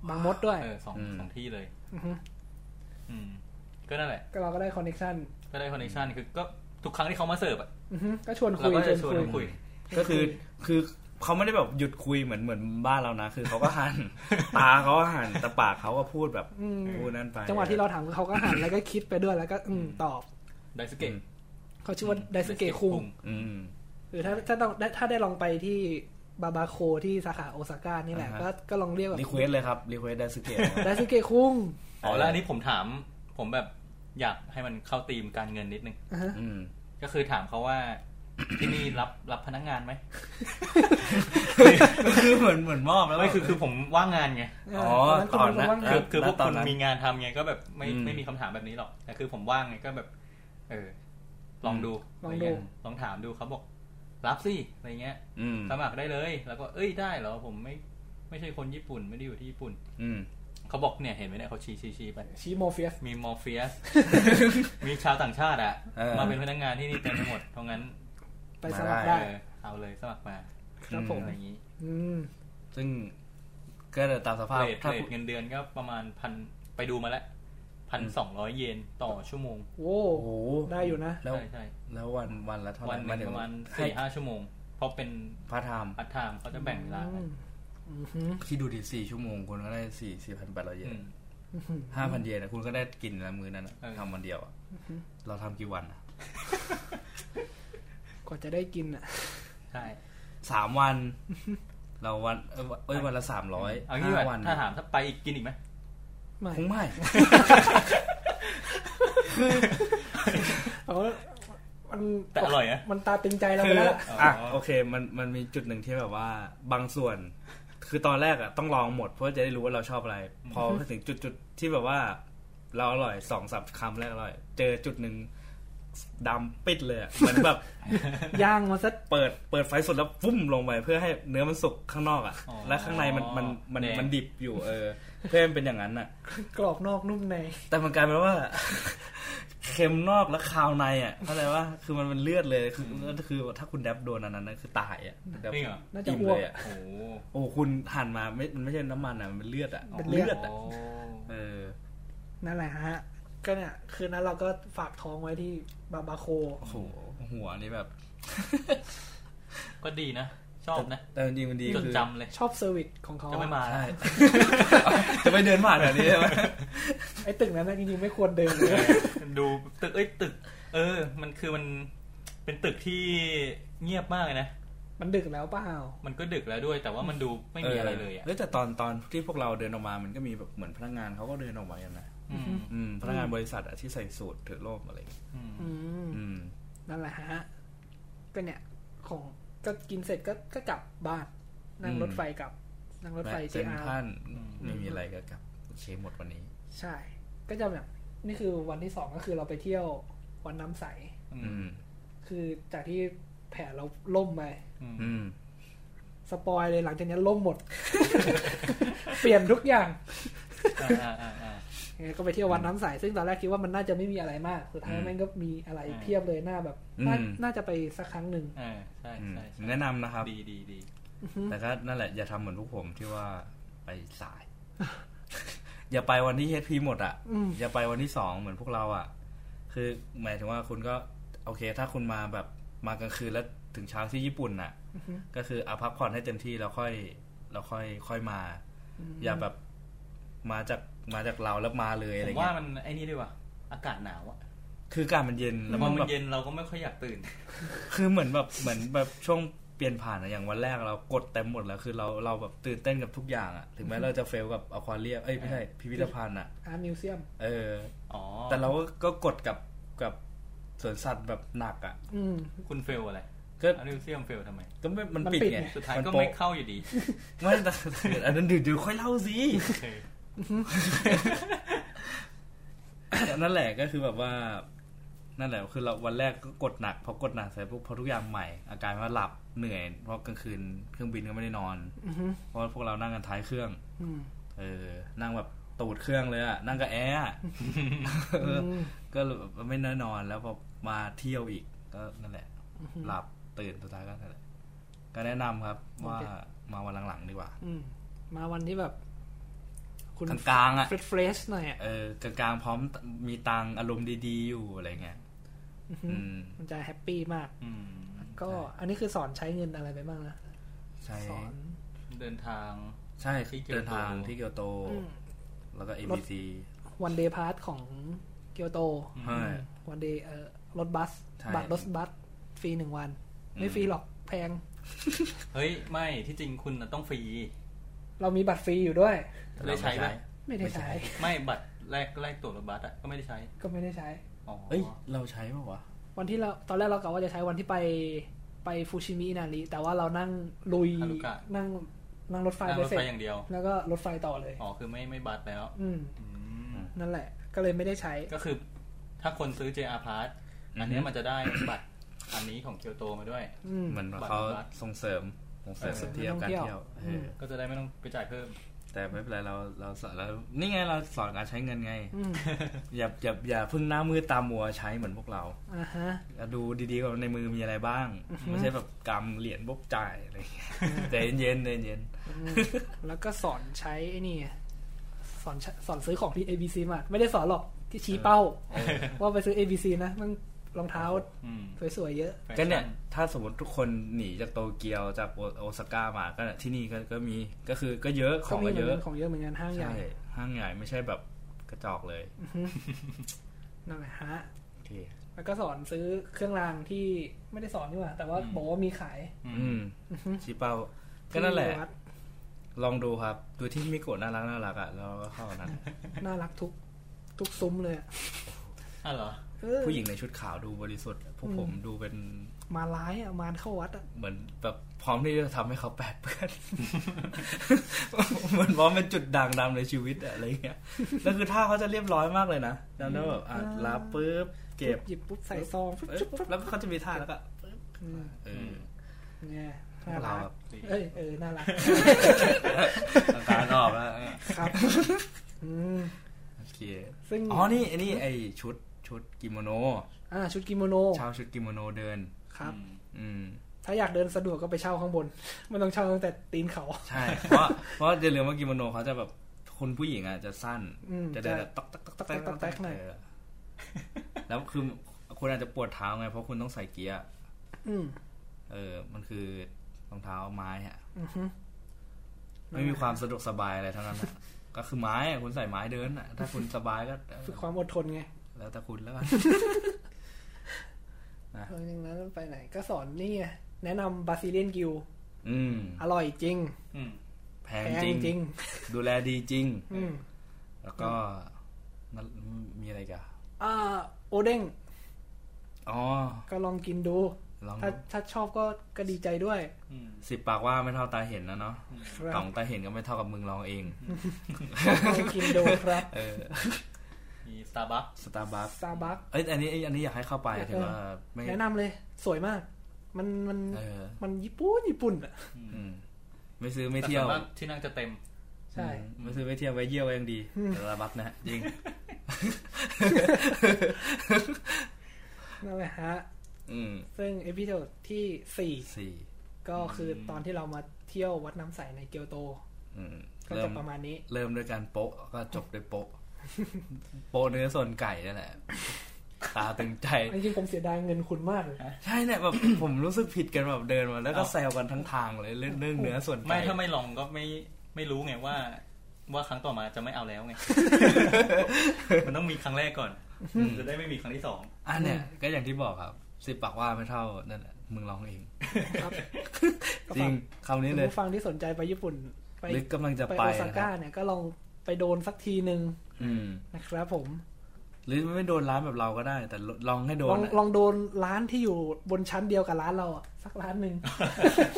บางมดด้วย เออสอง อืม สองที่เลย ฮึ อืม ก็นั่นแหละ ก็เราก็ได้คอนเน c ชั o น ก็ได้คอนเนคชั่นคือก็ทุกครั้งที่เขามาเสิร์ฟอะ อือฮึก็ชวน เรา คุย ก็ ช จะ วน ชวน คุย คุย ก็คือคือเขาไม่ได้แบบหยุดคุยเหมือนเหมือนบ้านเรานะ คือเขาก็หัน ตาเขาก็หันแต่ปากเขาก็พูดแบบ อืม พูดนั่นไป จังหวะที่เราถามเขาก็หันแล้วก็คิดไปด้วยแล้วก็อืมตอบ ไดสเกต เขาชื่อว่าไดสเกะคุง อืม หรือถ้าถ้าต้องได้ถ้าได้ลองไปที่บาบาโคที่สาขาโอซาก้านี่แหละ อ่าฮะ ก็ก็ลองเรียกแบบ รีเควสเลยครับรีเควสไดสเกต ไดสเกะคุง อ๋อแล้วอันนี้ผมถาม ผมแบบอยากให้มันเข้าธีมการเงินนิดนึง อ่าฮะ อืม ก็คือถามเขา [coughs] ว่า ที่นี่รับรับพนักงานไหม คือเหมือนเหมือนมอบแล้ว ไม่คือ แบบ คือผมว่างงานไง อ๋อ แล้วคุณ ตอนนะ รู้ว่าไง คือคือ ณ พวก ตอ คุ น ณ นั้น มีงานทำไงก็แบบไม่ อืม ไม่มีคำถามแบบนี้หรอกแต่คือผมว่างไงก็แบบ เออ ลองดู ลอง ะไร ดู เยลองถามดูเขาบอก รับสิอะไรเงี้ย อืม สมัครได้เลย แล้วก็เอ้ยได้เหรอผมไม่ ไม่ใช่คนญี่ปุ่นไม่ได้อยู่ที่ญี่ปุ่น อืม เขาบอกเนี่ยเห็นไหมเนี่ยเขาชี้ชี้ชี้ไป ชีโมเฟียส มีมอร์เฟี [laughs] ยส มีชาวต่างชาติอะ เออ มาเป็นพนักงานที่นี่เต็มไปหมด เพราะงั้น ไปสมัคร ได้ ได้ เออเอาเลยสมัครมา ครับผม อะไรอย่างนี้ อืม ซึ่งก็เดี๋ยวตามสภาพ เรท ถ้า เรทเงินเดือนก็ประมาณพันไปดูมาแล้วพันสองร้อยเยนต่อชั่วโมง โว้ โอ้โห ได้อยู่นะ แล้ว ใช่ใช่ แล้ววันวันละเท่าไหร่ วันห หย นึ่ง ถึง ประมาณ ให้ สี่ห้าชั่วโมง เพราะเป็น พาร์ทไทม์ พัดทามเขาจะแบ่งเวลา อืม อือฮึ ที่ดูดิสี่ชั่วโมงคุณก็ได้สี่สี่พันแปดร้อยเย อื น ม ห้าพันเยนนะคุณก็ได้กินละมื้อนั้นนะ เออ ทำวันเดียวอะเราทำกี่วันอะ กว่าจะได้กินอ่ะ ใช่ สามวัน [laughs] เราวันเอ้ยเอ้ยวันละสามร้อย เอางี้ดีกว่า วัน ถ้าถามถ้าไปอีกกินอีกไหม ไม่ คงไม่ เอา มัน แต่อร่อยนะ มันตาตึงใจเรา คื ไป อ แล้วล่ะ อ่ะโอเคมันมันมีจุดหนึ่งที่แบบว่าบางส่วน คือตอนแรกอ่ะต้องลองหมดเพื่อจะได้รู้ว่าเราชอบอะไร พอไปถึงจุดจุดๆที่แบบว่า เราอร่อยสองสามคำแรกอร่อย เจอจุดหนึ่งดำปิดเลยอะเหมือนแบบ ย่างมาซะ เปิดเปิดไฟสุดแล้วฟุ้มลงไปเพื่อให้เนื้อมันสุกข้างนอกอ่ะ อ๋อ และข้างในมันมันมัน แดง มันดิบอยู่เออ เพื่อให้มันเป็นอย่างนั้นอ่ะ กรอบนอกนุ่มใน แต่มันกลายเป็นว่า [laughs] เค็มนอกและคาวในอ่ะเข้าใจว่าคือมันเป็นเลือดเลยคือคือถ้าคุณแดบโดนอันนั้นนะคือตายอ่ะแดบ จริงเหรอ น่าจะ อิ่ม อ้ว เล ก ยอ่ะ โอ้โห โอ้คุณหั่นมาไม่มันไม่ใช่น้ำมันอ่ะมันเป็นเลือดอ่ะ เป็นเลื เลื อ อ ด ด โอ้ อ่ะเออ นั่นแหละฮะ ก็เนี่ยคืนนั้นเราก็ฝากท้องไว้ที่บาบาโค โอ้โหหัวนี่แบบ ก็ดีนะ ชอบนะ แต่จริงๆมันดี จด คือ จำเลย ชอบเซอร์วิสของเขา จะไม่มา ใช่ [laughs] จะไปเดินผ่านแบบนี้ใช่ไหม ไอ้ตึกนั้นนะจริงๆไม่ควรเดิน [laughs] เลย ดูตึกเอ้ยตึก เออ มันคือมันเป็นตึกที่เงียบมากเลยนะ มันดึกแล้วเปล่า มันก็ดึกแล้วด้วย แต่ว่ามันดูไม่มีอะไรเลยอ่ะ เฮ้แต่ตอนตอนที่พวกเราเดินออกมามันก็มีแบบเหมือนพนักงานเขาก็เดินออกมากันนะ อืม อืมพนักงานบริษัทอะที่ใส่สูทถือร่มอะไรอย่างเงี้ย อืม อืม อืม นั่นแหละฮะ ก็เนี่ย ของก็กินเสร็จก็ก็กลับบ้าน นั่ง อืม รถไฟกลับ นั่งรถไฟ แวะเซ็น JR ท่านไม่มีอะไรก็กลับโอเคหมดวันนี้ ใช่ ก็จะแบบนี่คือวันที่สองก็คือเราไปเที่ยววันน้ำใส อื อื ม ม คือจากที่แผลเราล่มไป อืม อืม สปอยเลยหลังจากนี้ล่มหมด [laughs] เปลี่ยนทุกอย่าง อ่าอ่าอ่าอ่า เออก็ไปเที่ยววันน้ำใส ซึ่งตอนแรกคิดว่ามันน่าจะไม่มีอะไรมาก สุดท้าย อืม มันก็มีอะไร อืม เพียบเลยน่าแบบน่าน่าจะไปสักครั้งหนึ่ง อ่าใช่ อืม ใช่ใช่ แนะนำนะครับ ดีดีดี อื้อหือ แต่ก็นั่นแหละอย่าทำเหมือนพวกผมที่ว่าไปสาย [laughs] อย่าไปวันที่เฮดพีหมดอ่ะ อืม อย่าไปวันที่สองเหมือนพวกเราอ่ะ คือหมายถึงว่าคุณก็ โอเค ถ้าคุณมาแบบมากลางคืนแล้วถึงเช้าที่ญี่ปุ่นน่ะ อื้อหือ ก็คือเอาพักผ่อนให้เต็มที่แล้วค่อยแล้วค่อยค่อยมา อืม อย่าแบบมาจากมาจากเราแล้วมาเลยอะ ผ ไร ม เงี้ ว่าย มันไอ้นี่ด้วยว่ะอากาศหนาวอ่ะ คืออากาศมันเย็น แล้ แล้ว ว พอ มัน มั แบ น บ เย็นเราก็ไม่ค่อยอยากตื่น คือเหมือนแบบเหมือนแบบช่วงเปลี่ยนผ่านอะอย่างวันแรกเรากดเต็มหมดแล้วคือเราเราแบบตื่นเต้นกับทุกอย่างอะถึงแม้เราจะเฟลกับอควาเรียมเอ้ยไม่ใช่พิพิธภัณฑ์อะ อาร์มิวเซียม เออ อ๋อ แต่เราก็ก็กดกับกับสวนสัตว์แบบหนักอ่ะ อืม คุณเฟลอะไร ก็ อันนี้เซียมเฟลทำไม ก็ไม่มัน มัน ปิด ปิด ไง ไง สุดท้าย น ก็ โป๊ะ ไม่เข้าอยู่ดี ไม่แต่อันนั้นเดี๋ยวเดี๋ยวค่อยเล่าสิ โอเค นั่นแหละก็คือแบบว่า นั่นแหละคือเราวันแรกก็กดหนักพอกดหนักเสร็จปุ๊บพอทุกอย่างใหม่ อาการว่าหลับเหนื่อยเพราะกลางคืนเครื่องบินก็ไม่ได้นอน อื้อหือ เพราะพวกเรานั่งกันท้ายเครื่อง อืม เออ นั่งแบบตูดเครื่องเลยอะนั่งกับแอร์อะเออ ม ก็ไม่แน่นอนแล้วพอมาเที่ยวอีก ก็นั่นแหละ หลับตื่นสุดท้ายก็นั่นแหละก็แนะนำครับ ว่า โอเค มาวันหลังๆดีกว่า อืมมาวันที่แบบ คุณ กลางๆอ่ะ เฟรชเฟรชหน่อยอ่ะ เออกลางๆพร้อมมีตังค์อารมณ์ดีๆอยู่อะไรเงี้ยอืม มันจะแฮปปี้มาก อืม ก็อันนี้คือสอนใช้เงินอะไรไปบ้างนะ ใช่ สอน เดินทาง ใช่ ที่เกียวโต เดินทางที่เกียวโต อืม แล้วก็ ABC วันเดย์พาสของเกียวโต ใช่ วันเดย์เอ่อรถบัส ใช่ บัตรรถบัสฟรีหนึ่งวัน ไม่ อืม ฟรีหรอกแพง [laughs] เฮ้ย ไม่ที่จริงคุณน่ะต้องฟรี เรามีบัตรฟรีอยู่ด้วย แต่ ได้ เราม่ ใช้ปะ ไม่ได้ใช้ ไม่ใช้ ไม่บัตรแรกแรกตั๋วรถบัสอ่ะก็ไม่ได้ใช้ ก็ไม่ได้ใช้ อ๋อ เอ้ย เราใช้ป่าววะ วันที่เราตอนแรกเรากะว่าจะใช้วันที่ไปไปฟูชิมินาริแต่ว่าเรานั่งลุย ฮารุกะ นั่งนั่งรถไฟ นั่ง ไป รถ เสร็ ไฟ จ อย่างเดียว แล้วก็รถไฟต่อเลย อ๋อคือไม่ไม่บัตรแล้ว อืม อืม นั่นแหละ ก็เลยไม่ได้ใช้ ก็คือถ้าคนซื้อ JR Pass อันเนี้ยมันจะได้บัตรอันนี้ของเกียวโตมาด้วย อืม เหมือนเขาส่งเสริมส่งเสริม เออ สเที่ยวการ ท่องเที่ เที่ ย ยว วเอออ ก็จะได้ไม่ต้องไปจ่ายเพิ่ม แต่ไม่เป็นไรเราเราสอนเรานี่ไงเราสอนการใช้เงินไง อืม อย่าอย่าอย่าเพึ่งหน้ามือตามมัวใช้เหมือนพวกเรา อ่าฮะ ดูดีๆว่าในมือมีอะไรบ้าง ไม่ใช่แบบกำเหรียญบกจ่ายอะไรอย่างเงี้ยแต่เย็นๆใจเย็น แล้วก็สอนใช้ไอ้นี่ไงสอนใช้สอนซื้อของที่ ABC มาไม่ได้สอนหรอกที่ชี้เป้า ว่าไปซื้อ ABC นะมันรองเท้า อืม สวยๆเยอะ แฟชั่ ก็เนี่ยถ้าสมมติทุกคนหนีจากโตเกียวจากโอโอซาก้ามาก็เนี่ยที่นี่ก็ก็มีก็คือก็เยอะข ก็ อง มี ก็ เหเยมืออะนกันของเยอะเหมือนกันห้างใหญ่ ใช่ห้างใหญ่ไม่ใช่แบบกระจอกเลย นั่นแหละฮะ โอเค แล้วก็สอนซื้อเครื่องรางที่ไม่ได้สอนนี่หว่า แต่ว่าบอกว่ามีขาย อืมชี้เป้าก็นั่นแหละ ที่วัด ลองดูครับดูที่มิโกะน่ารักน่ารักอ่ะแล้วก็เข้านั้น น่ารักทุกทุกซุ้มเลยอะ อ้าวเหรอ เออ ผู้หญิงในชุดขาวดูบริสุทธิ์พวกผมดูเป็น มาร้ายอ่ะมารเข้าวัดอ่ะ เหมือนแบบพร้อมที่จะทำให้เขาแปดเปื้อน [laughs] เหมือนพร้อมเป็นจุดด่างดำในชีวิตอะอะไรเงี้ยแล้วคือท่าเขาจะเรียบร้อยมากเลยนะจำได้ว่าแบบอ่ะรับปุ๊บเก็บ หยิบปุ๊บใส่ซองปุ๊บ เอ้ย ปุ๊บปุ๊บ แล้วก็เขาจะมีท่าแล้วก็ปึ๊บ อืม เออ เนี่ย พว น่าก รั เรา ก แบบ เอ้ยเออน่ารัก อาการออกแล้วเออ ครับอืม โอเค ซึ่ง อ๋อนี่ไอ้นี่ไอชุดชุดกิโมโน อ่าชุดกิโมโน เชาวชุดกิโมโนเดิน ครับ อืม ถ้าอยากเดินสะดวกก็ไปเช่าข้างบน [laughs] ไม่ต้องเช่าตั้งแต่ตีนเขา ใช่ เพราะเพราะอย่าลืมว่ากิโมโนเขาจะแบบคนผู้หญิงอ่ะจะสั้น อืม จะเดิน ใช่ แบบตักตักตักตัก ตั ตักตักตัก ก ตั ตั ก ก หน่อย เออแล้วคือคุณอาจจะปวดเท้าไง เพราะคุณต้องใส่เกียร์ อืม เออ มันคือรองเท้าไม้ฮะ อือฮึ ไม่มีความสะดวกสบายอะไรทั้งนั้นอะก็คือไม้อะคุณใส่ไม้เดินอะถ้าคุณสบายก็เออ ฝึกความอดทนไง แล้วแต่คุณแล้วกัน หลังจากนั้นไปไหน ก็สอนนี่ไงแนะนำบาซิเลียนกิว อืม อร่อยจริง อืม แพ แพ ง ง จริง จริง ดูแลดีจริง อืม แล้วก็นั่นมีอะไรอีกัน อ่าโอเด้ง อ๋อ ก็ลองกินดู ลอง ถ้าถ้าชอบก็ก็ดีใจด้วย อืม สิบปากว่าไม่เท่าตาเห็นนะเนาะ ค กล่ รั อบ งตาเห็นก็ไม่เท่ากับมึงลองเอง ลองกินดูครับ เออ มีสตาร์บัค สตาร์บัค ซาบัก เอ้ย อันนี้ อันนี้อยากให้เข้าไป อยาก ถือว่า เออ ไม่ แนะนำเลย สวยมาก มันมัน เออ มันญี่ปุ่นญี่ปุ่นอ่ะ อืมไม่ซื้อไม่เที่ยว ที่นั่งจะเต็ม ใช่ อืมไม่ซื้อไม่เที่ยวไว้เยี่ยวไว้ยังดีสตาร์บัคนะฮะจริง นั่นแหละฮะ อืม ซึ่งเอพิโซดที่สี่ สี่ ก็คือตอนที่เรามาเที่ยววัดน้ำใสในเกียวโต อืม ก็ เริ่ จะ ม ประมาณนี้ เริ่มด้วยการโปะก็จบด้วยโปะโปะเนื้อส่วนไก่นั่นแหละ ตาตึงใจ จริงๆผมเสียดายเงินคุณมากเลย ใช่เนี่ยแบบ ผมรู้สึกผิดกันแบบเดินมาแล้วก็ เอ้า แซวกันทั้งทางเลยเรื่องเรื่องเนื้อส่วนไก่ ไม่ถ้าไม่ลองก็ไม่ไม่รู้ไงว่า ว่าครั้งต่อมาจะไม่เอาแล้ว [laughs] ไง มันต้องมีครั้งแรกก่อน จะได้ไม่มีครั้งที่สอง อันเนี่ยก็อย่างที่บอกครับสิบปากว่าไม่เท่านั่นแหละมึงร้องเอง ครับ จริงคำนี้เลย ผู้ฟังที่สนใจไปญี่ปุ่น ไป หรือกำลังจะ ไป ไป โอนะซาค ก้า รับ เนี่ยก็ลองไปโดนสักทีหนึ่ง อืม นะครับผม หรือไม่โดนร้านแบบเราก็ได้ แต่ลองให้โด ลอน ง อะ ลองโดนร้านที่อยู่บนชั้นเดียวกับร้านเราอะสักร้านหนึ่ง [laughs]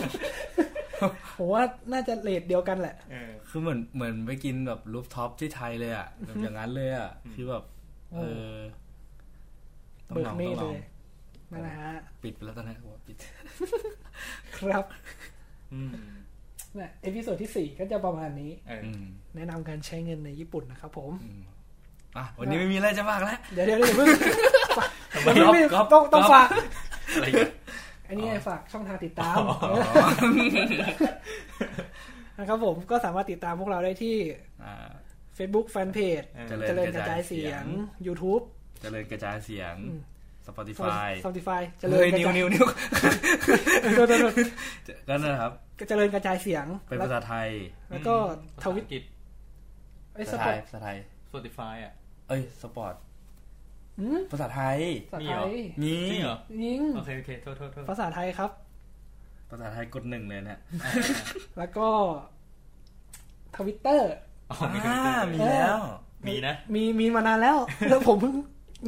ผมว่าน่าจะเลทเดียวกันแหละ เออ คือเหมือนเหมือนไปกินแบบรูฟท็อปที่ไทยเลยอ่ะแบบอย่างนั้นเลยอ่ะคือแบบ โอ้ เออต้อง เบิ ล ก อง เม ต้องลฆเล อง ยนั่นแหละฮะ ปิดไปแล้วตอนนี้โอ้ปิด ครับ อืม นะเอพิโซดที่สี่ก็จะประมาณนี้ เออ อืม แนะนำการใช้เงินในญี่ปุ่นนะครับผม อ่ะวันนี้ไม่มีอะไรจะฝากแล้ว เดี๋ยวเดี๋ยวเดี๋ยวเพิ่ [laughs] ง ทำไม ไม่ไม่ ก๊อฟก๊ ต้ อฟองต้อง ก๊อฟ ฝาก อะไรอย่างเงี้ย อันนี้ไงฝากช่องทางติดตามนะครับผมก็สามารถติดตามพวกเราได้ที่ อ่า Facebook Fanpage เจริญ เจริญก ก ระ ระ จา จาย ยเสี เสีย ย ง ง YouTube เจริญกระจายเสียง Spotify ซ o มติฟายเจริ เฮ้ ญ ย กระ นิ้ว จาย นิ้วนิ้ว โทษโทษโทษ ก็นั่นแหละครับ ก็เจริญกระจายเสียง เป็นภาษาไทย แล้วก็ทวิต ภาษาอังกฤษ ไอ้ย ภา ส ษา ป ไท อต ยภาษาไทย Spotify อ่ะ เอ้ย สปอร์ต หืม ภาษาไทย ภาษา มี ไท เหรอ ย มี จริงเหรอ ยิง โอเค โอเค โทษโทษโทษ ภาษาไทยครับ ภาษาไทยกดหนึ่งเลยเนี่ย แล้วก็ทวิตเตอร์ อ๋อ อ่ มีคอมพิวเตอา ร์ มีแล้ว มีนะ มีมีมานานแล้ว [laughs] แล้วผมเพิ่ง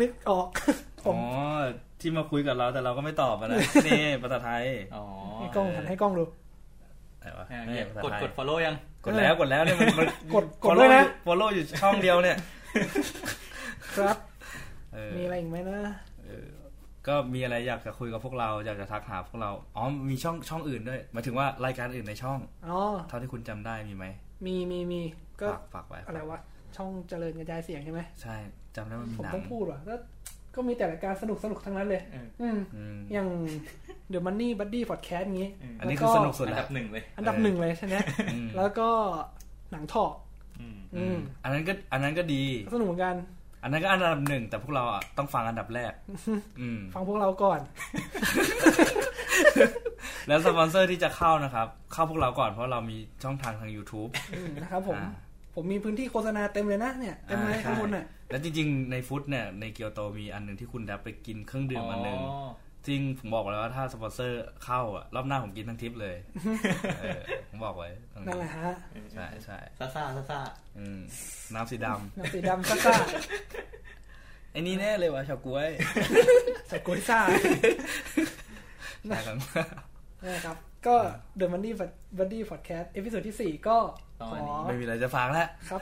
นึกออก [laughs] ผ อ๋ ม อ ที่มาคุยกับเราแต่เราก็ไม่ตอบอะนะ [laughs] นี่ภาษาไทย อ๋อ ให้กล้องหันให้กล้องดู ไหนวะ อ่ะ นี่ เนี่ย ภาษาก ด ไทย กด follow ยัง กดแล้วกดแล้วเนี่ยมันมัน กดกดด้วยนะ ฟอลโล่อยู่ช่องเดียวเนี่ย ครับ เออ มีอะไรอีกไหมนะ ก็มีอะไรอยากจะคุยกับพวกเรา อยากจะทักหาพวกเรา อ๋อ มีช่องช่องอื่นด้วยหมายถึงว่ารายการอื่นในช่อง อ๋อ เท่าที่คุณจำได้มีไหม มีมีมีก็ ฝากฝากไว้ อะไรวะ ช่องเจริญกระจายเสียงใช่ไหม ใช่จำได้ว่ามี ผม หนัง ต้องพูดว่ะก็ก็มีแต่รายการสนุกสนุกทั้งนั้นเลย เออ อืม อืม อย่าง The Money Buddy Podcast งี้ อันนี้คือสนุกสุด อัน แล้ ดั ว บหนึ่งเลย อันดับหนึ่งเลยใช่ไหม อืม แล้วก็หนังทอก อืม อืม อันนั้นก็อันนั้นก็ดี สนุกเหมือนกัน อันนั้นก็อันดับหนึ่งแต่พวกเราอ่ะต้องฟังอันดับแร [laughs] ก อืม ฟังพวกเราก่อน แล้วสปอนเซอร์ที่จะเข้านะครับ เข้าพวกเราก่อนเพราะเรามีช่องทางทาง YouTube อืมนะครับผม อ่า ผมมีพื้นที่โฆษณาเต็มเลยนะเนี่ย เต็มเลย อ่ ข้างบน ใช่ น่ะ แล้วจริงๆในฟุตเนี่ยในเกียวโตมีอันหนึ่งที่คุณแดบไปกินเครื่องดื่มอันหนึ่ง อ๋อ จริงผมบอกไว้แล้วว่าถ้าสปอนเซอร์เข้าอ่ะรอบหน้าผมกินทั้งทริป [laughs] เลยเออผมบอกไว้ตรง นั่น นี้ แหละฮะ ใช่ใช่ ซาซาซาซา อืมน้ำสีดำ หนังสีดำซ่า ไอ้นี่แน่เลยว่ะเฉาก๊ [laughs] วย แต่โกยซ่า น่าสนใจ นะครับ ก็ The Money Buddy Podcast เอพิโซดที่ 4 ก็ ประ ข มาณ อ นี้ ไม่มีอะไรจะฟังแล้ว ครับ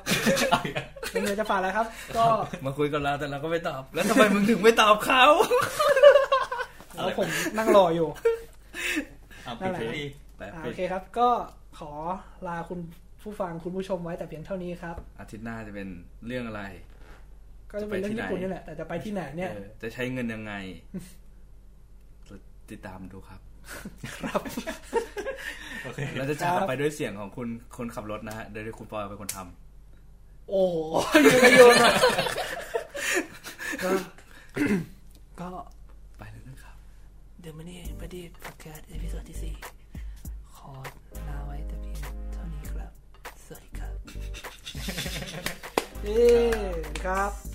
ไม่มีอะไรจะฝากแล้วครับ ก็ มาคุยกับเราแต่เราก็ไม่ตอบ แล้วทำไมมึงถึงไม่ตอบเขา แล้วผมนั่งรออยู่ เอาปิด นั่นแหละ เทปดี แต่ อ่าโอเคครับ ก็ขอลาคุณผู้ฟังคุณผู้ชมไว้แต่เพียงเท่านี้ครับ อาทิตย์หน้าจะเป็นเรื่องอะไร ก็จะเป็นเรื่องญี่ปุ่นนี่แหละ แต่จะไปที่ไหนเนี่ย เออจะใช้เงิน [laughs] ยังไง ติดตามดูครับ [laughs] โอเค เราจะจากกันไปด้วยเสียงของคุณคนขับรถนะฮะ โดยที่คุณปอยเป็นคนทำ โอ้โห [laughs] ยืนโยนอ่ะก็ ไปแล้วนะครับ The Money Buddy Podcast เอพิโซดที่ 4 ขอลาไว้แต่เพียงเท่านี้ครับ สวัสดีครับ เย้ครับ